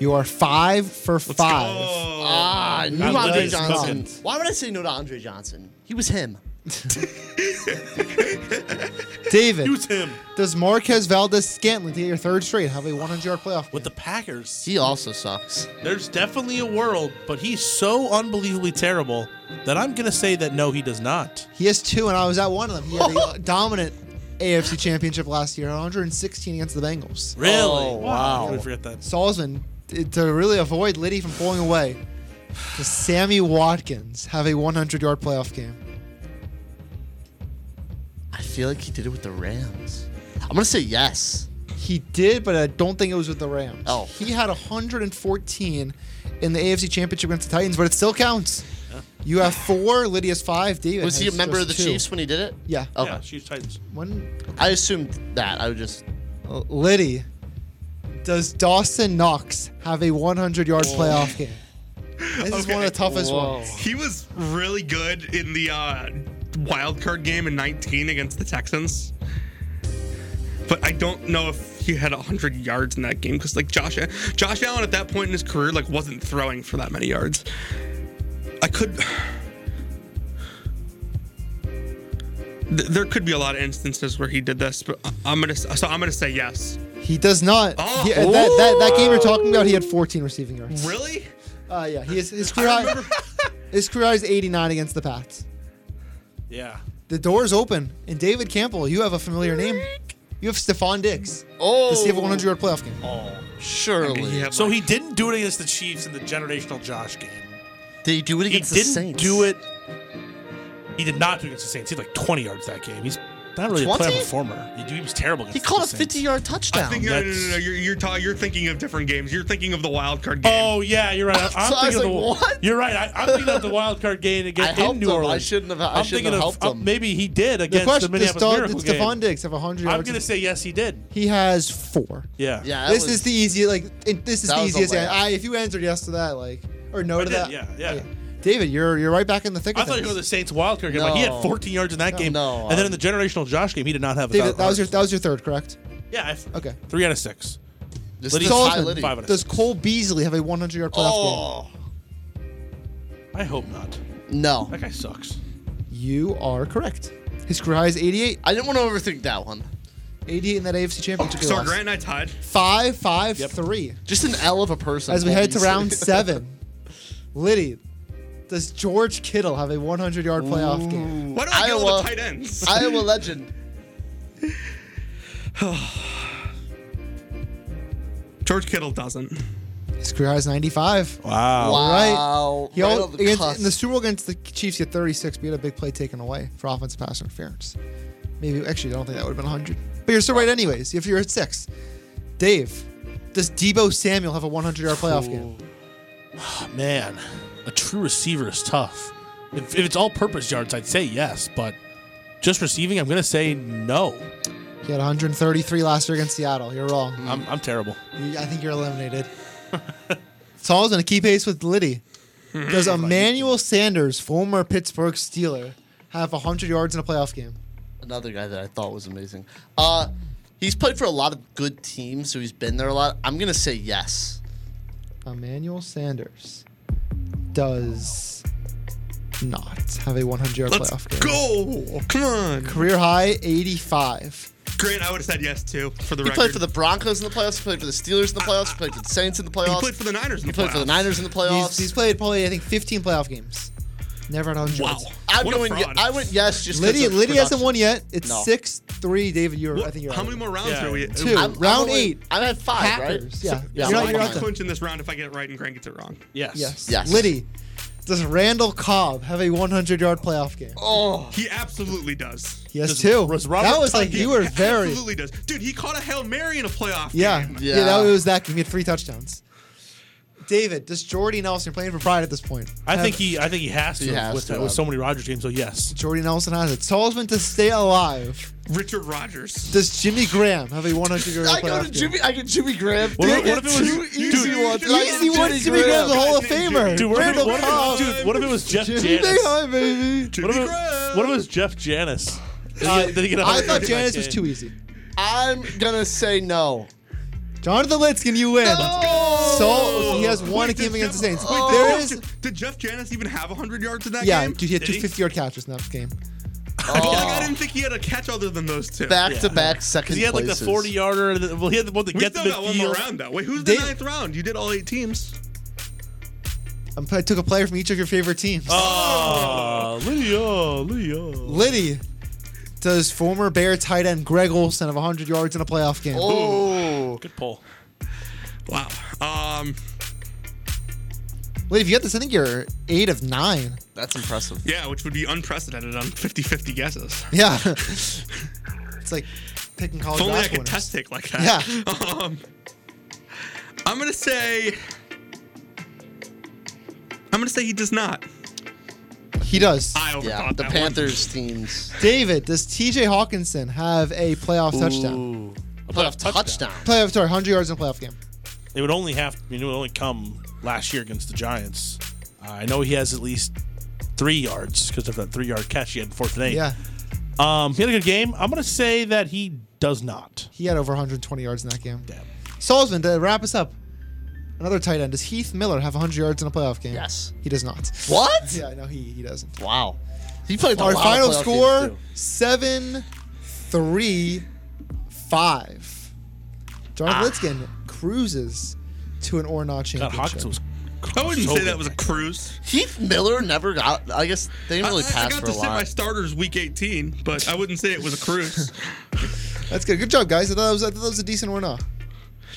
Speaker 1: You are five for five.
Speaker 3: Ah, I knew
Speaker 1: That
Speaker 3: Andre
Speaker 1: was
Speaker 3: Johnson.
Speaker 1: cooked.
Speaker 3: Why would I say no to Andre Johnson? He was him.
Speaker 1: David.
Speaker 2: Use him.
Speaker 1: Does Marquez Valdez Scantlin to get your third straight have a 100 yard playoff?
Speaker 2: With the Packers.
Speaker 3: He also sucks.
Speaker 2: There's definitely a world, but he's so unbelievably terrible that I'm going to say that no, he does not.
Speaker 1: He has two, and I was at one of them. He had a uh, dominant AFC Championship last year, 116 against the Bengals.
Speaker 2: Really?
Speaker 3: Oh,
Speaker 2: wow. We forget that.
Speaker 1: Salzman, t- to really avoid Liddy from falling away, does Sammy Watkins have a 100 yard playoff game?
Speaker 3: I feel like he did it with the Rams. I'm gonna say yes.
Speaker 1: He did, but I don't think it was with the Rams.
Speaker 3: Oh.
Speaker 1: He had 114 in the AFC Championship against the Titans, but it still counts. You have four, Liddy has five, David
Speaker 3: Was he a
Speaker 1: has
Speaker 3: member of
Speaker 1: just
Speaker 3: the
Speaker 1: two.
Speaker 3: Chiefs Oh. when he did it?
Speaker 1: Yeah.
Speaker 3: Okay.
Speaker 2: Yeah, she's Titans.
Speaker 1: One.
Speaker 3: I assumed that. I would just.
Speaker 1: Uh, Liddy, does Dawson Knox have a 100 yard playoff game? This is one of the toughest ones.
Speaker 4: He was really good in the uh, wild card game in 19 against the Texans. But I don't know if he had 100 yards in that game because like Josh Josh Allen at that point in his career like wasn't throwing for that many yards. I could Th- there could be a lot of instances where he did this, but I- I'm gonna so I'm gonna say yes.
Speaker 1: He does not.
Speaker 3: Oh.
Speaker 1: He- that, that, that game you're talking about, he had 14 receiving yards.
Speaker 4: Really?
Speaker 1: Uh, yeah, he is, his career high, his career high is 89 against the Pats.
Speaker 2: Yeah.
Speaker 1: The door's open, and David Campbell, you have a familiar name. You have Stephon Diggs.
Speaker 3: Oh,
Speaker 1: does he have a 100 yard playoff game?
Speaker 2: Oh,
Speaker 3: surely.
Speaker 2: so he didn't do it against the Chiefs in the generational Josh game.
Speaker 3: Did he do it
Speaker 2: He
Speaker 3: against the
Speaker 2: didn't
Speaker 3: Saints?
Speaker 2: do it. He did not do it against the Saints. He had like 20 yards that game. He's not really a
Speaker 3: 20?
Speaker 2: playoff performer. He, he was terrible.
Speaker 3: He
Speaker 2: Against
Speaker 3: caught
Speaker 2: the
Speaker 3: a
Speaker 2: Saints.
Speaker 3: 50 yard touchdown.
Speaker 4: I think no, no, no, no, no, You're you're, ta- you're thinking of different games. You're thinking of the wild card game.
Speaker 2: Oh yeah, you're right. I'm, I'm
Speaker 4: So I was
Speaker 2: thinking
Speaker 4: like,
Speaker 2: of the, You're right. I, I'm thinking of the wild card game
Speaker 3: I
Speaker 2: against
Speaker 3: helped
Speaker 2: in New
Speaker 3: him. I
Speaker 2: Orleans.
Speaker 3: shouldn't have- I
Speaker 2: I'm
Speaker 3: shouldn't
Speaker 2: thinking
Speaker 3: have
Speaker 2: of
Speaker 3: helped
Speaker 2: uh,
Speaker 3: him.
Speaker 2: maybe he did against the,
Speaker 1: question is,
Speaker 2: Minneapolis
Speaker 1: does-
Speaker 2: Miracle
Speaker 1: did
Speaker 2: game.
Speaker 1: Stephon Diggs have 100 yards?
Speaker 2: I'm gonna say yes. He did.
Speaker 1: He has four.
Speaker 2: Yeah.
Speaker 3: Yeah, that
Speaker 1: This
Speaker 3: was-
Speaker 1: is the easy. Like it, this is
Speaker 3: That
Speaker 1: the
Speaker 3: was a
Speaker 1: easiest.
Speaker 3: layup.
Speaker 1: I, if you answered yes to that, like or no
Speaker 2: I
Speaker 1: to
Speaker 2: did,
Speaker 1: that,
Speaker 2: yeah, yeah.
Speaker 1: David, you're you're right back in the thick
Speaker 2: I
Speaker 1: of
Speaker 2: thought you
Speaker 1: things.
Speaker 2: were the Saints wild card game. Like he
Speaker 1: No.
Speaker 2: had 14 yards in that game,
Speaker 1: no,
Speaker 2: and then in the generational Josh game, he did not have. a
Speaker 1: David,
Speaker 2: thousand
Speaker 1: that was your
Speaker 2: yards.
Speaker 1: that was your third, correct?
Speaker 2: yeah. I,
Speaker 1: okay.
Speaker 2: Three out of six. Liddy's
Speaker 1: Salzman,
Speaker 2: five out of
Speaker 1: does
Speaker 2: six.
Speaker 1: Cole Beasley have a 100 yard playoff
Speaker 3: Oh.
Speaker 1: game?
Speaker 2: I hope not.
Speaker 3: No.
Speaker 2: That guy sucks.
Speaker 1: You are correct. His career high is 88.
Speaker 3: I didn't want to overthink that one.
Speaker 1: 88 in that AFC Championship.
Speaker 2: Oh,
Speaker 1: they
Speaker 4: So
Speaker 1: lost.
Speaker 4: Grant and I tied.
Speaker 1: Five, five, three.
Speaker 3: Just an L of a person.
Speaker 1: As we head to
Speaker 3: obviously.
Speaker 1: round seven, Liddy, does George Kittle have a 100 yard playoff game?
Speaker 4: Why do I go with the tight ends?
Speaker 3: Iowa legend.
Speaker 4: George Kittle doesn't.
Speaker 1: His career high is 95.
Speaker 2: Wow.
Speaker 1: Right.
Speaker 4: Wow.
Speaker 1: He
Speaker 4: Right
Speaker 1: al-
Speaker 4: on the
Speaker 1: against-
Speaker 4: cusp.
Speaker 1: in the Super Bowl against the Chiefs, he had 36, but he had a big play taken away for offensive pass interference. Maybe, actually, I don't think that would have been 100. But you're still right, anyways, if you're at six. Dave, does Debo Samuel have a 100 yard playoff game?
Speaker 2: Man, a true receiver is tough. If, if it's all purpose yards, I'd say yes, but just receiving, I'm going to say no.
Speaker 1: He had 133 last year against Seattle. You're wrong.
Speaker 2: I'm, I'm terrible.
Speaker 1: You- I think you're eliminated. Saul's going to keep pace with Liddy. Does Emmanuel Sanders, former Pittsburgh Steeler, have 100 yards in a playoff game?
Speaker 3: Another guy that I thought was amazing. Uh, he's played for a lot of good teams, so he's been there a lot. I'm gonna say yes.
Speaker 1: Emmanuel Sanders does not have a 100 yard
Speaker 4: Let's
Speaker 1: playoff game.
Speaker 4: go! Come on.
Speaker 1: Career high 85.
Speaker 4: Grant, I would have said yes too for the
Speaker 3: He
Speaker 4: record.
Speaker 3: played for the Broncos in the playoffs. He played for the Steelers in the playoffs. He played for the Saints in the playoffs. He played for
Speaker 4: the Niners in
Speaker 3: the playoffs. He played for the Niners in the
Speaker 1: He's,
Speaker 3: playoffs.
Speaker 1: he's played probably I think 15 playoff games. Never had 100. yards.
Speaker 3: I'm going. ye- I went yes. Just 'cause
Speaker 1: Liddy,
Speaker 3: of
Speaker 1: Liddy hasn't
Speaker 3: production.
Speaker 1: won yet. It's
Speaker 3: No.
Speaker 1: six three. David, you're. I think you're.
Speaker 4: How
Speaker 1: out.
Speaker 4: many more rounds
Speaker 1: Yeah.
Speaker 4: are we?
Speaker 1: Two.
Speaker 4: I'm-
Speaker 1: Round
Speaker 3: only-
Speaker 1: eight.
Speaker 3: I'm at five, right?
Speaker 1: Packers. Yeah. You're
Speaker 4: Yeah, so
Speaker 1: not- you're
Speaker 4: I'm
Speaker 1: not done.
Speaker 4: clinching this round if I get it right and Grant gets it wrong.
Speaker 1: Yes. Liddy, Does Randall Cobb have a 100 yard playoff game?
Speaker 4: Oh, he absolutely does.
Speaker 1: He has two. That was like
Speaker 4: Tucky-
Speaker 1: you were very-
Speaker 4: absolutely does, dude. He caught a hail mary in a playoff
Speaker 1: Yeah.
Speaker 4: game.
Speaker 1: Yeah, that was that game. He had three touchdowns. David, does Jordy Nelson playing for Pride at this point?
Speaker 2: I think
Speaker 1: have-
Speaker 2: he. I think he has to
Speaker 1: He has
Speaker 2: with,
Speaker 1: to um,
Speaker 2: with
Speaker 1: have
Speaker 2: so many Rodgers games. So yes,
Speaker 1: Jordy Nelson has it. Salzman to stay alive.
Speaker 4: Richard Rodgers.
Speaker 1: Does Jimmy Graham have a 100 yard playoff
Speaker 3: I go to
Speaker 1: game?
Speaker 3: Jimmy. I get Jimmy Graham.
Speaker 1: What if- what if it was-
Speaker 3: two easy ones. and I get
Speaker 1: Easy ones. Jimmy Graham's a Hall of Famer.
Speaker 2: Dude, what if,
Speaker 1: Randall
Speaker 2: what, if,
Speaker 1: Cobb.
Speaker 2: dude, what if it was Jeff
Speaker 1: Jimmy
Speaker 2: Janis?
Speaker 1: Hi, baby.
Speaker 2: What if, it, what if it was Jeff Janis? Did he
Speaker 1: Uh,
Speaker 2: get- did he get a
Speaker 1: I thought
Speaker 2: 100
Speaker 1: Janice was
Speaker 2: game?
Speaker 1: too easy.
Speaker 3: I'm gonna say no.
Speaker 1: Jonathan Litzkin, you win. So he has one
Speaker 4: Wait, did
Speaker 1: game against the
Speaker 4: Jeff-
Speaker 1: Saints.
Speaker 4: wait,
Speaker 1: there
Speaker 4: did
Speaker 1: is,
Speaker 4: Jeff- Did Jeff Janis even have 100 yards in that
Speaker 1: yeah,
Speaker 4: game?
Speaker 1: dude, he had
Speaker 4: Did
Speaker 1: two 50 yard catches in that game.
Speaker 4: I feel like I didn't think he had a catch other than those two.
Speaker 1: Back to back
Speaker 2: 'Cause
Speaker 1: second
Speaker 2: He had like
Speaker 1: places.
Speaker 2: the forty yarder. The, well, he had the one that
Speaker 4: We
Speaker 2: gets
Speaker 4: still
Speaker 2: the
Speaker 4: got one more
Speaker 2: field.
Speaker 4: round though. Wait, who's the ninth round? You did all eight teams.
Speaker 1: I'm- I took a player from each of your favorite teams.
Speaker 2: Oh, Leo, Leo.
Speaker 1: Liddy, does former Bear tight end Greg Olson have 100 yards in a playoff game?
Speaker 4: Oh.
Speaker 2: good pull.
Speaker 4: Wow. Um.
Speaker 1: Liddy, if you get this, I think you're eight of nine.
Speaker 3: That's impressive.
Speaker 4: Yeah, which would be unprecedented on 50-50 guesses.
Speaker 1: Yeah. it's like picking college
Speaker 4: if only I
Speaker 1: basketball winners.
Speaker 4: could test take like that. Yeah. Um, I'm gonna say. I'm gonna say he does not.
Speaker 1: He does.
Speaker 4: I overthought
Speaker 3: Yeah, the
Speaker 4: that one.
Speaker 3: Panthers teams.
Speaker 1: David, does TJ Hawkinson have a playoff touchdown?
Speaker 3: A playoff touchdown.
Speaker 1: Playoff, sorry, 100 yards in a playoff game.
Speaker 2: It would only have. I mean, it would only come last year against the Giants. Uh, I know he has at least three yards because of that three yard catch he had in fourth and eight.
Speaker 1: Yeah.
Speaker 2: Um, he had a good game. I'm gonna say that he does not.
Speaker 1: He had over 120 yards in that game. Damn. Salzman, to wrap us up, another tight end. Does Heath Miller have 100 yards in a playoff game? Yes. He does not.
Speaker 3: What?
Speaker 1: Yeah, no, he, he doesn't.
Speaker 3: Wow. He played a
Speaker 1: Our
Speaker 3: lot of
Speaker 1: final
Speaker 3: playoff games,
Speaker 1: score
Speaker 3: too.
Speaker 1: seven, three, five.
Speaker 3: Ah.
Speaker 1: Jonathan Litzkin cruises to an or not championship.
Speaker 4: I wouldn't
Speaker 1: so
Speaker 4: say that
Speaker 1: good.
Speaker 4: was a cruise.
Speaker 3: Heath Miller never got. I guess they didn't really
Speaker 4: I, I
Speaker 3: pass
Speaker 4: got
Speaker 3: for
Speaker 4: to
Speaker 3: a
Speaker 4: sit my
Speaker 3: lot.
Speaker 4: starters week 18, but I wouldn't say it was a cruise.
Speaker 1: That's good. Good job, guys. I thought that was, I thought that was a decent or not.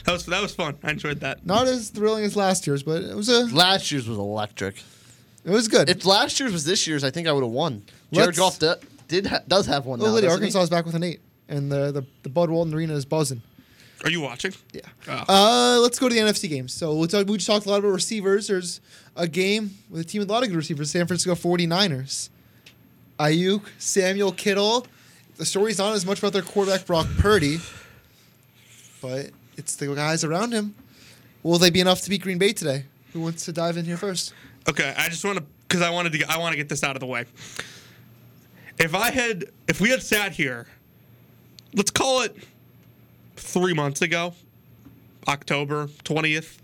Speaker 4: that was that was fun. I enjoyed that.
Speaker 1: Not as thrilling as last year's, but it was a.
Speaker 3: Last year's was electric.
Speaker 1: It was good.
Speaker 3: If last year's was this year's, I think I would have won. Jared
Speaker 1: Let's-
Speaker 3: Goff did, did ha- does have one
Speaker 1: Oh,
Speaker 3: now.
Speaker 1: Liddy,
Speaker 3: doesn't he?
Speaker 1: Arkansas is back with an eight, and the the, the Bud Walton Arena is buzzing.
Speaker 4: Are you watching? Yeah.
Speaker 1: Uh, let's go to the NFC games. So we talked, we just talked a lot about receivers. There's a game with a team with a lot of good receivers, San Francisco 49ers. Ayuk, Samuel Kittle. The story's not as much about their quarterback, Brock Purdy, but it's the guys around him. Will they be enough to beat Green Bay today? Who wants to dive in here first?
Speaker 4: Okay, I just want to because I wanted to get- I want to get this out of the way. If I had if we had sat here, let's call it three months ago, October twentieth,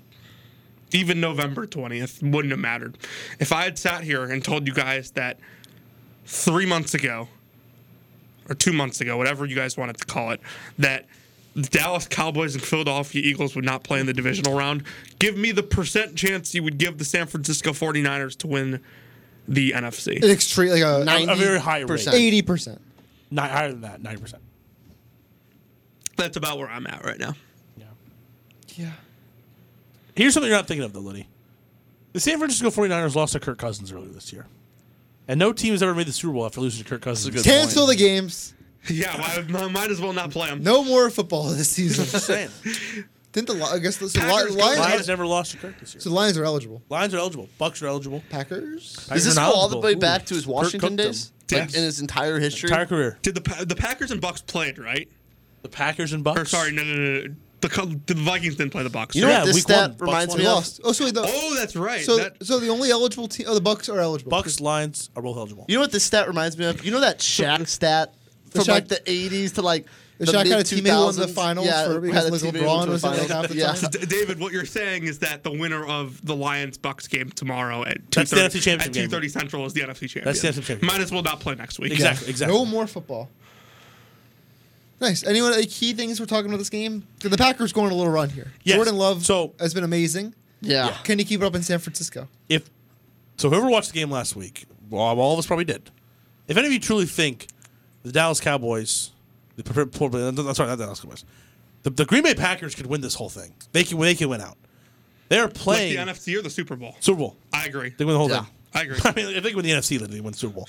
Speaker 4: even November twentieth wouldn't have mattered. If I had sat here and told you guys that three months ago or two months ago, whatever you guys wanted to call it, that the Dallas Cowboys and Philadelphia Eagles would not play in the divisional round. Give me the percent chance you would give the San Francisco 49ers to win the NFC.
Speaker 1: An extreme, like a,
Speaker 2: A- a very high rate.
Speaker 1: 80%.
Speaker 2: Not higher than that. Ninety percent.
Speaker 4: That's about where I'm at right now.
Speaker 1: Yeah.
Speaker 2: Here's something you're not thinking of, though, Liddy. The San Francisco 49ers lost to Kirk Cousins earlier this year. And no team has ever made the Super Bowl after losing to Kirk Cousins.
Speaker 1: Cancel the games.
Speaker 4: Yeah, why, might as well not play them.
Speaker 1: No more football this season. Didn't the Li- I guess the so Li-
Speaker 2: Lions,
Speaker 1: Lions,
Speaker 2: never lost to Kirk this year.
Speaker 1: so the Lions are eligible.
Speaker 2: Lions are eligible. Bucks are eligible.
Speaker 1: Packers.
Speaker 3: Does this go all the way back to his Washington days? Like,
Speaker 4: Yes.
Speaker 3: in his entire history?
Speaker 2: Entire career.
Speaker 4: Did the Pa- the Packers and Bucks played right?
Speaker 2: The Packers and Bucks.
Speaker 4: Or sorry, no, no, no. no. The, Col- the Vikings didn't play the Bucks.
Speaker 1: You know
Speaker 4: right?
Speaker 1: what this Yeah, week stat one, Bucks reminds won. me of? Lost. Oh, so wait, the-
Speaker 4: oh, that's right.
Speaker 1: So,
Speaker 4: That-
Speaker 1: so the only eligible team, oh, the Bucks are eligible.
Speaker 2: Bucks, Lions are both eligible.
Speaker 3: You know what this stat reminds me of? You know that Shaq stat
Speaker 1: The
Speaker 3: from
Speaker 1: Shaq-
Speaker 3: like the 80s to like
Speaker 1: The
Speaker 3: the
Speaker 1: Shaq
Speaker 3: mid
Speaker 1: had a teammate who won the
Speaker 3: 2000s?
Speaker 1: finals
Speaker 3: yeah,
Speaker 1: for-
Speaker 3: had
Speaker 1: because
Speaker 3: a
Speaker 1: Liz
Speaker 3: teammate who
Speaker 1: LeBron
Speaker 3: went to
Speaker 1: was in, like,
Speaker 3: finals.
Speaker 1: half the
Speaker 3: yeah.
Speaker 4: So, D- David, what you're saying is that the winner of the Lions Bucks game tomorrow at
Speaker 2: That's the
Speaker 4: 2:30
Speaker 2: NFC Championship
Speaker 4: at
Speaker 2: game.
Speaker 4: 2:30 Central is the NFC champion.
Speaker 2: That's the NFC championship.
Speaker 4: Might as well not play next week.
Speaker 2: Exactly, exactly.
Speaker 1: No more football. Nice. Anyone any key things we're talking about this game? Did the Packers go on a little run here?
Speaker 2: Yes.
Speaker 1: Jordan Love
Speaker 2: so,
Speaker 1: has been amazing.
Speaker 3: Yeah.
Speaker 1: Can he keep it up in San Francisco?
Speaker 2: If so, whoever watched the game last week, well, all of us probably did. If any of you truly think the Dallas Cowboys, the pre- pre- pre- I'm sorry, not the Dallas Cowboys, the, the Green Bay Packers could win this whole thing. They can they can win out. They are
Speaker 4: Like
Speaker 2: playing
Speaker 4: the NFC or the Super Bowl.
Speaker 2: Super Bowl.
Speaker 4: I agree.
Speaker 2: They win the whole thing. I agree. I mean, if they can win the NFC, then they win the Super Bowl.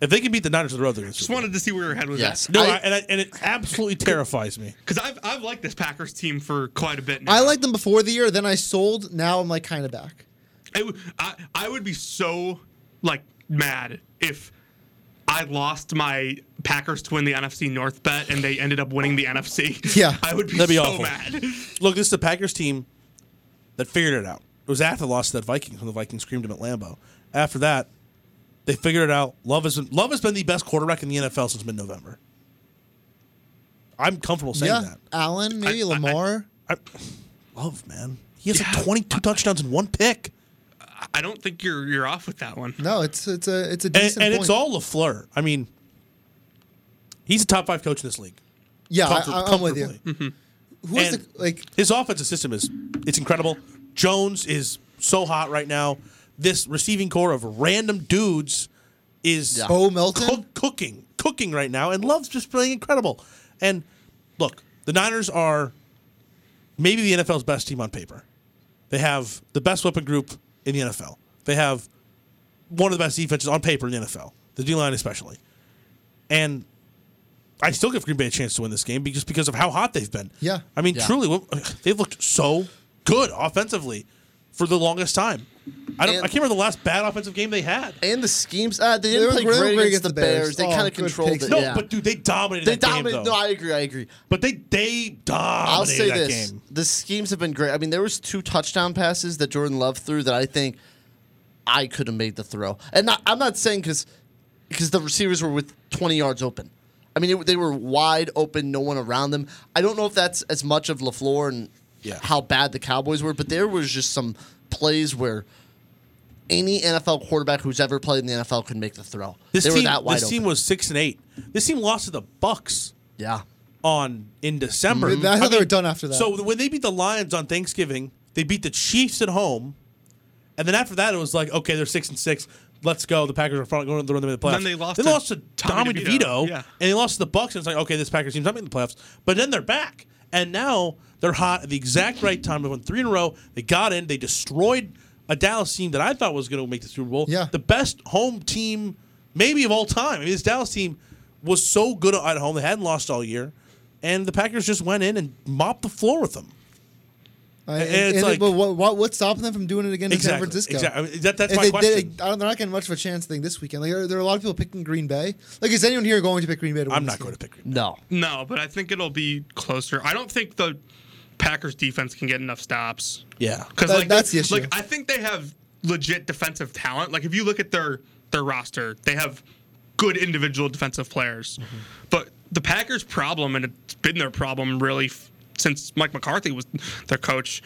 Speaker 2: If they can beat the Niners on the road, they're going to Super
Speaker 4: Just wanted to see where your head was
Speaker 2: Yes.
Speaker 4: at.
Speaker 2: No, I- and, I, and it absolutely terrifies me.
Speaker 4: Because I've, I've liked this Packers team for quite a bit now.
Speaker 1: I liked them before the year, then I sold. Now I'm like kind of back.
Speaker 4: I, w- I- I would be so like mad if I lost my Packers to win the NFC North bet and they ended up winning the NFC.
Speaker 2: Yeah.
Speaker 4: I would be,
Speaker 2: That'd be
Speaker 4: so
Speaker 2: awful.
Speaker 4: mad.
Speaker 2: Look, this is the Packers team that figured it out. It was after the loss to that Vikings when the Vikings screamed him at Lambeau. After that, they figured it out. Love has been, Love has been the best quarterback in the NFL since mid-November. I'm comfortable saying
Speaker 1: yeah,
Speaker 2: that.
Speaker 1: Allen, maybe Lamar.
Speaker 2: Love, man. He has like 22 touchdowns and one pick.
Speaker 4: I don't think you're you're off with that one.
Speaker 1: No, it's it's a it's a
Speaker 2: And, and
Speaker 1: decent.
Speaker 2: it's
Speaker 1: point.
Speaker 2: all LaFleur. I mean, he's a top five coach in this league.
Speaker 1: Yeah, I-
Speaker 2: Comfort-
Speaker 1: I, am with you.
Speaker 2: comfortably.
Speaker 1: Who is
Speaker 2: And
Speaker 1: the like?
Speaker 2: his offensive system is it's incredible. Jones is so hot right now. This receiving core of random dudes is
Speaker 1: Yeah. Bo Melton?
Speaker 2: cook- cooking, cooking right now, and Love's just playing incredible. And look, the Niners are maybe the NFL's best team on paper. They have the best weapon group in the NFL. They have one of the best defenses on paper in the NFL, the D line especially. And I still give Green Bay a chance to win this game because because of how hot they've been.
Speaker 1: Yeah.
Speaker 2: I mean,
Speaker 1: Yeah.
Speaker 2: truly, what- they've looked so good offensively for the longest time. I don't. I can't remember the last bad offensive game they had.
Speaker 3: And the schemes, uh, they didn't
Speaker 2: were
Speaker 3: play
Speaker 2: great
Speaker 3: great
Speaker 2: against
Speaker 3: against
Speaker 2: the
Speaker 3: the Bears.
Speaker 2: Bears.
Speaker 3: They
Speaker 2: Oh,
Speaker 3: kind of
Speaker 2: good
Speaker 3: controlled
Speaker 2: picks.
Speaker 3: it.
Speaker 2: No,
Speaker 3: yeah.
Speaker 2: but dude, they dominated
Speaker 3: They
Speaker 2: that game,
Speaker 3: dominated.
Speaker 2: though.
Speaker 3: No, I agree. I agree.
Speaker 2: But they they dominated
Speaker 3: I'll say
Speaker 2: that
Speaker 3: this:
Speaker 2: game.
Speaker 3: the schemes have been great. I mean, there was two touchdown passes that Jordan Love threw that I think I could have made the throw, and not, I'm not saying because because the receivers were with 20 yards open. I mean, it, they were wide open, no one around them. I don't know if that's as much of Lafleur and how bad the Cowboys were, but there was just some plays where any NFL quarterback who's ever played in the NFL could make the throw.
Speaker 2: This
Speaker 3: they
Speaker 2: team,
Speaker 3: were that wide
Speaker 2: this
Speaker 3: open.
Speaker 2: team was six and eight. This team lost to the Bucks.
Speaker 3: Yeah.
Speaker 2: On in December,
Speaker 1: Mm, I thought they were done after that.
Speaker 2: So when they beat the Lions on Thanksgiving, they beat the Chiefs at home, and then after that, it was like, okay, they're six and six. Let's go. The Packers are probably going to the playoffs.
Speaker 4: Then they lost
Speaker 2: They
Speaker 4: to
Speaker 2: lost to
Speaker 4: Tommy
Speaker 2: Tommy
Speaker 4: DeVito.
Speaker 2: DeVito,
Speaker 4: Yeah.
Speaker 2: and they lost to the Bucks. And it's like, okay, this Packers team's not making the playoffs. But then they're back, and now they're hot at the exact right time. They won three in a row. They got in. They destroyed a Dallas team that I thought was going to make the Super Bowl. Yeah. the best home team maybe of all time. I mean, this Dallas team was so good at home. They hadn't lost all year, and the Packers just went in and mopped the floor with them.
Speaker 1: I-
Speaker 2: and
Speaker 1: and-
Speaker 2: it's
Speaker 1: and
Speaker 2: like-
Speaker 1: but what, what what's stopping them from doing it again in San
Speaker 2: Exactly,
Speaker 1: Francisco?
Speaker 2: exactly. I mean, that- that's
Speaker 1: If
Speaker 2: my
Speaker 1: they,
Speaker 2: question.
Speaker 1: They, I don't, they're not getting much of a chance thing this weekend. Like, there, there are a lot of people picking Green Bay. Like, is anyone here going to pick Green Bay? To win
Speaker 2: I'm
Speaker 1: this
Speaker 2: not
Speaker 1: game?
Speaker 2: going to pick.
Speaker 3: No.
Speaker 4: No, but I think it'll be closer. I don't think the Packers defense can get enough stops.
Speaker 2: Yeah,
Speaker 4: Because
Speaker 1: That-
Speaker 4: like
Speaker 1: that's the issue.
Speaker 4: Like I think they have legit defensive talent. Like if you look at their their roster, they have good individual defensive players.
Speaker 1: Mm-hmm.
Speaker 4: But the Packers' problem, and it's been their problem really f- since Mike McCarthy was their coach,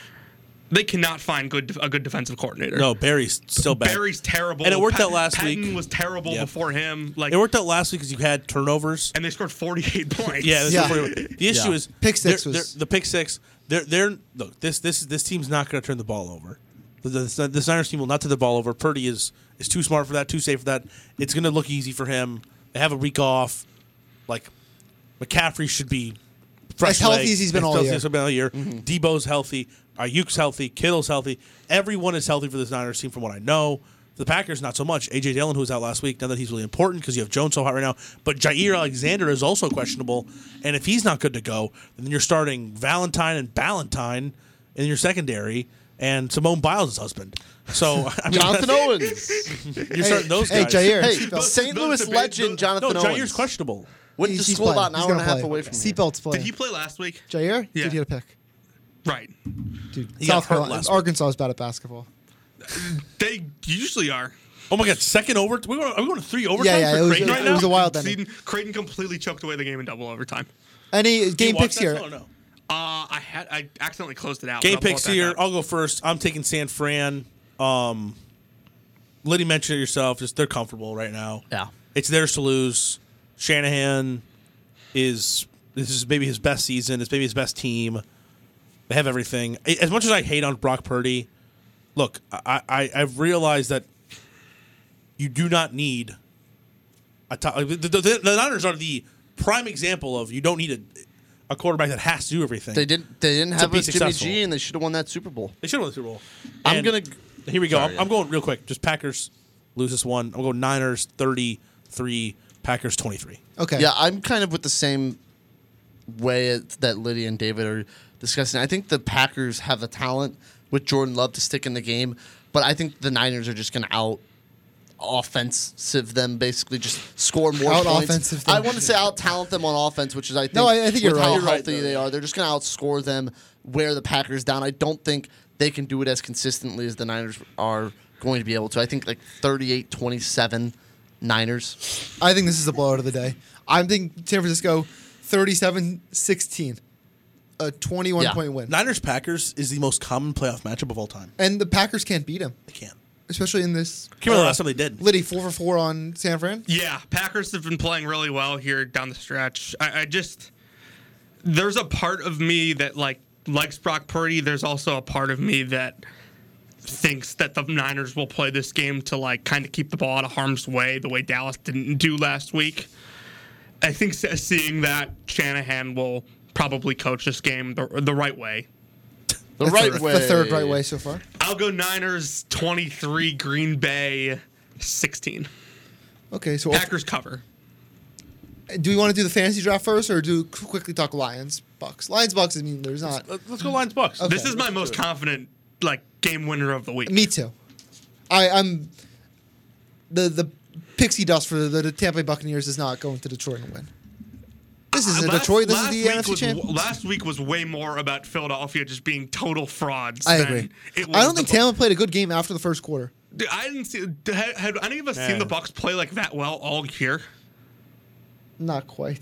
Speaker 4: they cannot find good a good defensive coordinator.
Speaker 2: No, Barry's still bad.
Speaker 4: Barry's terrible,
Speaker 2: And it worked
Speaker 4: Pat-
Speaker 2: out last
Speaker 4: Patton
Speaker 2: week.
Speaker 4: was terrible
Speaker 2: Yeah.
Speaker 4: before him. Like
Speaker 2: it worked out last week because you had turnovers.
Speaker 4: and they scored 48 points.
Speaker 2: Yeah, that's what- the issue
Speaker 4: Yeah.
Speaker 2: is
Speaker 4: Pick six
Speaker 2: they're-
Speaker 4: was-
Speaker 2: they're- the pick six. They're they're look this this this team's not going to turn the ball over. The, the, the Niners team will not turn the ball over. Purdy is is too smart for that, too safe for that. It's going to look easy for him. They have a week off. Like McCaffrey should be fresh
Speaker 1: As healthy
Speaker 2: leg.
Speaker 1: as he's been all
Speaker 2: healthy
Speaker 1: year.
Speaker 2: as he's been all year.
Speaker 1: Mm-hmm.
Speaker 2: Debo's healthy. Ayuk's healthy. Kittle's healthy. Everyone is healthy for this Niners team, from what I know. The Packers, not so much. AJ Dillon, who was out last week, now that he's really important because you have Jones so hot right now. But Jair Alexander is also questionable, and if he's not good to go, then you're starting Valentine and Ballantyne in your secondary, and Simone Biles' husband. So I mean,
Speaker 3: Jonathan
Speaker 2: that's-
Speaker 3: Owens.
Speaker 2: You're starting those guys.
Speaker 3: Hey, St. Louis legend Jonathan
Speaker 2: no,
Speaker 3: Owens.
Speaker 2: Jair's questionable.
Speaker 3: Went to
Speaker 1: He's- he's
Speaker 3: school about an
Speaker 1: playing. He's
Speaker 3: hour and a
Speaker 1: gonna
Speaker 3: half
Speaker 1: play.
Speaker 3: away from here.
Speaker 1: Seatbelt's playing.
Speaker 4: Did he play last week?
Speaker 1: Jair?
Speaker 4: Yeah.
Speaker 1: Dude, he had a pick.
Speaker 4: Right.
Speaker 1: Dude,
Speaker 4: He got
Speaker 1: South
Speaker 4: hurt
Speaker 1: Carolina.
Speaker 4: last week.
Speaker 1: Arkansas is bad at basketball.
Speaker 4: They usually are.
Speaker 2: Oh my God! Second over. We were, are we going to three overtime
Speaker 1: Yeah, yeah,
Speaker 2: for
Speaker 1: it was-
Speaker 2: Creighton
Speaker 1: it
Speaker 2: right
Speaker 1: was
Speaker 2: now?
Speaker 1: a wild ending.
Speaker 4: Creighton, Creighton completely choked away the game in double overtime.
Speaker 1: Any
Speaker 2: you
Speaker 1: game
Speaker 2: watch
Speaker 1: picks
Speaker 2: that
Speaker 1: here?
Speaker 2: still or no?
Speaker 4: Uh, I had I accidentally closed it out.
Speaker 2: Game
Speaker 4: but I'll
Speaker 2: picks
Speaker 4: pull it back
Speaker 2: here.
Speaker 4: up.
Speaker 2: I'll go first. I'm taking San Fran. Um, Liddy mentioned it yourself. Just they're comfortable right now.
Speaker 3: Yeah,
Speaker 2: it's theirs to lose. Shanahan is this is maybe his best season. It's maybe his best team. They have everything. I- As much as I hate on Brock Purdy, look, I, I I've realized that you do not need a top. Like, the, the, the Niners are the prime example of you don't need a, a quarterback that has to do everything.
Speaker 3: They didn't. They didn't
Speaker 2: to
Speaker 3: have
Speaker 2: be
Speaker 3: a Jimmy
Speaker 2: successful.
Speaker 3: G, and they should have won that Super Bowl.
Speaker 2: They should have won the Super Bowl.
Speaker 3: I'm
Speaker 2: And
Speaker 3: gonna.
Speaker 2: Here we go.
Speaker 3: Sorry,
Speaker 2: I'm, I'm going real quick. Just Packers. loses one. I'll go Niners 33, Packers 23.
Speaker 1: Okay.
Speaker 3: Yeah, I'm kind of with the same way it- that Liddy and David are discussing. I think the Packers have the talent with Jordan Love to stick in the game, but I think the Niners are just going to out offensive them basically just score more
Speaker 1: Out
Speaker 3: points.
Speaker 1: offensive them.
Speaker 3: I want to say out talent them on offense, which is I think
Speaker 1: No, I- I think you're
Speaker 3: with
Speaker 1: right.
Speaker 3: how
Speaker 1: You're right,
Speaker 3: healthy they are. They're just going to outscore them, wear the Packers down. I don't think they can do it as consistently as the Niners are going to be able to. I think like 38-27 Niners.
Speaker 1: I think this is the blowout of the day. I'm thinking San Francisco 37 16, a 21 point win.
Speaker 2: Niners Packers is the most common playoff matchup of all time.
Speaker 1: And the Packers can't beat them. They
Speaker 2: can't.
Speaker 1: Especially in this.
Speaker 2: Can't remember the last time they did.
Speaker 1: Liddy, 4 for 4 on San Fran.
Speaker 4: Yeah, Packers have been playing really well here down the stretch. I, I just there's a part of me that like likes Brock Purdy. There's also a part of me that thinks that the Niners will play this game to like kind of keep the ball out of harm's way, the way Dallas didn't do last week. I think se- seeing that Shanahan will probably coach this game the, the right way.
Speaker 1: That's The third right way so far.
Speaker 4: I'll go Niners 23, Green Bay 16.
Speaker 1: Okay, so
Speaker 4: Packers cover.
Speaker 1: do we want to do the fantasy draft first or do quickly talk Lions, Bucks? Lions, Bucks, I mean, there's not.
Speaker 2: Let's go Lions Bucks.
Speaker 1: Okay.
Speaker 4: This is my most confident like game winner of the week.
Speaker 1: Me too. I, I'm. The, the pixie dust for the, the Tampa Bay Buccaneers is not going to Detroit and win. This is
Speaker 4: Uh,
Speaker 1: in
Speaker 4: last-
Speaker 1: Detroit. This is
Speaker 4: last
Speaker 1: the
Speaker 4: week
Speaker 1: NFC
Speaker 4: was-
Speaker 1: champion.
Speaker 4: Last week was way more about Philadelphia just being total frauds.
Speaker 1: I
Speaker 4: than
Speaker 1: agree.
Speaker 4: It was
Speaker 1: I don't
Speaker 4: the
Speaker 1: think Tampa played a good game after the first quarter.
Speaker 4: Bu- Dude, I didn't see. Had, had any of us
Speaker 1: Yeah.
Speaker 4: seen the Bucks play like that well all year?
Speaker 1: Not quite.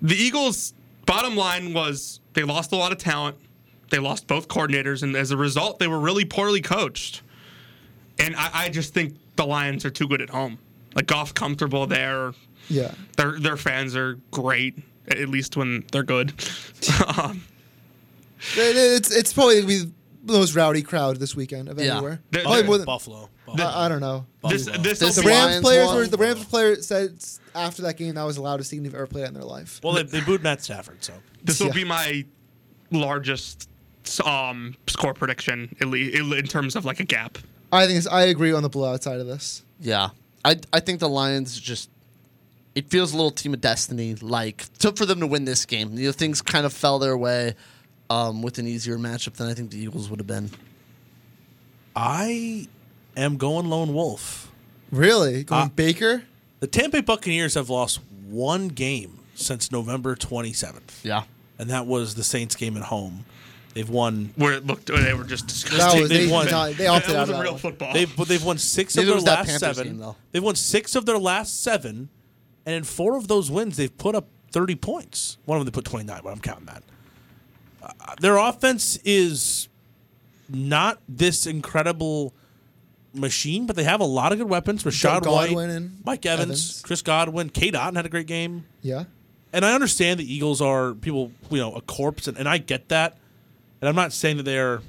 Speaker 4: The Eagles' bottom line was they lost a lot of talent. They lost both coordinators, and as a result, they were really poorly coached. And I, I just think the Lions are too good at home. Like golf comfortable there.
Speaker 1: Yeah.
Speaker 4: Their their fans are great, at least when they're good. um,
Speaker 1: It- it's it's probably gonna be the most rowdy crowd this weekend of
Speaker 4: Yeah.
Speaker 1: anywhere.
Speaker 4: They're-
Speaker 1: Probably
Speaker 4: they're-
Speaker 1: more than
Speaker 2: Buffalo.
Speaker 1: I, I don't know.
Speaker 4: This- Buffalo. this
Speaker 1: the
Speaker 4: will be-
Speaker 1: Rams
Speaker 4: Lions
Speaker 1: players
Speaker 4: won.
Speaker 1: were the Rams player said s- after that game that was the loudest thing they've ever played out in their life.
Speaker 2: Well, they, they booed Matt Stafford, so.
Speaker 4: This will
Speaker 1: Yeah.
Speaker 4: be my largest um, score prediction, at least in terms of like a gap.
Speaker 1: I think it's, I agree on the blowout side of this.
Speaker 3: Yeah, I I think the Lions just it feels a little team of destiny like to, for them to win this game. You know, things kind of fell their way um, with an easier matchup than I think the Eagles would have been.
Speaker 2: I am going lone wolf.
Speaker 1: Really? Going Baker?
Speaker 2: The Tampa Bay Buccaneers have lost one game since November 27th.
Speaker 3: Yeah.
Speaker 2: And that was the Saints game at home. They've won.
Speaker 4: Where it looked, they were just
Speaker 1: disgusting. was- they- no, they opted That out of wasn't that
Speaker 4: real one. football.
Speaker 2: They've, but they've won six
Speaker 4: Neither
Speaker 2: of
Speaker 4: was
Speaker 2: their
Speaker 4: that
Speaker 2: last
Speaker 4: Panthers
Speaker 2: seven.
Speaker 4: game, though.
Speaker 2: they've won six of their last seven, and in four of those wins, they've put up 30 points. One of them they put 29, but I'm counting that. Uh, their offense is not this incredible machine, but they have a lot of good weapons. Rashad
Speaker 1: Godwin
Speaker 2: White,
Speaker 1: and
Speaker 2: Mike Evans,
Speaker 1: Evans.
Speaker 2: Chris Godwin, K. Dotton had a great game.
Speaker 1: Yeah.
Speaker 2: And I understand the Eagles are people, you know, a corpse, and, and I get that. And I'm not saying that they're.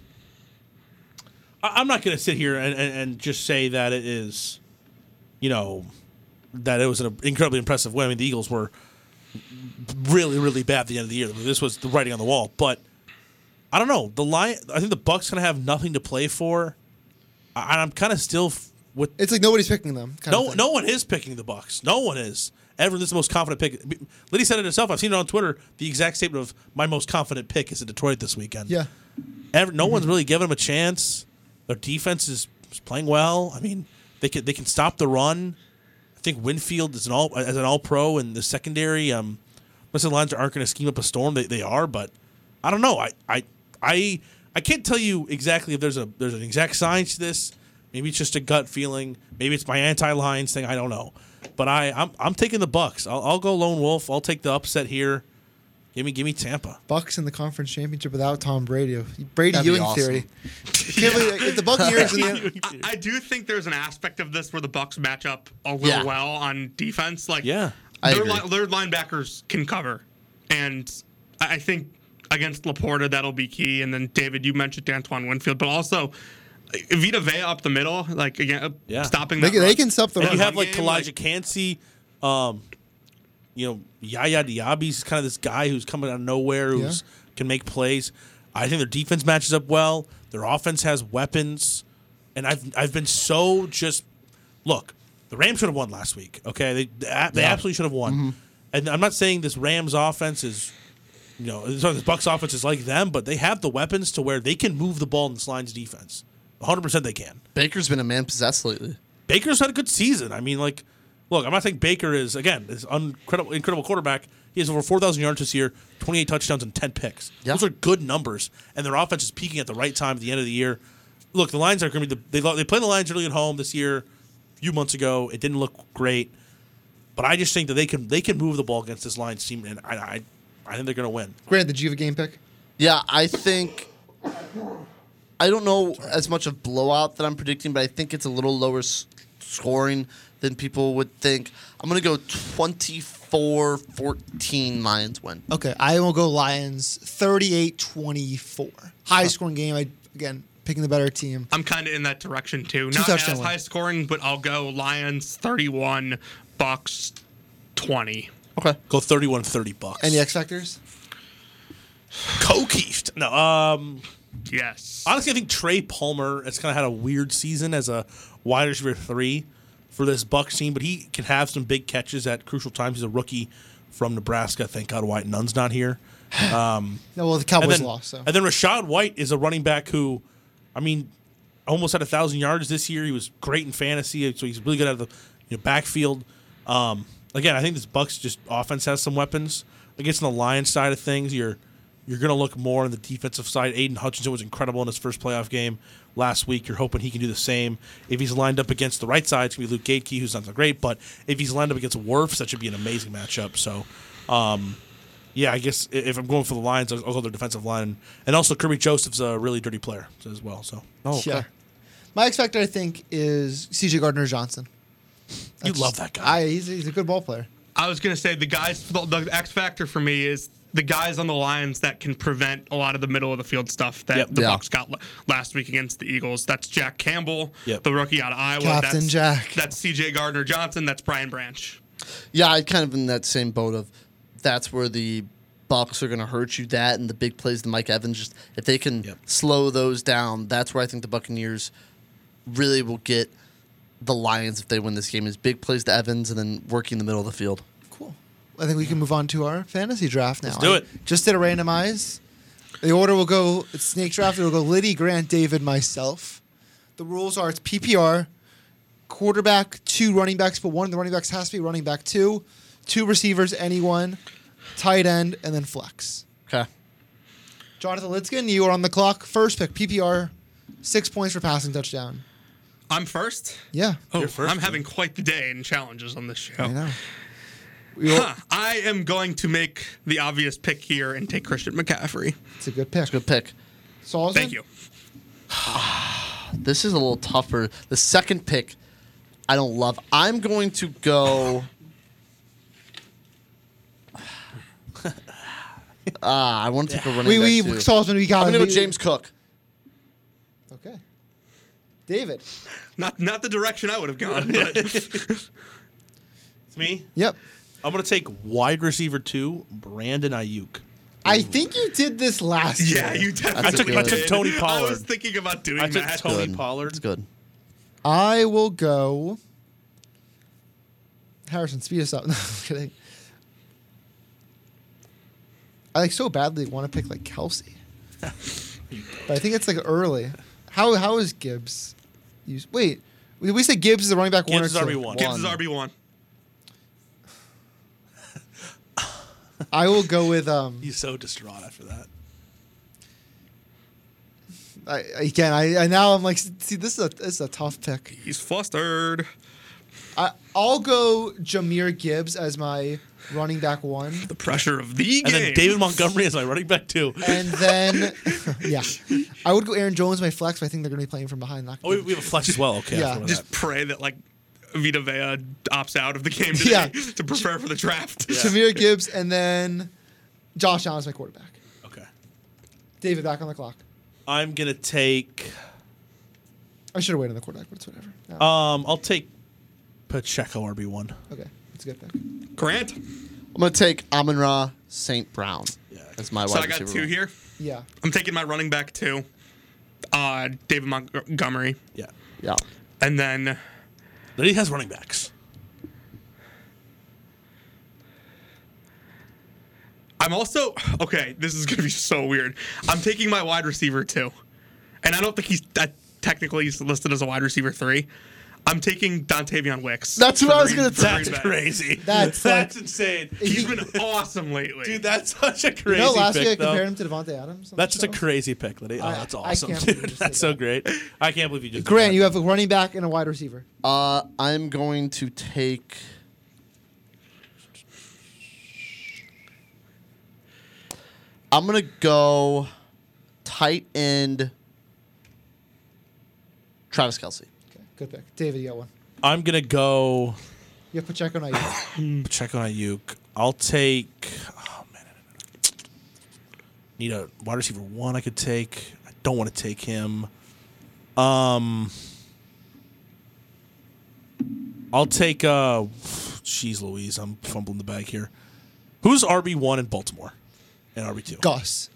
Speaker 2: I, I'm not going to sit here and, and, and just say that it is, you know, that it was an incredibly impressive win. I mean, the Eagles were really, really bad at the end of the year. This was the writing on the wall. But I don't know. The Lion, I think the Bucks going to have nothing to play for. I, and I'm kind of still f- with
Speaker 1: It's like nobody's picking them. kind of
Speaker 2: no,
Speaker 1: thing.
Speaker 2: no one is picking the Bucks. No one is. Everyone, this is the most confident pick. Liddy said it herself. I've seen it on Twitter. The exact statement of my most confident pick is in Detroit this weekend.
Speaker 1: Yeah.
Speaker 2: Every, no one's really giving them a chance. Their defense is is playing well. I mean, they can they can stop the run. I think Winfield is an all as an all pro in the secondary. Um, unless the Lions aren't going to scheme up a storm, they, they are. But I don't know. I, I I I can't tell you exactly if there's a there's an exact science to this. Maybe it's just a gut feeling. Maybe it's my anti Lions thing. I don't know. But I I'm, I'm taking the Bucks. I'll, I'll go lone wolf. I'll take the upset here. Give me give me Tampa.
Speaker 1: Bucks in the conference championship without Tom Brady. Brady
Speaker 2: That'd be
Speaker 1: Ewing
Speaker 2: awesome.
Speaker 1: theory. Can't believe- if the Buccaneers in the
Speaker 4: I, I do think there's an aspect of this where the Bucks match up a little
Speaker 1: Yeah.
Speaker 4: well on defense. Like
Speaker 2: yeah,
Speaker 1: I
Speaker 4: their,
Speaker 1: agree.
Speaker 4: li- their linebackers can cover, and I I think against Laporta that'll be key. And then David, you mentioned Antoine Winfield, but also. uh, Vita Vea up the middle, like again, uh, stopping.
Speaker 1: They
Speaker 4: that
Speaker 1: can- they
Speaker 4: run.
Speaker 1: can stop the
Speaker 2: And
Speaker 1: run.
Speaker 2: you have like
Speaker 4: Game, like-
Speaker 2: Kalijah Cansey, um, you know Yaya Diaby's kind of this guy who's coming out of nowhere who can make plays. I think their defense matches up well. Their offense has weapons, and I've I've been so just look, the Rams should have won last week. Okay, they they, a- they
Speaker 18: Yeah.
Speaker 2: absolutely should have won.
Speaker 18: Mhm.
Speaker 2: And I'm not saying this Rams offense is, you know, sorry, this Bucks offense is like them, but they have the weapons to where they can move the ball in this Lions defense. 100 percent they can.
Speaker 3: Baker's been a man possessed lately.
Speaker 2: Baker's had a good season. I mean, like, look, I'm not saying Baker is again this incredible, incredible quarterback. He has over 4,000 yards this year, 28 touchdowns and 10 picks. Those are good numbers, and their offense is peaking at the right time at the end of the year. Look, the Lions are going to be the, they lo- they played the Lions really at home this year, a few months ago. It didn't look great, but I just think that they can they can move the ball against this Lions team, and I I, I think they're going to win.
Speaker 1: Grant, did you have a game pick?
Speaker 3: Yeah, I think. I don't know as much of blowout that I'm predicting, but I think it's a little lower s- scoring than people would think. I'm going to go 24 14 Lions win.
Speaker 1: Okay, I will go Lions 38-24. High scoring game. I again picking the better team.
Speaker 4: I'm kind of in that direction too.
Speaker 1: Two
Speaker 4: Not
Speaker 1: touchdown
Speaker 4: as
Speaker 1: win.
Speaker 4: high scoring, but I'll go Lions 31, Bucks 20.
Speaker 3: Okay.
Speaker 2: Go 31 30 bucks.
Speaker 1: Any X factors?
Speaker 2: Cokeeft. No. Um.
Speaker 4: Yes.
Speaker 2: Honestly, I think Trey Palmer has kind of had a weird season as a wide receiver three for this Bucks team, but he can have some big catches at crucial times. He's a rookie from Nebraska. Thank God White Nunn's not here. Um,
Speaker 1: No, well the Cowboys
Speaker 2: and then,
Speaker 1: lost, so
Speaker 2: And then Rashad White is a running back who, I mean, almost had a thousand yards this year. He was great in fantasy, so he's really good out of the you know, backfield. Um, again, I think this Bucks just offense has some weapons. Against the Lions side of things, you're you're going to look more on the defensive side. Aiden Hutchinson was incredible in his first playoff game last week. You're hoping he can do the same. If he's lined up against the right side, it's going to be Luke Gatekey, who's not so great. But if he's lined up against Werfs, that should be an amazing matchup. So, um, yeah, I guess i- if I'm going for the Lions, I'll I'll go their defensive line. And also, Kirby Joseph's a really dirty player as well. So,
Speaker 3: Oh,
Speaker 1: Yeah. My X factor I think is CJ Gardner Johnson.
Speaker 2: You love that
Speaker 1: guy. I, he's, he's a good ball player.
Speaker 4: I was gonna say the guys, the, the X factor for me is the guys on the Lions that can prevent a lot of the middle of the field stuff that the
Speaker 1: Yeah.
Speaker 4: Bucks got l- last week against the Eagles. That's Jack Campbell,
Speaker 1: Yep.
Speaker 4: the rookie out of Iowa.
Speaker 1: Captain
Speaker 4: that's,
Speaker 1: Jack.
Speaker 4: That's C.J. Gardner Johnson. That's Brian Branch.
Speaker 3: Yeah, I kind of in that same boat of that's where the Bucks are going to hurt you. That and the big plays to Mike Evans, just if they can slow those down, that's where I think the Buccaneers really will get the Lions if they win this game. Is big plays to Evans and then working the middle of the field.
Speaker 1: I think we can move on to our fantasy draft now.
Speaker 3: Let's do
Speaker 1: I
Speaker 3: it.
Speaker 1: just did a randomize. The order will go it's snake draft. It'll go Liddy, Grant, David, myself. The rules are it's PPR, quarterback, two running backs, but one of the running backs has to be running back two, two receivers, anyone, tight end, and then flex.
Speaker 3: Okay.
Speaker 1: Jonathan Litzkin, you are on the clock. First pick, PPR, six points for passing touchdown.
Speaker 4: I'm first.
Speaker 1: Yeah.
Speaker 4: Oh,
Speaker 1: You're first,
Speaker 4: I'm having quite the day and challenges on this show.
Speaker 1: I know.
Speaker 4: Huh, I am going to make the obvious pick here and take Christian McCaffrey.
Speaker 1: It's a good pick.
Speaker 3: Good pick.
Speaker 1: Salzman?
Speaker 4: Thank you.
Speaker 3: This is a little tougher. The second pick, I don't love. I'm going to go. Ah, I want to take a running
Speaker 1: We-
Speaker 3: back.
Speaker 1: we-
Speaker 3: too.
Speaker 1: Salzman, we got
Speaker 3: I'm
Speaker 1: it.
Speaker 3: going to
Speaker 1: We-
Speaker 3: go James Cook.
Speaker 1: David.
Speaker 4: Not not the direction I would have gone. But it's
Speaker 2: me.
Speaker 1: Yep.
Speaker 2: I'm going to take wide receiver two, Brandon Ayuk.
Speaker 1: I think you did this last
Speaker 4: yeah,
Speaker 1: year.
Speaker 4: you definitely.
Speaker 2: I took- I took
Speaker 4: did.
Speaker 2: Tony
Speaker 4: I
Speaker 2: Pollard.
Speaker 4: was thinking about doing
Speaker 2: I took
Speaker 4: that.
Speaker 2: Tony Pollard. It's
Speaker 3: good.
Speaker 1: I will go. Harrison, speed us up. No, I'm kidding. I like so badly want to pick like Kelsey, but I think it's like early. How how is Gibbs? Use wait, did we say Gibbs is the running back one or
Speaker 4: Gibbs is
Speaker 1: two?
Speaker 4: RB1. Gibbs is RB1.
Speaker 1: I will go with um.
Speaker 2: He's so distraught after that.
Speaker 1: I, again, I, I now I'm like, see, this is a this is a tough pick.
Speaker 4: He's flustered.
Speaker 1: I I'll go Jameer Gibbs as my running back one.
Speaker 4: The pressure of the
Speaker 2: And
Speaker 4: game.
Speaker 2: then David Montgomery is my running back too.
Speaker 1: And then, yeah, I would go Aaron Jones my flex. But I think they're going to be playing from behind. Not
Speaker 2: Oh, we, we have a flex as well. Okay. I
Speaker 1: Yeah.
Speaker 2: forgot about
Speaker 4: Just pray that like Vita Vea opts out of the game today
Speaker 1: Yeah.
Speaker 4: to prepare for the draft.
Speaker 1: Jameer Gibbs and then Josh Allen's my quarterback.
Speaker 2: that. Okay.
Speaker 1: David back on the clock.
Speaker 2: I'm gonna take.
Speaker 1: I should have waited on the quarterback, but it's whatever. No,
Speaker 2: Um, I'll take Pacheco RB one.
Speaker 1: okay, it's a good pick.
Speaker 4: Grant.
Speaker 3: I'm going to take Amon Ra St. Brown as my
Speaker 4: so
Speaker 3: wide
Speaker 4: I got
Speaker 3: receiver
Speaker 4: two
Speaker 3: one.
Speaker 4: here.
Speaker 1: Yeah.
Speaker 4: I'm taking my running back two, uh, David Montgomery.
Speaker 2: Yeah.
Speaker 3: Yeah.
Speaker 4: And then
Speaker 2: The league has running backs.
Speaker 4: I'm also okay. This is gonna be so weird. I'm taking my wide receiver too, and I don't think he's that technically he's listed as a wide receiver three. I'm taking Dontavian Wicks.
Speaker 1: That's what I was gonna
Speaker 4: to
Speaker 1: say.
Speaker 2: That's crazy.
Speaker 1: That's-
Speaker 2: that's insane.
Speaker 4: He's been awesome lately,
Speaker 2: dude. That's such a
Speaker 1: You
Speaker 2: crazy.
Speaker 1: know, last
Speaker 2: pick,
Speaker 1: week I
Speaker 2: though.
Speaker 1: compared him to Devontae Adams. on
Speaker 2: That's
Speaker 1: the
Speaker 2: just a
Speaker 1: show?
Speaker 2: crazy pick, Liddy. Oh,
Speaker 1: I-
Speaker 2: that's
Speaker 1: I
Speaker 2: awesome,
Speaker 1: can't believe
Speaker 2: dude. That's so great. I can't believe you just.
Speaker 1: Grant, you have a running back and a wide receiver.
Speaker 3: Uh, I'm going to take. I'm gonna go tight end. Travis Kelsey.
Speaker 1: Good pick, David. You got one.
Speaker 2: I'm gonna go
Speaker 1: You have Pacheco and Ayuk.
Speaker 2: check on Ayuk. I'll take. Oh man, need a wide receiver one. I could take. I don't want to take him. Um, I'll take. Uh, jeez, Louise, I'm fumbling the bag here. Who's RB one in Baltimore, and RB two?
Speaker 1: Gus.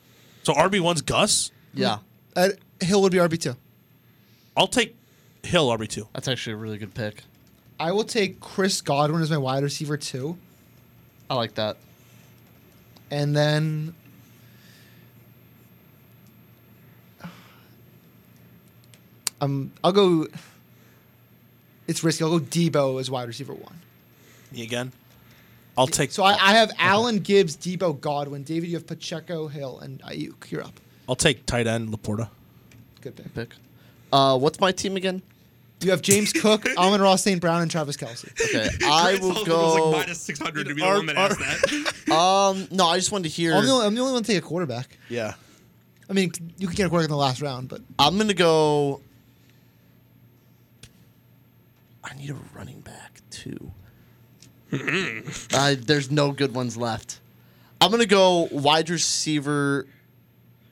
Speaker 2: So RB one's Gus.
Speaker 3: Yeah.
Speaker 1: Uh, Hill would be RB two.
Speaker 2: I'll take Hill RB two.
Speaker 3: That's actually a really good pick.
Speaker 1: I will take Chris Godwin as my wide receiver too,
Speaker 3: I like that.
Speaker 1: and then um, I'll go. It's risky. I'll go Debo as wide receiver one.
Speaker 2: Me again. I'll take.
Speaker 1: So I, I have Allen Gibbs, Debo, Godwin, David. You have Pacheco, Hill, and Ayuk. You're up.
Speaker 2: I'll take tight end Laporta.
Speaker 1: Good pick.
Speaker 3: Pick. Uh, what's my team again?
Speaker 1: You have James Cook, Amon Ross, St. Brown, and Travis Kelsey.
Speaker 3: Okay, I
Speaker 4: Grant's
Speaker 3: will
Speaker 4: also was
Speaker 3: go.
Speaker 4: like minus 600 to be the one that asked that.
Speaker 3: um, no, I just wanted to hear.
Speaker 1: I'm the, only, I'm the only one to take a quarterback.
Speaker 2: Yeah.
Speaker 1: I mean, you can get a quarterback in the last round, but
Speaker 3: I'm gonna go. I need a running back too.
Speaker 2: Mm-hmm.
Speaker 3: I, there's no good ones left. I'm gonna go wide receiver.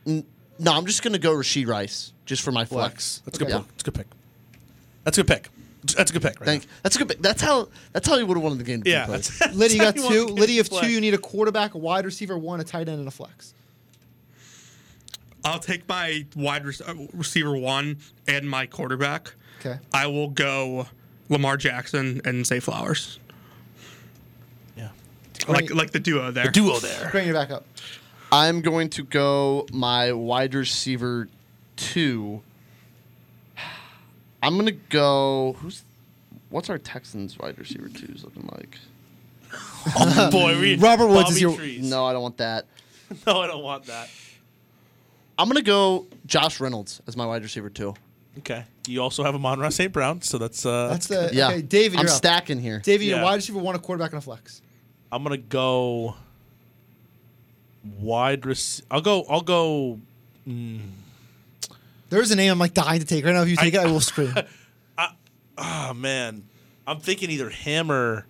Speaker 3: N- No, I'm just gonna go Rasheed Rice just for my flex.
Speaker 2: That's a good pick. That's a good pick. That's a good pick. That's a good pick. Right
Speaker 3: Thank. That's a good. pick. That's how. That's how you would have won the game. To
Speaker 2: Yeah,
Speaker 3: Play.
Speaker 2: that's-
Speaker 1: Liddy you got
Speaker 2: Anyone
Speaker 1: two.
Speaker 2: can
Speaker 1: Liddy of
Speaker 2: play.
Speaker 1: two. You need a quarterback, a wide receiver, one, a tight end, and a flex.
Speaker 4: I'll take my wide rec- uh, receiver one and my quarterback.
Speaker 1: Okay.
Speaker 4: I will go Lamar Jackson and Say Flowers.
Speaker 2: Yeah.
Speaker 4: Like like the duo there.
Speaker 1: Bring your back up.
Speaker 3: I'm going to go my wide receiver two. I'm gonna go. Who's? What's our Texans wide receiver twos looking like?
Speaker 2: Oh boy, we- Robert Woods is Bobby your- Trees.
Speaker 3: No, I don't want that.
Speaker 2: there. No, I don't want that.
Speaker 3: I'm gonna go Josh Reynolds as my wide receiver two.
Speaker 2: Okay. You also have a Monroe St. Brown, so that's uh
Speaker 1: That's the
Speaker 3: Yeah.
Speaker 1: okay, David.
Speaker 3: I'm
Speaker 1: You're up.
Speaker 3: stacking here.
Speaker 1: David, you're
Speaker 2: Yeah.
Speaker 1: wide receiver one, a quarterback, and a flex.
Speaker 2: I'm gonna go wide rec- I'll go I'll go mm,
Speaker 1: There's a name I'm like dying to take right now. If you take it, I will scream.
Speaker 2: oh man. I'm thinking either him or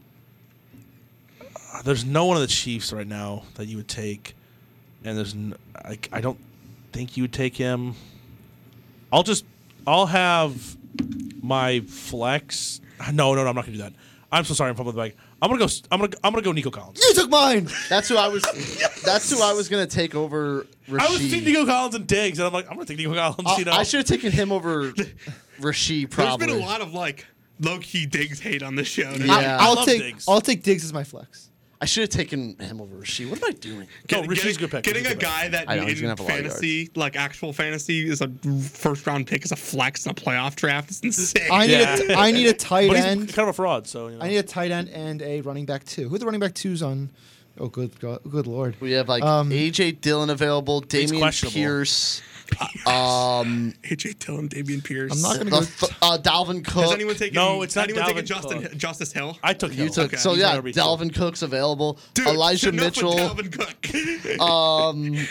Speaker 2: Ah, there's no one of the Chiefs right now that you would take. And there's n I, I don't think you would take him. I'll just I'll have my flex. No, no, no, I'm not gonna do that. I'm so sorry. I'm fumbling the bag. I'm gonna go. s- I'm gonna. I'm gonna go. Nico Collins.
Speaker 1: You took mine.
Speaker 3: That's who I was. That's who I was gonna take over. Rasheed.
Speaker 2: I was thinking Nico Collins and Diggs, and I'm like, I'm gonna take Nico Collins.
Speaker 3: I-
Speaker 2: you know,
Speaker 3: I should have taken him over Rasheed.
Speaker 4: There's
Speaker 3: Probably.
Speaker 4: been a lot of like low key digs hate on this show.
Speaker 3: Yeah. I- I
Speaker 1: I'll
Speaker 3: love
Speaker 1: take.
Speaker 3: Diggs.
Speaker 1: I'll take Diggs as my flex.
Speaker 3: I should have taken him over Rasheed. What am I doing?
Speaker 4: Get- getting, Getting a guy that
Speaker 3: I know, he's
Speaker 4: in
Speaker 3: gonna have a lot of
Speaker 4: fantasy, like actual fantasy, is a first round pick is a flex in a playoff draft. It's insane.
Speaker 1: I need a t- I need a tight
Speaker 2: but he's
Speaker 1: end.
Speaker 2: kind of a fraud. So you know.
Speaker 1: I need a tight end and a running back too. Who are the running back twos on? Oh, good, God, good lord.
Speaker 3: We have like
Speaker 1: Um,
Speaker 3: AJ Dillon available, Damian
Speaker 1: questionable.
Speaker 3: Pierce, um,
Speaker 4: AJ Dillon, Damian Pierce.
Speaker 1: I'm not gonna
Speaker 3: the
Speaker 1: go-
Speaker 3: f- uh, Dalvin Cook.
Speaker 4: Has anyone taken?
Speaker 2: No, it's not
Speaker 4: anyone taken
Speaker 2: Dalvin
Speaker 4: Justin
Speaker 2: Cook.
Speaker 4: Justice Hill.
Speaker 2: I took
Speaker 3: You
Speaker 2: Hill.
Speaker 3: took
Speaker 2: Okay.
Speaker 3: so
Speaker 2: He's
Speaker 3: yeah.
Speaker 2: my RB2.
Speaker 3: Dalvin Cook's available.
Speaker 4: Dude,
Speaker 3: Elijah
Speaker 4: enough with
Speaker 3: Mitchell.
Speaker 4: Dalvin Cook.
Speaker 3: um,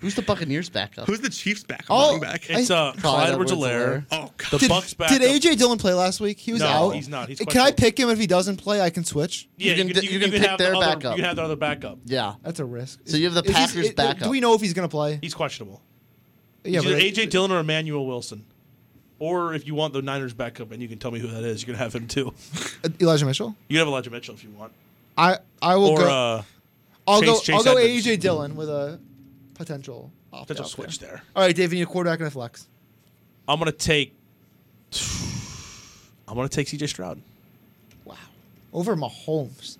Speaker 3: who's the Buccaneers backup?
Speaker 4: uh, Who's the Chiefs back?
Speaker 1: Oh,
Speaker 4: running back?
Speaker 2: It's uh, Clyde Edwards-Helaire.
Speaker 4: Oh,
Speaker 2: the
Speaker 1: did,
Speaker 2: Bucks back.
Speaker 1: did AJ Dillon play last week? He was
Speaker 2: No,
Speaker 1: out.
Speaker 2: he's not. He's
Speaker 1: can I
Speaker 2: questionable.
Speaker 1: pick him if he doesn't play? I can switch.
Speaker 2: Yeah,
Speaker 3: you can d- you can pick
Speaker 2: have
Speaker 3: their
Speaker 2: the other,
Speaker 3: backup.
Speaker 2: You can have the other backup.
Speaker 3: Yeah.
Speaker 1: That's a risk.
Speaker 3: So you have the
Speaker 1: Is he-
Speaker 3: Packers
Speaker 1: it-
Speaker 3: backup.
Speaker 1: Do we know if he's gonna play?
Speaker 2: He's questionable.
Speaker 1: Yeah,
Speaker 2: it's
Speaker 1: but
Speaker 2: either
Speaker 1: I-
Speaker 2: AJ Dillon or Emmanuel Wilson, or if you want the Niners backup, and you can tell me who that is, you can have him too.
Speaker 1: Elijah Mitchell.
Speaker 2: You can have Elijah Mitchell if you want.
Speaker 1: I I will
Speaker 2: or
Speaker 1: go.
Speaker 2: uh,
Speaker 1: I'll
Speaker 2: Chase-
Speaker 1: go.
Speaker 2: Chase
Speaker 1: I'll go
Speaker 2: Edmonds.
Speaker 1: AJ Dillon with a potential opt
Speaker 2: Potential switch there.
Speaker 1: All right, David, you need a quarterback and a flex.
Speaker 2: I'm gonna take. I'm going to take CJ Stroud.
Speaker 1: over Mahomes.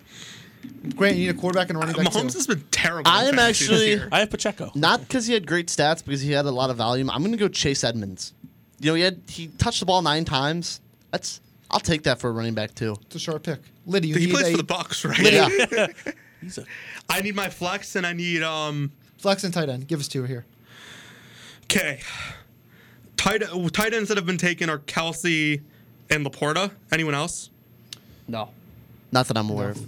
Speaker 1: Grant, you need a quarterback and a running back. too.
Speaker 3: I am actually.
Speaker 2: I have Pacheco.
Speaker 3: Not because he had great stats, because he had a lot of volume. I'm going to go Chase Edmonds. You know, he had he touched the ball nine times. That's I'll take that for a running back too.
Speaker 1: It's a sharp pick. Liddy,
Speaker 3: you
Speaker 4: he
Speaker 3: need
Speaker 4: plays
Speaker 3: a-
Speaker 4: for the Bucks, right?
Speaker 3: Yeah.
Speaker 4: I need my flex and I need um
Speaker 1: flex and tight end. Give us two here.
Speaker 4: Okay. Tight tight ends that have been taken are Kelsey and Laporta. Anyone else?
Speaker 3: No. Not that I'm aware of.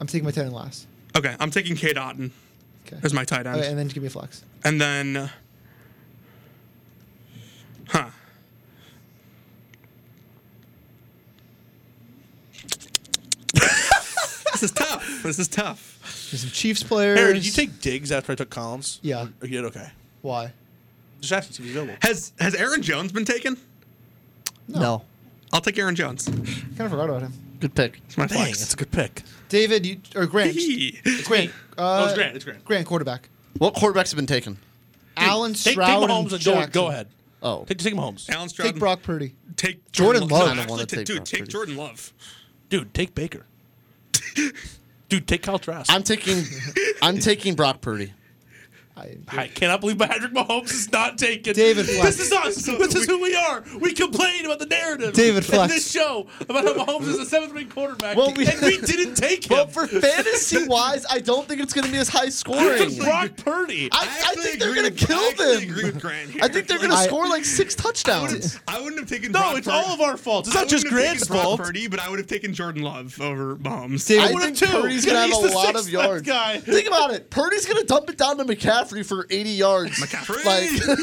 Speaker 1: I'm taking my tight end last.
Speaker 4: Okay, I'm taking K. Dotton
Speaker 1: Okay.
Speaker 4: as my tight end,
Speaker 1: Okay, and then give me a flex.
Speaker 4: and then, huh? this is tough. This is tough.
Speaker 1: There's some Chiefs players.
Speaker 2: Harry, did you take Diggs after I took Collins?
Speaker 1: Yeah.
Speaker 2: Or you did okay.
Speaker 1: Why?
Speaker 2: Just asking to be available.
Speaker 4: Has Has Aaron Jones been taken?
Speaker 1: No.
Speaker 4: I'll take Aaron Jones. It's
Speaker 1: Kind of forgot about him.
Speaker 3: Good pick.
Speaker 4: It's my
Speaker 2: Dang,
Speaker 4: flex.
Speaker 2: that's a good pick.
Speaker 1: David you, or Grant?
Speaker 4: it's
Speaker 1: Grant. Uh,
Speaker 2: Oh, it's Grant, it's Grant.
Speaker 1: Grant quarterback.
Speaker 3: What quarterbacks have been taken?
Speaker 1: Alan
Speaker 2: take- take
Speaker 1: Stroud
Speaker 2: Mahomes and go-
Speaker 1: Jackson.
Speaker 2: go ahead.
Speaker 3: Oh,
Speaker 2: Take, take Mahomes.
Speaker 4: Alan Stroud.
Speaker 1: Take Brock Purdy.
Speaker 4: Take
Speaker 1: Jordan Love.
Speaker 4: Actually,
Speaker 1: I wanna
Speaker 4: t-
Speaker 1: take
Speaker 4: dude,
Speaker 1: Brock
Speaker 4: take
Speaker 1: Purdy.
Speaker 4: Jordan Love.
Speaker 2: Dude, take Baker. Dude, take Kyle Trask.
Speaker 3: I'm taking I'm taking Brock Purdy.
Speaker 2: I cannot believe Patrick Mahomes is not taken.
Speaker 3: David Flex.
Speaker 2: this is us. This is who we are. We complain about the narrative.
Speaker 3: David
Speaker 2: in
Speaker 3: Flex.
Speaker 2: this show about how Mahomes is a seventh ranked quarterback,
Speaker 3: Well, we-
Speaker 2: and we didn't take him.
Speaker 3: But for fantasy wise, I don't think it's going to be as high
Speaker 2: you
Speaker 3: scoring.
Speaker 2: took Brock Purdy.
Speaker 3: I, I think they're going to kill them. I think they're going to
Speaker 4: I-
Speaker 3: score like six touchdowns.
Speaker 4: I wouldn't have taken.
Speaker 2: No,
Speaker 4: Brock
Speaker 2: it's
Speaker 4: Purdy.
Speaker 2: all of our fault. It's
Speaker 4: I
Speaker 2: not just
Speaker 4: wouldn't have
Speaker 2: Grant's
Speaker 4: taken Brock
Speaker 2: fault.
Speaker 4: Purdy, but I would have taken Jordan Love over Mahomes.
Speaker 3: I, think Purdy's going to have a lot of yards. Think about it. Purdy's going to dump it down to McCaffrey for 80 yards.
Speaker 4: McCaffrey?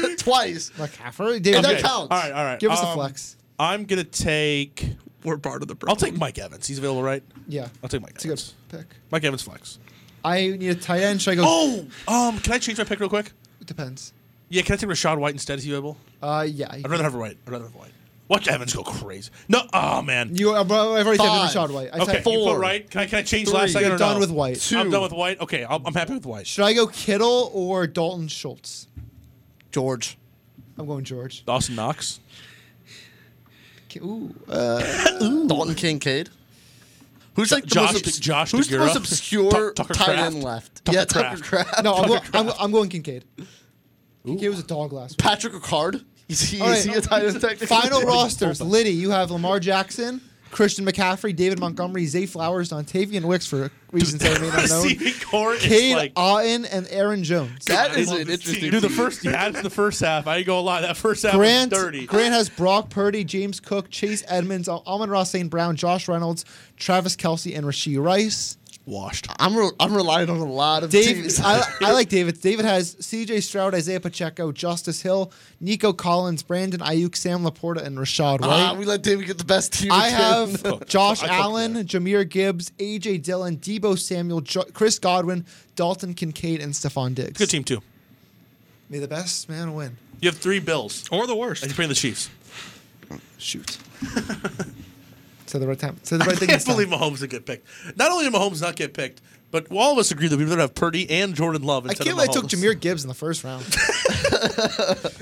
Speaker 3: Like, twice.
Speaker 1: McCaffrey?
Speaker 3: And that
Speaker 2: Okay.
Speaker 3: counts.
Speaker 2: All right, all right.
Speaker 1: Give us a
Speaker 2: Um,
Speaker 1: flex.
Speaker 2: I'm gonna take.
Speaker 4: We're part of the.
Speaker 2: I'll take Mike Evans. He's available, right?
Speaker 1: Yeah.
Speaker 2: I'll take Mike.
Speaker 1: It's a good pick.
Speaker 2: Mike Evans flex.
Speaker 1: I need a tight end. Should I go?
Speaker 2: Oh, um, can I change my pick real quick?
Speaker 1: It depends.
Speaker 2: Yeah, can I take Rashad White instead? Is he available?
Speaker 1: Uh, yeah. you
Speaker 2: I'd rather have White. I'd rather have White. Watch Evans go crazy. No, oh man.
Speaker 1: You, I've already taken
Speaker 2: Five.
Speaker 1: Rashad White. I
Speaker 2: okay,
Speaker 1: said
Speaker 2: You
Speaker 1: four.
Speaker 2: put right. Can I, can I change
Speaker 1: Three.
Speaker 2: last second?
Speaker 1: You're
Speaker 2: or
Speaker 1: done
Speaker 2: no?
Speaker 1: with White.
Speaker 2: I'm
Speaker 1: Two.
Speaker 2: done with White. Okay, I'm, I'm happy with White.
Speaker 1: Should I go Kittle or Dalton Schultz?
Speaker 3: George.
Speaker 1: I'm going George.
Speaker 2: Dawson Knox.
Speaker 1: Ki- Ooh.
Speaker 3: uh, Dalton Kincaid. Who's like the
Speaker 1: Josh-
Speaker 3: most obs-
Speaker 1: Josh
Speaker 3: Who's the most
Speaker 1: DeGura?
Speaker 3: obscure
Speaker 1: Tuck- Tucker
Speaker 3: tight end
Speaker 1: Kraft.
Speaker 3: left?
Speaker 1: Tucker
Speaker 3: yeah,
Speaker 1: Kraft.
Speaker 3: Tucker Kraft.
Speaker 1: No, I'm, go- I'm, I'm going Kincaid. Kincaid was a dog last week.
Speaker 3: Patrick Ricard. Is he,
Speaker 1: All
Speaker 3: is
Speaker 1: right.
Speaker 3: he a tight end technically?
Speaker 1: Final rosters. Liddy, you have Lamar Jackson, Christian McCaffrey, David Montgomery, Zay Flowers, Dontavian Wicks for reasons I may not know.
Speaker 2: Receiving core is
Speaker 1: Cade
Speaker 2: like-
Speaker 1: Otten and Aaron Jones.
Speaker 3: That is an interesting.
Speaker 2: Dude, the first yeah, that's the first half. I ain't gonna lie, that first half
Speaker 1: Grant,
Speaker 2: was dirty.
Speaker 1: Grant has Brock Purdy, James Cook, Chase Edmonds, Al- Amon Ross St. Brown, Josh Reynolds, Travis Kelsey, and Rasheed Rice.
Speaker 2: washed.
Speaker 3: I'm re- I'm relying on a lot of
Speaker 1: Dave,
Speaker 3: teams.
Speaker 1: I, I like David. David has C.J. Stroud, Isaiah Pacheco, Justice Hill, Nico Collins, Brandon Ayuk, Sam Laporta, and Rashad
Speaker 3: Ah,
Speaker 1: White.
Speaker 3: we let David get the best team.
Speaker 1: I
Speaker 3: again.
Speaker 1: have Josh Allen, Jameer Gibbs, A.J. Dillon, Debo Samuel, jo- Chris Godwin, Dalton Kincaid, and Stephon Diggs.
Speaker 2: Good team too.
Speaker 1: May the best man win.
Speaker 2: You have three Bills
Speaker 4: or the worst.
Speaker 2: And you're playing the Chiefs.
Speaker 1: Shoot. Said the right time. Said the
Speaker 2: I
Speaker 1: right thing.
Speaker 2: can't
Speaker 1: this time.
Speaker 2: believe Mahomes did get picked. Not only did Mahomes not get picked, but all of us agree that we'd rather have Purdy and Jordan Love
Speaker 1: I
Speaker 2: instead
Speaker 1: can't
Speaker 2: of
Speaker 1: believe
Speaker 2: Mahomes.
Speaker 1: I took Jameer Gibbs in the first round.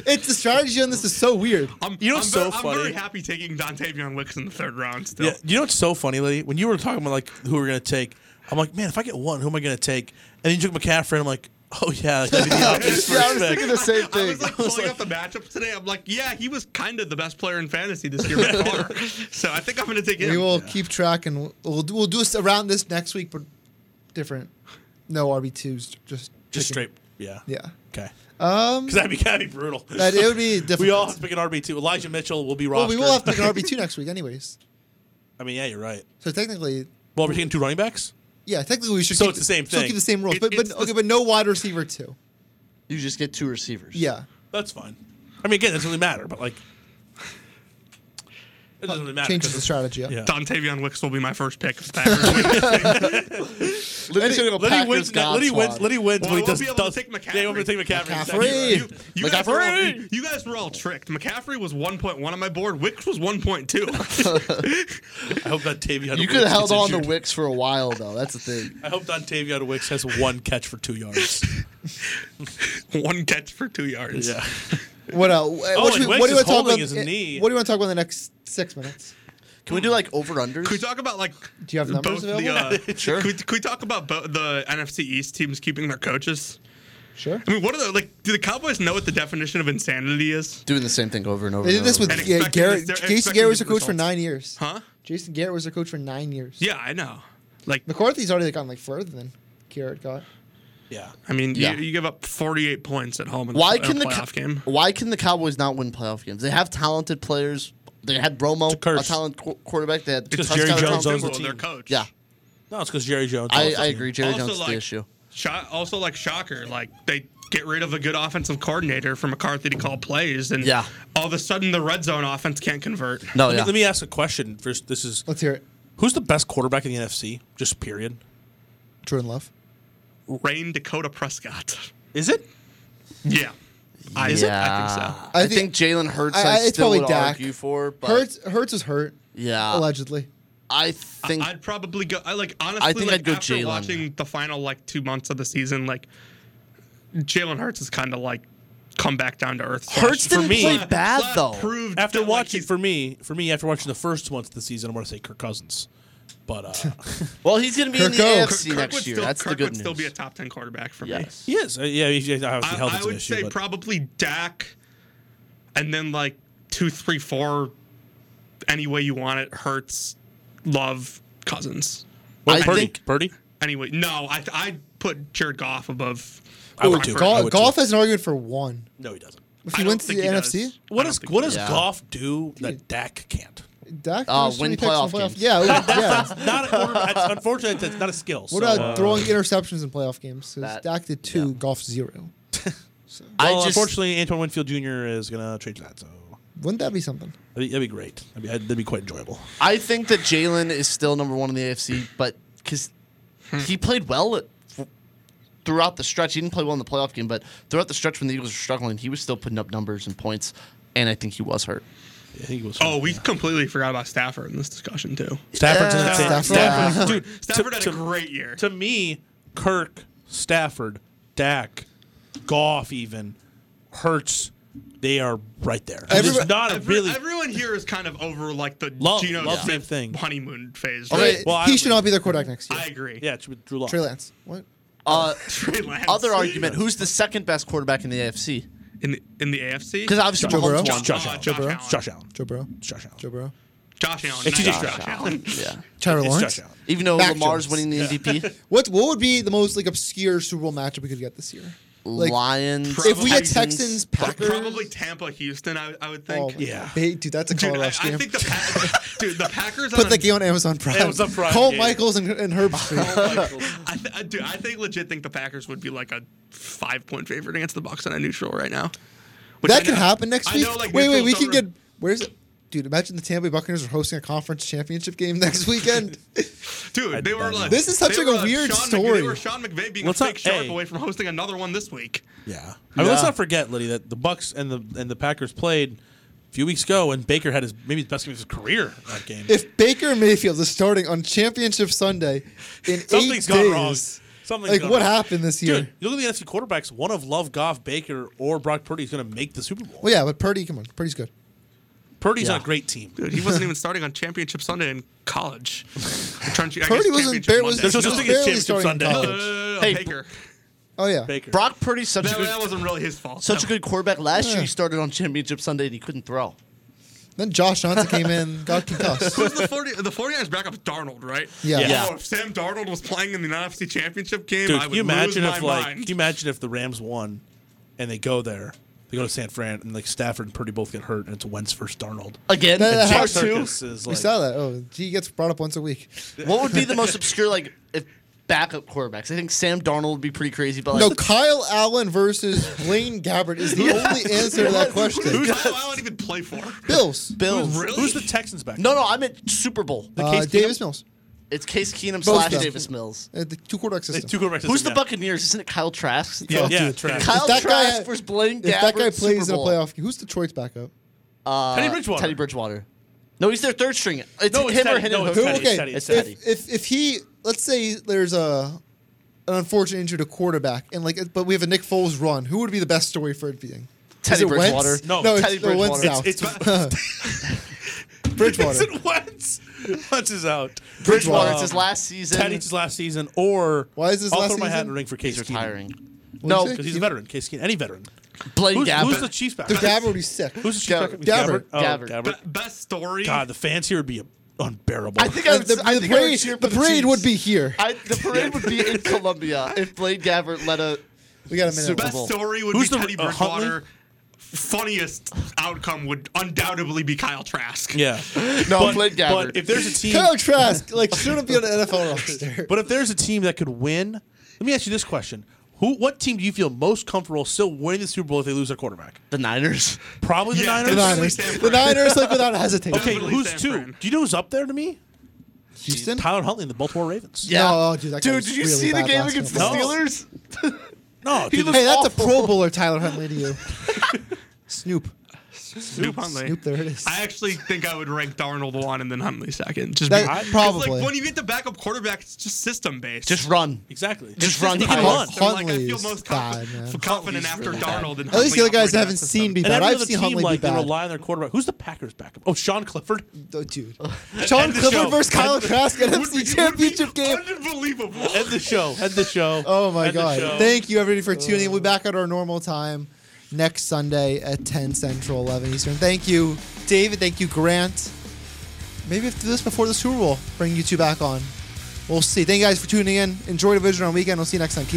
Speaker 1: it's the strategy on this is so weird.
Speaker 2: You know what's so
Speaker 4: I'm ve- I'm
Speaker 2: funny?
Speaker 4: very happy taking Dontavian Wicks in the third round. Still,
Speaker 2: Yeah, you know what's so funny, lady? When you were talking about like who we're gonna take, I'm like, man, if I get one, who am I gonna take? And then you took McCaffrey, and I'm like, oh yeah, that could be the obvious
Speaker 3: yeah, I
Speaker 2: first
Speaker 3: was
Speaker 2: pick.
Speaker 3: thinking the same thing.
Speaker 4: I was like pulling up the matchups today. I'm like, yeah, he was kind of the best player in fantasy this year by far. so I think I'm going to take him.
Speaker 1: We will keep track and we'll we'll, do- we'll do this around this next week, but different. No RB twos, just
Speaker 2: Just
Speaker 1: picking.
Speaker 2: straight, yeah,
Speaker 1: Yeah.
Speaker 2: okay.
Speaker 1: Um,
Speaker 2: Because that'd be that'd be brutal.
Speaker 1: That- it would be
Speaker 2: We all
Speaker 1: difficult.
Speaker 2: have to pick an RB two. Elijah Mitchell will be rostered.
Speaker 1: well, we will have to pick an RB two next week, anyways.
Speaker 2: I mean, yeah, you're right.
Speaker 1: So technically,
Speaker 2: Well, we're taking two running backs.
Speaker 1: yeah, technically we should.
Speaker 2: So
Speaker 1: keep
Speaker 2: it's the same
Speaker 1: Still
Speaker 2: thing.
Speaker 1: keep the same rules,
Speaker 2: It-
Speaker 1: but but
Speaker 2: it's the-
Speaker 1: okay, but no wide receiver two.
Speaker 3: You just get two receivers.
Speaker 1: Yeah,
Speaker 2: That's fine. I mean, again, it doesn't really matter, but like, it doesn't really matter.
Speaker 1: changes
Speaker 2: 'cause
Speaker 1: the strategy. up.
Speaker 2: Yeah.
Speaker 4: Dontavian Wicks will be my first pick. If that
Speaker 3: Liddy's gonna go
Speaker 2: Liddy
Speaker 3: pack
Speaker 2: wins.
Speaker 3: his God
Speaker 2: Liddy wins.
Speaker 3: squad.
Speaker 2: Liddy
Speaker 4: Well,
Speaker 2: wins. but
Speaker 4: I
Speaker 2: he
Speaker 4: won't
Speaker 2: does,
Speaker 4: be able to
Speaker 2: does-
Speaker 4: take
Speaker 2: Yeah, he won't be able to take McCaffrey.
Speaker 4: McCaffrey.
Speaker 2: Exactly.
Speaker 4: You, you guys were all, you- you guys were all tricked. McCaffrey was 1.1 on my board. Wicks was 1.2.
Speaker 2: I hope that Tavion.
Speaker 3: You could have held on to Wicks for a while though. That's the thing.
Speaker 2: I hope Dontavian Wicks has one catch for two yards.
Speaker 4: one catch for two yards.
Speaker 2: Yeah.
Speaker 1: What else?
Speaker 2: Oh,
Speaker 1: what,
Speaker 2: and
Speaker 1: should we-
Speaker 2: Wicks
Speaker 1: what do you
Speaker 2: is
Speaker 1: want to talk
Speaker 2: holding
Speaker 1: about?
Speaker 2: his knee.
Speaker 1: What do you want to talk about in the next six minutes?
Speaker 3: Can we do like over unders?
Speaker 4: Can we talk about like?
Speaker 1: Do you have numbers
Speaker 4: both
Speaker 1: available?
Speaker 4: The, uh, sure. Can we, can we talk about bo- the NFC East teams keeping their coaches?
Speaker 1: Sure.
Speaker 4: I mean, what are the like? Do the Cowboys know what the definition of insanity is?
Speaker 3: Doing the same thing over and over.
Speaker 1: They did this with
Speaker 4: And
Speaker 1: yeah,
Speaker 4: expecting
Speaker 1: Garrett.
Speaker 4: they're
Speaker 1: Jason
Speaker 4: expecting
Speaker 1: Garrett was their coach
Speaker 4: different
Speaker 1: for
Speaker 4: results.
Speaker 1: nine years.
Speaker 4: Huh?
Speaker 1: Jason Garrett was their coach for nine years.
Speaker 4: Yeah, I know. Like
Speaker 1: McCarthy's already gotten like further than Garrett got.
Speaker 4: Yeah. I mean,
Speaker 3: Yeah.
Speaker 4: you, you give up 48 points at home in,
Speaker 3: Why
Speaker 4: a,
Speaker 3: can
Speaker 4: in a
Speaker 3: the
Speaker 4: playoff
Speaker 3: Co-
Speaker 4: game.
Speaker 3: Why can the Cowboys not win playoff games? They have talented players. They had Romo, a, talent qu- quarterback. They had
Speaker 2: Because
Speaker 3: Prescott,
Speaker 2: Jerry
Speaker 3: a
Speaker 2: Jones
Speaker 3: talented
Speaker 2: owns the
Speaker 3: quarterback.
Speaker 2: team.
Speaker 4: Their coach.
Speaker 3: Yeah,
Speaker 2: No, it's because Jerry Jones.
Speaker 3: I-
Speaker 2: owns the
Speaker 3: I
Speaker 2: team.
Speaker 3: agree. Jerry Jones is the issue.
Speaker 4: Sho- also, like shocker, like they get rid of a good offensive coordinator for McCarthy to call plays, and
Speaker 3: Yeah.
Speaker 4: all of a sudden the red zone offense can't convert.
Speaker 2: let, me, let me ask a question. First, this is
Speaker 1: Let's hear it.
Speaker 2: who's the best quarterback in the NFC? Just period.
Speaker 1: True and Love.
Speaker 4: Rain Dakota Prescott.
Speaker 2: Is it?
Speaker 4: Yeah. I, I think so.
Speaker 3: I, think, Jalen Hurts. I,
Speaker 1: I- I- it's
Speaker 3: still
Speaker 1: probably
Speaker 3: would
Speaker 1: Dak.
Speaker 3: argue for, but
Speaker 1: Hurts Hurts is hurt
Speaker 3: Yeah,
Speaker 1: allegedly.
Speaker 3: I think
Speaker 4: I'd probably go. I like honestly.
Speaker 3: I think
Speaker 4: like,
Speaker 3: I'd go
Speaker 4: after
Speaker 3: Jalen.
Speaker 4: Watching the final like two months of the season, like Jalen Hurts is kind of like come back down to earth.
Speaker 3: Hurts
Speaker 4: For
Speaker 3: didn't
Speaker 4: me-
Speaker 3: play bad
Speaker 4: Slav
Speaker 3: though.
Speaker 4: Proved
Speaker 2: After watching, for me, for me, after watching the first month of the season, I want to say Kirk Cousins. But uh,
Speaker 3: Well, he's going to be in
Speaker 2: Kirk
Speaker 3: the
Speaker 2: Cousins.
Speaker 3: AFC
Speaker 2: Kirk- Kirk
Speaker 3: next
Speaker 2: would
Speaker 3: year.
Speaker 2: still-
Speaker 3: That's the
Speaker 4: Kirk
Speaker 3: good
Speaker 4: would
Speaker 3: news.
Speaker 4: still be a top ten quarterback for
Speaker 3: Yes.
Speaker 2: he is. Uh, yeah, he, he-
Speaker 4: me.
Speaker 2: obviously, health
Speaker 4: I,
Speaker 2: is
Speaker 4: I
Speaker 2: an
Speaker 4: would
Speaker 2: issue.
Speaker 4: say
Speaker 2: but
Speaker 4: probably Dak, and then like two, three, four, any way you want it. Hurts, Love, Cousins.
Speaker 2: Well, Purdy- Purdy.
Speaker 4: Anyway, no, I I put Jared Goff above.
Speaker 1: Gol- golf has an argument for one.
Speaker 2: No, he doesn't.
Speaker 1: If he wins the NFC,
Speaker 2: what does what does
Speaker 1: Yeah.
Speaker 2: Goff do that Dak can't?
Speaker 1: Dak
Speaker 3: Uh,
Speaker 1: throws too
Speaker 3: win
Speaker 1: many picks in
Speaker 3: playoff
Speaker 1: the playoff.
Speaker 3: games.
Speaker 1: Yeah,
Speaker 2: That-
Speaker 1: yeah.
Speaker 2: that's, that's not a quarterback. that's- Unfortunately, that's not a skill.
Speaker 1: What
Speaker 2: so,
Speaker 1: about
Speaker 2: uh,
Speaker 1: throwing interceptions in playoff games? 'Cause
Speaker 2: That-
Speaker 1: Dak did two, golf zero.
Speaker 2: Well,
Speaker 1: I just-
Speaker 2: Oh, unfortunately, Antoine Winfield Jr. is going to change that. So
Speaker 1: Wouldn't that be something?
Speaker 2: that'd be, that'd be great. That'd be, that'd be quite enjoyable.
Speaker 3: I think that Jalen is still number one in the AFC, but because he played well at, throughout the stretch. He didn't play well in the playoff game, but throughout the stretch when the Eagles were struggling, he was still putting up numbers and points, and I think he was hurt.
Speaker 2: I think he was.
Speaker 4: Oh, we completely forgot about Stafford in this discussion too.
Speaker 2: Stafford's in that same. Stafford,
Speaker 4: Stafford,
Speaker 2: dude,
Speaker 4: Stafford
Speaker 2: to-
Speaker 4: had
Speaker 2: to-
Speaker 4: a great year.
Speaker 2: To me, Kirk, Stafford, Dak, Goff, even Hurts, they are right there. There's not a
Speaker 4: every-
Speaker 2: really.
Speaker 4: everyone here is kind of over like the
Speaker 2: Love-
Speaker 4: Geno
Speaker 2: love
Speaker 4: Smith
Speaker 2: same thing.
Speaker 4: honeymoon phase.
Speaker 1: Okay,
Speaker 4: right?
Speaker 1: he should not be their quarterback next year.
Speaker 4: I agree.
Speaker 2: Yeah, it's with Drew Lock.
Speaker 1: Trey Lance. What?
Speaker 3: Uh,
Speaker 4: Lance.
Speaker 3: Other argument: Who's the second best quarterback in the AFC?
Speaker 4: In the, in the AFC?
Speaker 3: Because obviously
Speaker 1: Joe Burrow.
Speaker 3: Mahomes won.
Speaker 2: Josh Allen.
Speaker 1: Joe Burrow.
Speaker 2: Josh Allen.
Speaker 1: Joe Burrow.
Speaker 2: Josh Allen.
Speaker 1: Joe Burrow.
Speaker 4: Josh Allen.
Speaker 1: It's
Speaker 4: not
Speaker 1: just
Speaker 4: Josh,
Speaker 1: Josh
Speaker 4: Allen.
Speaker 3: Yeah.
Speaker 1: Trevor
Speaker 3: It's
Speaker 1: Lawrence.
Speaker 3: Josh Allen. Even though Lamar's winning the MVP?
Speaker 1: what what would be the most like obscure Super Bowl matchup we could get this year? Like,
Speaker 3: Lions.
Speaker 1: If we had Texans, Packers,
Speaker 4: Probably Tampa, Houston, I, I would think.
Speaker 1: Oh, yeah, hey, dude, that's a
Speaker 4: Dude,
Speaker 1: color
Speaker 4: I, I
Speaker 1: rush game.
Speaker 4: think the, pa- dude, the Packers
Speaker 1: Put
Speaker 4: on
Speaker 1: that game on Amazon Prime.
Speaker 4: Amazon Prime,
Speaker 1: Call
Speaker 4: yeah.
Speaker 1: Michaels and, and Herb Street.
Speaker 4: I, th- I, dude, I think legit think the Packers would be like a five point favorite against the Bucks on a neutral right now. Which I
Speaker 1: that could
Speaker 4: know-
Speaker 1: happen next
Speaker 4: I
Speaker 1: week.
Speaker 4: know, like,
Speaker 1: wait, wait, we
Speaker 4: neutrals
Speaker 1: can get. Where's it? Dude, imagine the Tampa Bay Buccaneers are hosting a conference championship game next weekend.
Speaker 4: Dude, they were like.
Speaker 1: This is such
Speaker 4: they
Speaker 1: like a
Speaker 4: were, uh,
Speaker 1: weird
Speaker 4: Sean McVay-
Speaker 1: story.
Speaker 4: they were Sean McVay being
Speaker 2: Let's
Speaker 4: a
Speaker 2: not-
Speaker 4: fake shark
Speaker 2: hey.
Speaker 4: away from hosting another one this week.
Speaker 2: Yeah. I mean, let's not forget, Liddy, that the Bucks and the and the Packers played a few weeks ago, and Baker had his maybe his best game of his career in that game.
Speaker 1: If Baker Mayfield is starting on Championship Sunday in eight
Speaker 2: Something's gone
Speaker 1: days,
Speaker 2: wrong. Something's
Speaker 1: like
Speaker 2: gone
Speaker 1: what
Speaker 2: wrong.
Speaker 1: happened this year?
Speaker 2: Dude, you look at the NFC quarterbacks. One of Love, Goff, Baker, or Brock Purdy is going to make the Super Bowl.
Speaker 1: Well, yeah, but Purdy, come on, Purdy's good.
Speaker 2: Purdy's
Speaker 1: Yeah.
Speaker 2: on a great team.
Speaker 4: Dude, he wasn't even starting on Championship Sunday in college.
Speaker 1: Purdy wasn't bare- was
Speaker 4: There's
Speaker 1: just-
Speaker 4: no
Speaker 1: was
Speaker 4: such thing as
Speaker 1: barely
Speaker 4: Championship
Speaker 1: starting in
Speaker 4: Sunday. No, no,
Speaker 1: college.
Speaker 4: no, no, no,
Speaker 3: Hey,
Speaker 4: Baker.
Speaker 1: Oh yeah,
Speaker 3: Brock Purdy's such a
Speaker 4: That,
Speaker 3: good,
Speaker 4: that wasn't really his fault.
Speaker 3: such a good quarterback. Last year
Speaker 1: Yeah.
Speaker 3: he started on Championship Sunday and he couldn't throw.
Speaker 1: Then Josh Johnson came in, got concussed.
Speaker 4: Who's the 40, the 49ers backup's Darnold, right?
Speaker 1: Yeah. Yeah.
Speaker 4: Oh, if Sam Darnold was playing in the NFC Championship game,
Speaker 2: Dude,
Speaker 4: I
Speaker 2: can
Speaker 4: would
Speaker 2: you imagine
Speaker 4: lose
Speaker 2: if
Speaker 4: my
Speaker 2: like
Speaker 4: mind.
Speaker 2: can you imagine if the Rams won and they go there, they go to San Fran and like Stafford and Purdy both get hurt and it's Wentz versus Darnold.
Speaker 3: Again?
Speaker 2: And
Speaker 3: That- that
Speaker 2: Jack
Speaker 3: happened too.
Speaker 2: Circus is
Speaker 1: we
Speaker 2: like
Speaker 1: saw that. Oh, he gets brought up once a week.
Speaker 3: What would be the most obscure like if backup quarterbacks? I think Sam Darnold would be pretty crazy, but like
Speaker 1: No, Kyle Allen versus Blaine Gabbert is the only answer to that question.
Speaker 4: Who's Kyle Allen even play for?
Speaker 1: Bills.
Speaker 3: Bills.
Speaker 4: Oh, Really?
Speaker 2: Who's the Texans back?
Speaker 3: No, no, I'm at Super Bowl.
Speaker 1: Uh, Davis Mills.
Speaker 3: It's Case Keenum
Speaker 1: Both
Speaker 3: slash
Speaker 1: guys.
Speaker 3: Davis Mills.
Speaker 1: Uh, the two quarterback system.
Speaker 3: Who's the Buccaneers? Isn't it Kyle Trask?
Speaker 1: Yeah,
Speaker 3: Oh,
Speaker 1: yeah,
Speaker 3: dude.
Speaker 1: Trask.
Speaker 3: Kyle
Speaker 1: If that guy-
Speaker 3: Trask versus Blaine
Speaker 1: If that guy
Speaker 3: Gabbert, Super
Speaker 1: plays in a
Speaker 3: Bowl.
Speaker 1: playoff game, who's Detroit's backup?
Speaker 3: Uh,
Speaker 1: Teddy Bridgewater.
Speaker 3: Teddy Bridgewater. No, he's their third string. It's
Speaker 1: No,
Speaker 3: him
Speaker 1: it's Teddy.
Speaker 3: or him.
Speaker 1: No, it's Teddy. It's Teddy.
Speaker 3: It's
Speaker 1: if,
Speaker 3: Teddy.
Speaker 1: If if he let's say there's a an unfortunate injury to quarterback and like but we have a Nick Foles run, who would be the best story for it being?
Speaker 3: Teddy
Speaker 1: Is it
Speaker 3: Bridgewater.
Speaker 1: Wentz?
Speaker 3: No,
Speaker 1: no,
Speaker 3: Teddy
Speaker 1: it's, no, Wentz
Speaker 3: Bridgewater.
Speaker 1: now. Bridgewater.
Speaker 2: Is it Wentz? Hutch is out.
Speaker 3: Bridgewater,
Speaker 2: Um,
Speaker 3: it's his last season.
Speaker 2: Teddy's his last season, or why
Speaker 3: is his
Speaker 2: I'll
Speaker 3: last
Speaker 2: throw my hat in
Speaker 3: season?
Speaker 2: the ring for Case
Speaker 3: He's
Speaker 2: Keenum.
Speaker 3: retiring.
Speaker 2: What
Speaker 3: No.
Speaker 2: no, because he's a veteran. Case Keenum, any veteran.
Speaker 3: Blaine
Speaker 2: who's,
Speaker 3: Gabbert.
Speaker 2: Who's the Chiefs back?
Speaker 3: The Gabbert, he's
Speaker 1: sick.
Speaker 2: Who's the Chiefs
Speaker 3: Gabbert.
Speaker 2: back? Gabbert.
Speaker 3: Gabbert.
Speaker 2: Oh,
Speaker 3: Gabbert.
Speaker 4: best story.
Speaker 2: God, the fans here would be unbearable.
Speaker 3: I think I would,
Speaker 1: the,
Speaker 3: I
Speaker 1: the
Speaker 3: think I would
Speaker 1: parade,
Speaker 3: cheer for
Speaker 1: the parade
Speaker 3: Chiefs.
Speaker 1: would be here.
Speaker 3: I, the parade would be in Columbia if Blade Gabbert led a.
Speaker 1: We got a
Speaker 4: The
Speaker 3: Super
Speaker 4: best
Speaker 3: Bowl.
Speaker 4: story would
Speaker 3: Who's
Speaker 4: be
Speaker 3: the-
Speaker 4: Teddy
Speaker 3: uh, Huntley?
Speaker 4: Bridgewater. Funniest outcome would undoubtedly be Kyle Trask.
Speaker 2: Yeah.
Speaker 4: No,
Speaker 2: but,
Speaker 4: Blake Gabbert.
Speaker 2: But if there's a team,
Speaker 1: Kyle Trask, like, shouldn't be on an NFL roster.
Speaker 2: But if there's a team that could win, let me ask you this question: Who, what team do you feel most comfortable still winning the Super Bowl if they lose their quarterback?
Speaker 3: The Niners.
Speaker 2: Probably the
Speaker 1: Yeah,
Speaker 2: Niners.
Speaker 1: definitely The Niners. San Fran. The Niners, like, without hesitation.
Speaker 2: Okay,
Speaker 1: Definitely
Speaker 2: who's
Speaker 1: San
Speaker 2: two?
Speaker 1: Fran.
Speaker 2: Do you know who's up there to me? Houston. Tyler Huntley and the Baltimore Ravens.
Speaker 1: Yeah. No, Oh, dude, that guy was
Speaker 2: did you
Speaker 1: really
Speaker 2: see the
Speaker 1: bad
Speaker 2: game
Speaker 1: last
Speaker 2: against the
Speaker 1: Super Bowl.
Speaker 2: Steelers? No,
Speaker 1: hey,
Speaker 2: dude,
Speaker 1: that's a Pro Bowler, Tyler Huntley to you. Snoop.
Speaker 4: Snoop Huntley.
Speaker 1: Snoop, there it is.
Speaker 4: I actually think I would rank Darnold one and then Huntley second. Just
Speaker 1: That-
Speaker 4: because,
Speaker 1: probably.
Speaker 4: Like, when you get the backup quarterback, it's just system based.
Speaker 3: Just run.
Speaker 2: Exactly.
Speaker 4: Just run,
Speaker 2: Tyler.
Speaker 4: Like, I feel
Speaker 1: Huntley's
Speaker 4: most
Speaker 1: bad, man.
Speaker 4: confident, confident after Darnold and
Speaker 1: At least the other guys
Speaker 4: Huntley operating
Speaker 1: haven't
Speaker 4: that system.
Speaker 1: seen be
Speaker 2: And
Speaker 1: bad.
Speaker 2: every
Speaker 1: I've
Speaker 2: other
Speaker 1: seen
Speaker 2: team,
Speaker 1: Huntley
Speaker 2: like,
Speaker 1: be
Speaker 2: They
Speaker 1: bad.
Speaker 2: rely on their quarterback. Who's the Packers backup? Oh, Sean Clifford.
Speaker 1: Oh, dude.
Speaker 2: End
Speaker 1: Sean
Speaker 2: the
Speaker 1: Clifford
Speaker 2: show.
Speaker 1: versus Kyle
Speaker 2: End the-
Speaker 1: Trask at
Speaker 2: would be-
Speaker 1: NFC Championship game.
Speaker 4: Unbelievable.
Speaker 2: End the show. End the show.
Speaker 1: Oh my
Speaker 2: End the show.
Speaker 1: god! Thank you everybody for tuning. in. We'll be back at our normal time next Sunday at 10 Central, 11 Eastern. Thank you, David. Thank you, Grant. Maybe we have to do this before the Super Bowl. Bring you two back on. We'll see. Thank you guys for tuning in. Enjoy the division on weekend. We'll see you next time. Keep